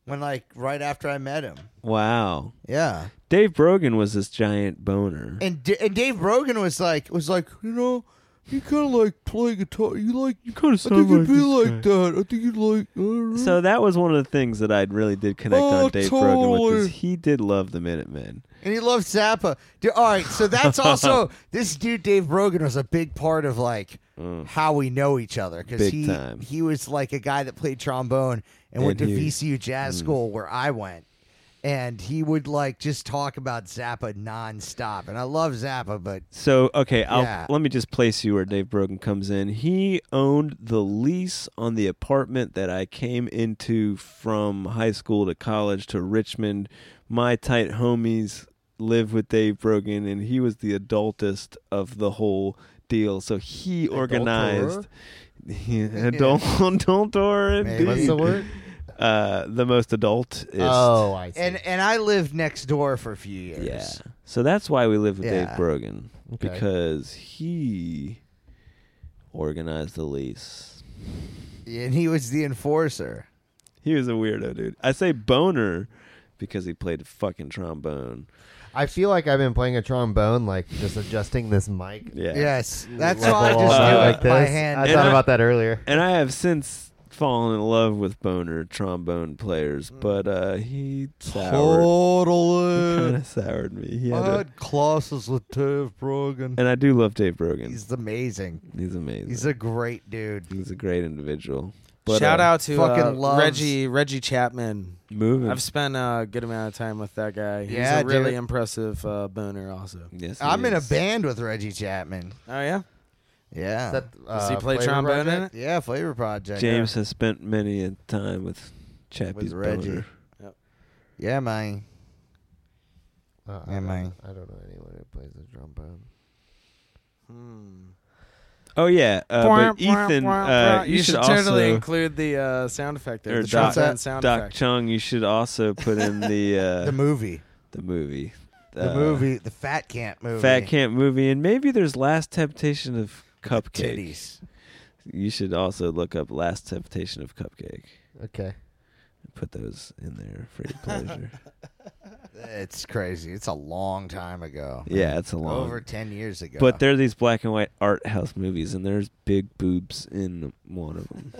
S4: When, like, right after I met him.
S3: Wow.
S4: Yeah.
S3: Dave Brogan was this giant boner.
S4: And, D- and Dave Brogan was like, was like, you know, you kind of like play guitar. You like, you
S3: kind of
S4: I think you'd be like that. I think you'd like, I don't know.
S3: So that was one of the things that I really did connect
S4: Oh,
S3: on Dave Brogan with
S4: totally.
S3: is he did love the Minutemen.
S4: And he loved Zappa. Dude, all right,
S1: (laughs)
S4: so that's also this dude Dave Brogan was a big part of like how we know each other because
S3: Big
S4: he
S3: time.
S4: he Mm. was like a guy that played trombone and, went to
S3: And he-
S4: VCU Jazz School where I went, and he would like just talk about Zappa nonstop. And I love Zappa, but
S3: So okay, I'll
S4: Yeah.
S3: let me just place you where Dave Brogan comes in. He owned the lease on the apartment that I came into from high school to college to Richmond. My tight homies live with Dave Brogan and he was the adultist of the whole deal. So he organized (laughs) Yeah, adult adultor indeed.
S1: What's the word?
S3: Uh the most adultist.
S1: Oh, I see.
S4: and and I lived next door for a few years.
S3: Yeah. So that's why we live with
S4: Yeah.
S3: Dave Brogan
S1: Okay.
S3: because he organized the lease.
S4: And he was the enforcer.
S3: He was a weirdo, dude. I say boner because he played fucking trombone.
S1: I feel like I've been playing a trombone, like just adjusting this mic.
S3: Yeah.
S4: Yes, that's
S1: level
S4: all I just do
S1: all
S3: Uh,
S1: night
S4: with
S1: like
S4: my
S1: this.
S4: hand.
S1: I
S3: And
S1: thought
S3: I-
S1: about that earlier.
S3: And I have since fallen in love with boner trombone
S4: Mm.
S3: players, but uh, he soured. (laughs) Kind
S4: Totally.
S3: of soured me. He had
S4: I
S3: a-
S4: had classes with Dave Brogan.
S3: and I do love Dave Brogan. He's,
S4: He's amazing.
S3: amazing.
S4: He's a great dude.
S3: He's a great individual. But,
S2: Shout
S3: uh,
S2: out to
S4: fucking
S2: uh,
S4: loves-
S2: Reggie Reggie Chapman.
S3: moving.
S2: I've spent a good amount of time with that guy. He's
S4: Yeah,
S2: a really
S4: dude.
S2: impressive uh, boner, also.
S3: Yes, he
S4: I'm in a
S3: is.
S4: band with Reggie Chapman.
S2: Oh yeah,
S4: Yeah.
S1: Is that,
S2: does he
S1: uh,
S2: play
S1: Flavor
S2: trombone in
S1: Project?
S2: it?
S4: yeah, Flavor Project.
S3: James has spent many a time with Chappie's
S4: With Reggie.
S3: boner.
S4: Yeah, man.
S1: Uh,
S4: Am
S1: I?
S4: I?
S1: don't- I don't know anyone who plays the trombone.
S3: Oh yeah, uh, but Ethan, uh,
S2: you, should,
S3: also,
S2: totally include the uh, sound effect there.
S3: or
S2: The
S3: Doc-
S2: trombone sound
S3: Doc
S2: effect.
S3: Chung. You should also put in
S2: (laughs)
S3: the uh,
S4: The
S3: the,
S4: movie.
S3: movie,
S4: The
S3: Uh,
S4: movie. The Fat Camp movie.
S3: Fat Camp movie, and maybe there's Last Temptation of Cupcake.
S4: Titties.
S3: You should also look up Last Temptation of Cupcake.
S1: Okay.
S3: Put those in there for your
S2: (laughs)
S3: pleasure.
S4: It's crazy. It's a long time ago.
S3: yeah, it's a long.
S4: Over 10 years ago.
S3: but there are these black and white art house movies, and there's big boobs in one of them.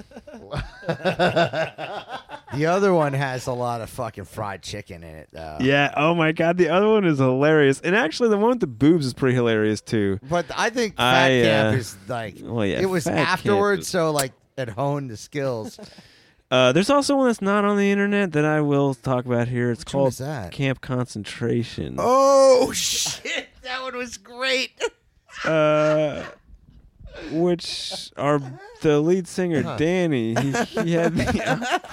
S4: the other one has a lot of fucking fried chicken in it, though.
S3: Yeah. Oh my god, the other one is hilarious, and actually, the one with the boobs is pretty hilarious too.
S4: But I think Fat
S3: I,
S4: Camp
S3: uh,
S4: is like,
S3: well, yeah,
S4: it was
S3: Fat Camp
S4: afterwards,
S3: is-
S4: so like it honed the
S3: (laughs)
S4: skills.
S3: Uh, there's also one that's not on the internet that I will talk about here. It's
S4: Which one
S3: called
S4: is that?
S3: Camp Concentration.
S4: oh, shit. That one was great.
S3: Uh, which our the lead singer Danny he, he
S4: (laughs)
S3: had the,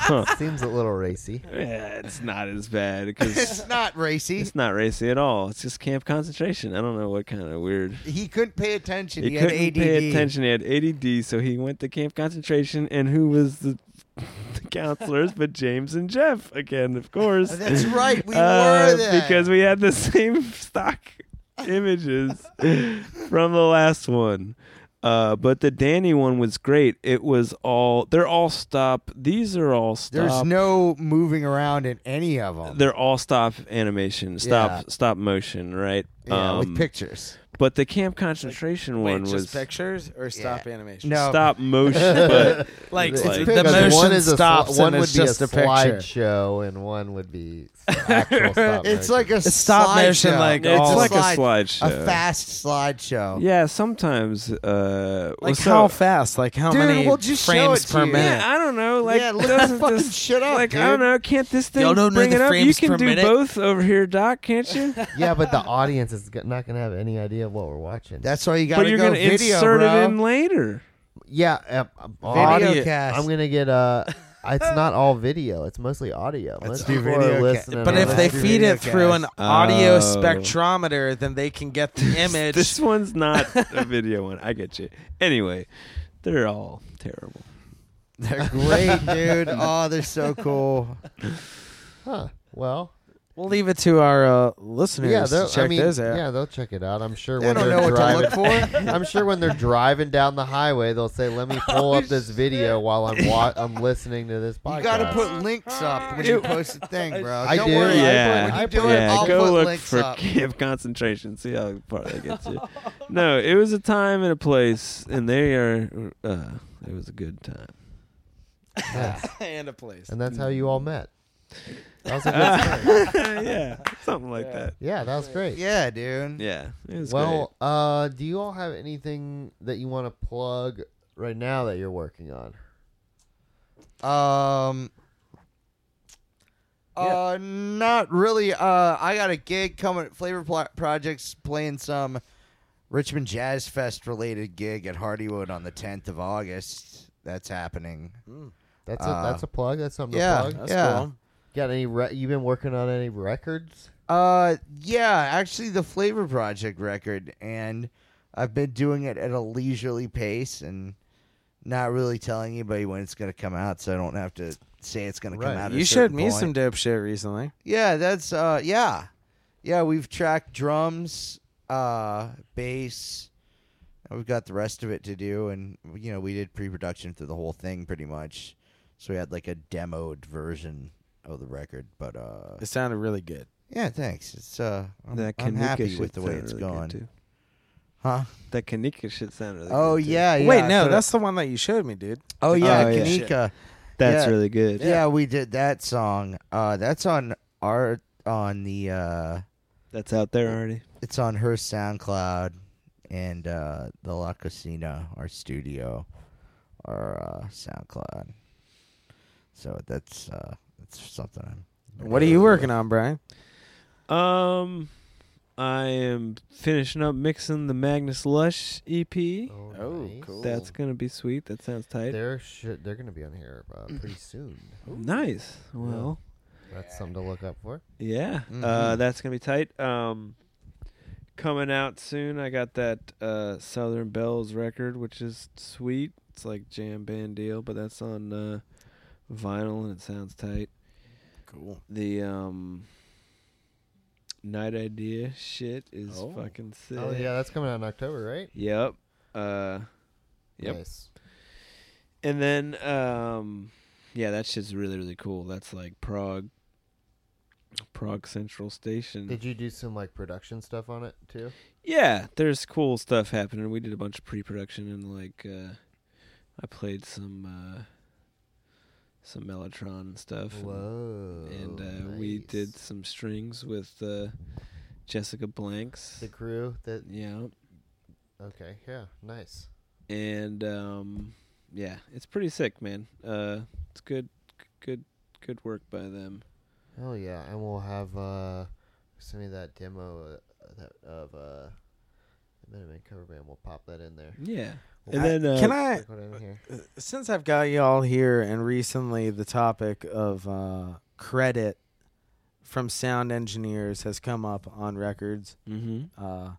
S3: uh,
S1: Seems a little racy.
S3: yeah, it's not as
S4: (laughs)
S3: bad because
S4: it's not racy.
S3: it's not racy at all. It's just Camp Concentration. I don't know what kind of weird.
S4: He couldn't pay attention.
S3: He
S4: He, had
S3: couldn't
S4: ADD.
S3: pay attention. He had ADD, so he went to Camp Concentration, and who was the (laughs) the counselors but James and Jeff again, of course.
S4: (laughs)
S3: (laughs)
S4: That's right. We
S3: Uh,
S4: were there.
S3: because we had the same (laughs) stock images (laughs) from the last one. Uh, but the Danny one was great. It was all they're all stop. These are all stop.
S4: There's no moving around in any of them.
S3: They're all stop animation, stop
S4: Yeah.
S3: stop motion, right?
S4: yeah,
S3: Um,
S4: with pictures.
S3: But the camp concentration
S2: Wait,
S3: one
S2: just
S3: was
S2: pictures or stop animation?
S4: No. (laughs)
S3: stop motion, but
S2: like,
S3: It's
S2: like the
S1: Because
S2: motion
S1: one is a
S2: stops.
S1: sli- one
S2: and
S1: would
S2: it's
S1: be
S2: just
S1: a,
S2: a picture.
S1: slideshow, and one would be actual stop
S4: It's
S1: motion.
S4: like a
S2: (laughs) It's stop motion,
S4: slideshow.
S2: like,
S3: it's
S2: all-
S3: like
S4: slide-
S3: a slideshow.
S4: a fast slideshow.
S3: Yeah, sometimes. Uh,
S2: Like
S3: so-
S2: how fast? Like how
S4: Dude,
S2: many
S4: we'll just show
S2: frames
S4: it to
S2: per
S4: you.
S2: minute?
S3: Yeah, I don't know. Like,
S4: Yeah, look
S3: doesn't
S4: that fucking
S3: this,
S4: shit up,
S3: Like, I
S4: dude.
S3: don't know. Can't this thing
S2: Y'all don't know
S3: bring
S2: the
S3: it up? You
S2: frames
S3: can
S2: per
S3: do
S2: minute?
S3: both over here, Doc,
S4: (laughs)
S3: can't you?
S1: yeah, but the audience is go- not gonna have any idea of what we're watching.
S4: That's why you got
S3: but
S4: to
S3: you're
S4: go
S3: gonna
S4: video,
S3: insert
S4: bro.
S3: it in later.
S1: yeah. um, um, audio-
S4: Video
S2: Audio-
S4: cast.
S1: I'm gonna get
S4: (laughs)
S1: uh It's not all video. It's mostly audio.
S4: Let's
S1: Most
S4: do
S1: people are
S4: video ca-
S1: listening
S2: But
S1: on
S2: if they
S1: the-
S2: feed it through an audio
S3: Oh.
S2: spectrometer, then they can get the image.
S3: This one's
S2: (laughs)
S3: not a video one. I get you. Anyway, they're all terrible.
S4: They're (laughs) great, dude. Oh, they're so cool.
S1: huh? Well,
S2: we'll leave it to our uh, listeners
S1: yeah.
S2: to
S1: they'll-
S2: check
S1: I mean,
S2: those out.
S1: yeah, they'll check it out. I'm sure.
S4: They
S1: when
S4: don't
S1: they're
S4: know what to
S1: driving,
S4: look
S1: (laughs)
S4: for.
S1: I'm sure when they're driving down the highway, they'll say, "Let
S4: (laughs)
S1: me pull up this video while I'm wa- I'm listening to this podcast."
S4: You got to put links up when you post a thing, bro.
S1: I
S4: Don't
S1: do,
S4: worry.
S3: yeah.
S4: When
S1: I
S4: you do
S1: put-
S4: it,
S3: yeah,
S4: I'll
S3: go
S4: put
S3: look
S4: links
S3: for
S4: up.
S3: camp concentration. See how far they get you. no, it was a time and a place, and they are. Uh, it was a good time. (laughs)
S2: (laughs) and a place.
S1: and that's how you all met. That was a good
S4: (laughs)
S3: Uh,
S1: story.
S3: yeah, something like that.
S1: Yeah, that was great.
S4: Yeah, dude.
S3: Yeah, it was
S1: Well, uh, do you all have anything that you want to plug right now that you're working on?
S4: Um, Uh, not really. Uh, I got a gig coming at Flavor Pl- Projects playing some Richmond Jazz Fest related gig at Hardywood on the 10th of August. That's happening.
S1: That's
S4: Uh,
S1: a that's a plug. That's something
S4: yeah.
S1: to plug.
S2: That's
S4: Yeah.
S2: cool.
S1: Got any? Re- you been working on any records?
S4: Uh, yeah, actually, the Flavor Project record, and I've been doing it at a leisurely pace and not really telling anybody when it's going to come out, so I don't have to say it's going to
S1: Right.
S4: come out. at a
S2: You showed
S4: certain
S2: me
S4: point.
S2: some dope shit recently.
S4: Yeah, that's uh yeah. Yeah, we've tracked drums, uh bass. and We've got the rest of it to do and you know, we did pre-production through the whole thing pretty much. So we had like a demoed version of the record, but uh
S2: It sounded really good.
S4: yeah, thanks. It's uh I'm,
S3: That
S4: I'm
S3: Kanika
S4: happy
S3: shit
S4: with the way
S3: sounded
S4: it's
S3: really good,
S4: going.
S3: too.
S4: Huh?
S3: That Kanika shit sounded really
S4: Oh
S3: good, too.
S4: yeah, yeah.
S2: Wait,
S4: I
S2: no,
S4: put a-
S2: that's the one that you showed me, dude.
S4: Oh yeah,
S3: Oh, yeah.
S4: Kanika.
S3: That's
S4: yeah.
S3: really good.
S4: Yeah. we did that song. Uh that's on our on the uh
S3: That's out there already.
S4: it's on her SoundCloud and uh, the La Casina, our studio, our uh, SoundCloud. So that's uh, that's something. I'm
S2: What are you working on, Brian?
S3: Um, I am finishing up mixing the Magnus Lush EP.
S1: Oh, cool.
S3: That's gonna be sweet. That sounds tight.
S1: They're should, they're gonna be on here uh, pretty soon.
S3: Nice. Well,
S1: That's something to look up for.
S3: yeah. Uh,
S1: Mm-hmm.
S3: that's gonna be tight. Um, coming out soon. I got that uh Southern Bells record, which is sweet. It's like jam band deal, but that's on uh vinyl and it sounds tight.
S2: Cool.
S3: The um. Night idea shit is fucking sick.
S1: Oh yeah, that's coming out in October, right?
S3: Yep. Uh, Yep.
S1: Nice.
S3: and then um, yeah, that shit's really really cool. That's like Prague, Prague Central Station.
S1: Did you do some like production stuff on it too?
S3: yeah, there's cool stuff happening. We did a bunch of pre-production and like uh, I played some uh, some mellotron and stuff. and-
S1: Whoa.
S3: And, uh, we did some strings with uh, Jessica Blanks.
S1: the crew that.
S3: yeah.
S1: Okay, yeah, nice.
S3: and um, yeah, it's pretty sick, man. Uh, it's good, good, good work by them.
S1: Oh yeah, and we'll have uh, send me that demo uh, that of uh, the Minutemen cover band. We'll pop that in there.
S3: Yeah,
S1: I-
S3: and then uh,
S2: Can I?
S1: Put it in here.
S2: Since I've got you all here, and recently the topic of uh, credit from sound engineers has come up on records.
S3: hmm
S2: Uh,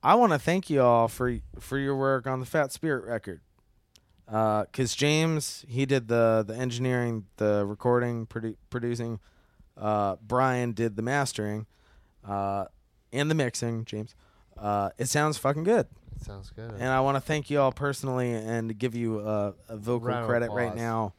S2: I want to thank you all for for your work on the Fat Spirit record. Because James, he did the the engineering, the recording, produ- producing. Uh, Brian did the mastering, uh, and the mixing. James, uh, it sounds fucking good,
S1: It sounds good.
S2: and I want to thank you all personally and give you uh, a vocal
S1: Round of
S2: credit right
S1: applause.
S2: now.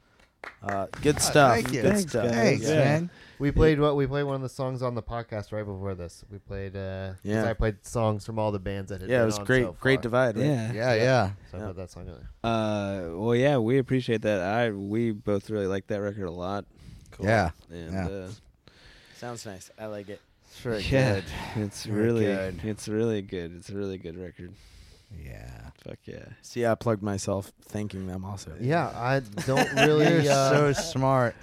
S2: Uh, good stuff.
S4: thank you.
S2: Good
S4: Thanks,
S2: stuff.
S4: Thanks,
S3: Yeah.
S4: man.
S1: We played what we played one of the songs on the podcast right before this. We played uh 'cause
S2: Yeah.
S1: I played songs from all the bands that had
S2: Yeah,
S1: been
S2: it was
S1: on
S2: great.
S1: so
S2: great
S1: far.
S2: divide. Right?
S3: yeah.
S4: Yeah, yeah.
S1: So I
S2: Yeah.
S1: put that song in there.
S3: Uh, well, yeah, we appreciate that. I we both really like that record a lot.
S4: Yeah.
S3: And
S4: Yeah.
S3: uh,
S2: Sounds nice. I like it.
S4: It's very
S3: yeah,
S4: good.
S3: (laughs) it's
S4: Very
S3: really,
S4: good.
S3: it's really good. It's a really good record.
S4: Yeah.
S3: Fuck yeah.
S2: See, I plugged myself, thanking them also.
S1: Yeah, I
S2: (laughs)
S1: don't really.
S4: You're
S1: uh, (laughs)
S4: so smart.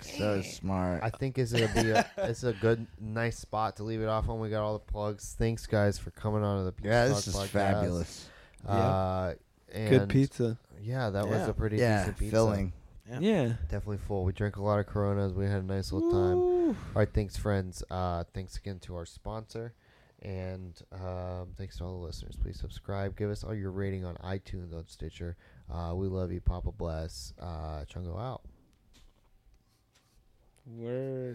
S4: so smart.
S1: I think it's gonna be a it's a good nice spot to leave it off when we got all the plugs. Thanks guys for coming on to the Pizza
S4: yeah,
S1: Talk
S4: this is
S1: podcast.
S4: fabulous.
S1: Uh, and
S3: Good pizza.
S1: Yeah, that was
S2: Yeah.
S1: a pretty
S4: Yeah,
S1: decent pizza.
S4: filling.
S2: Yeah.
S3: Yeah.
S1: Definitely full. We drank a lot of Coronas. We had a nice little time. All right, thanks friends. Uh, thanks again to our sponsor. And um, thanks to all the listeners. Please subscribe. Give us all your rating on iTunes, on Stitcher. Uh, we love you. Papa bless. Uh, Chungo out.
S3: Word.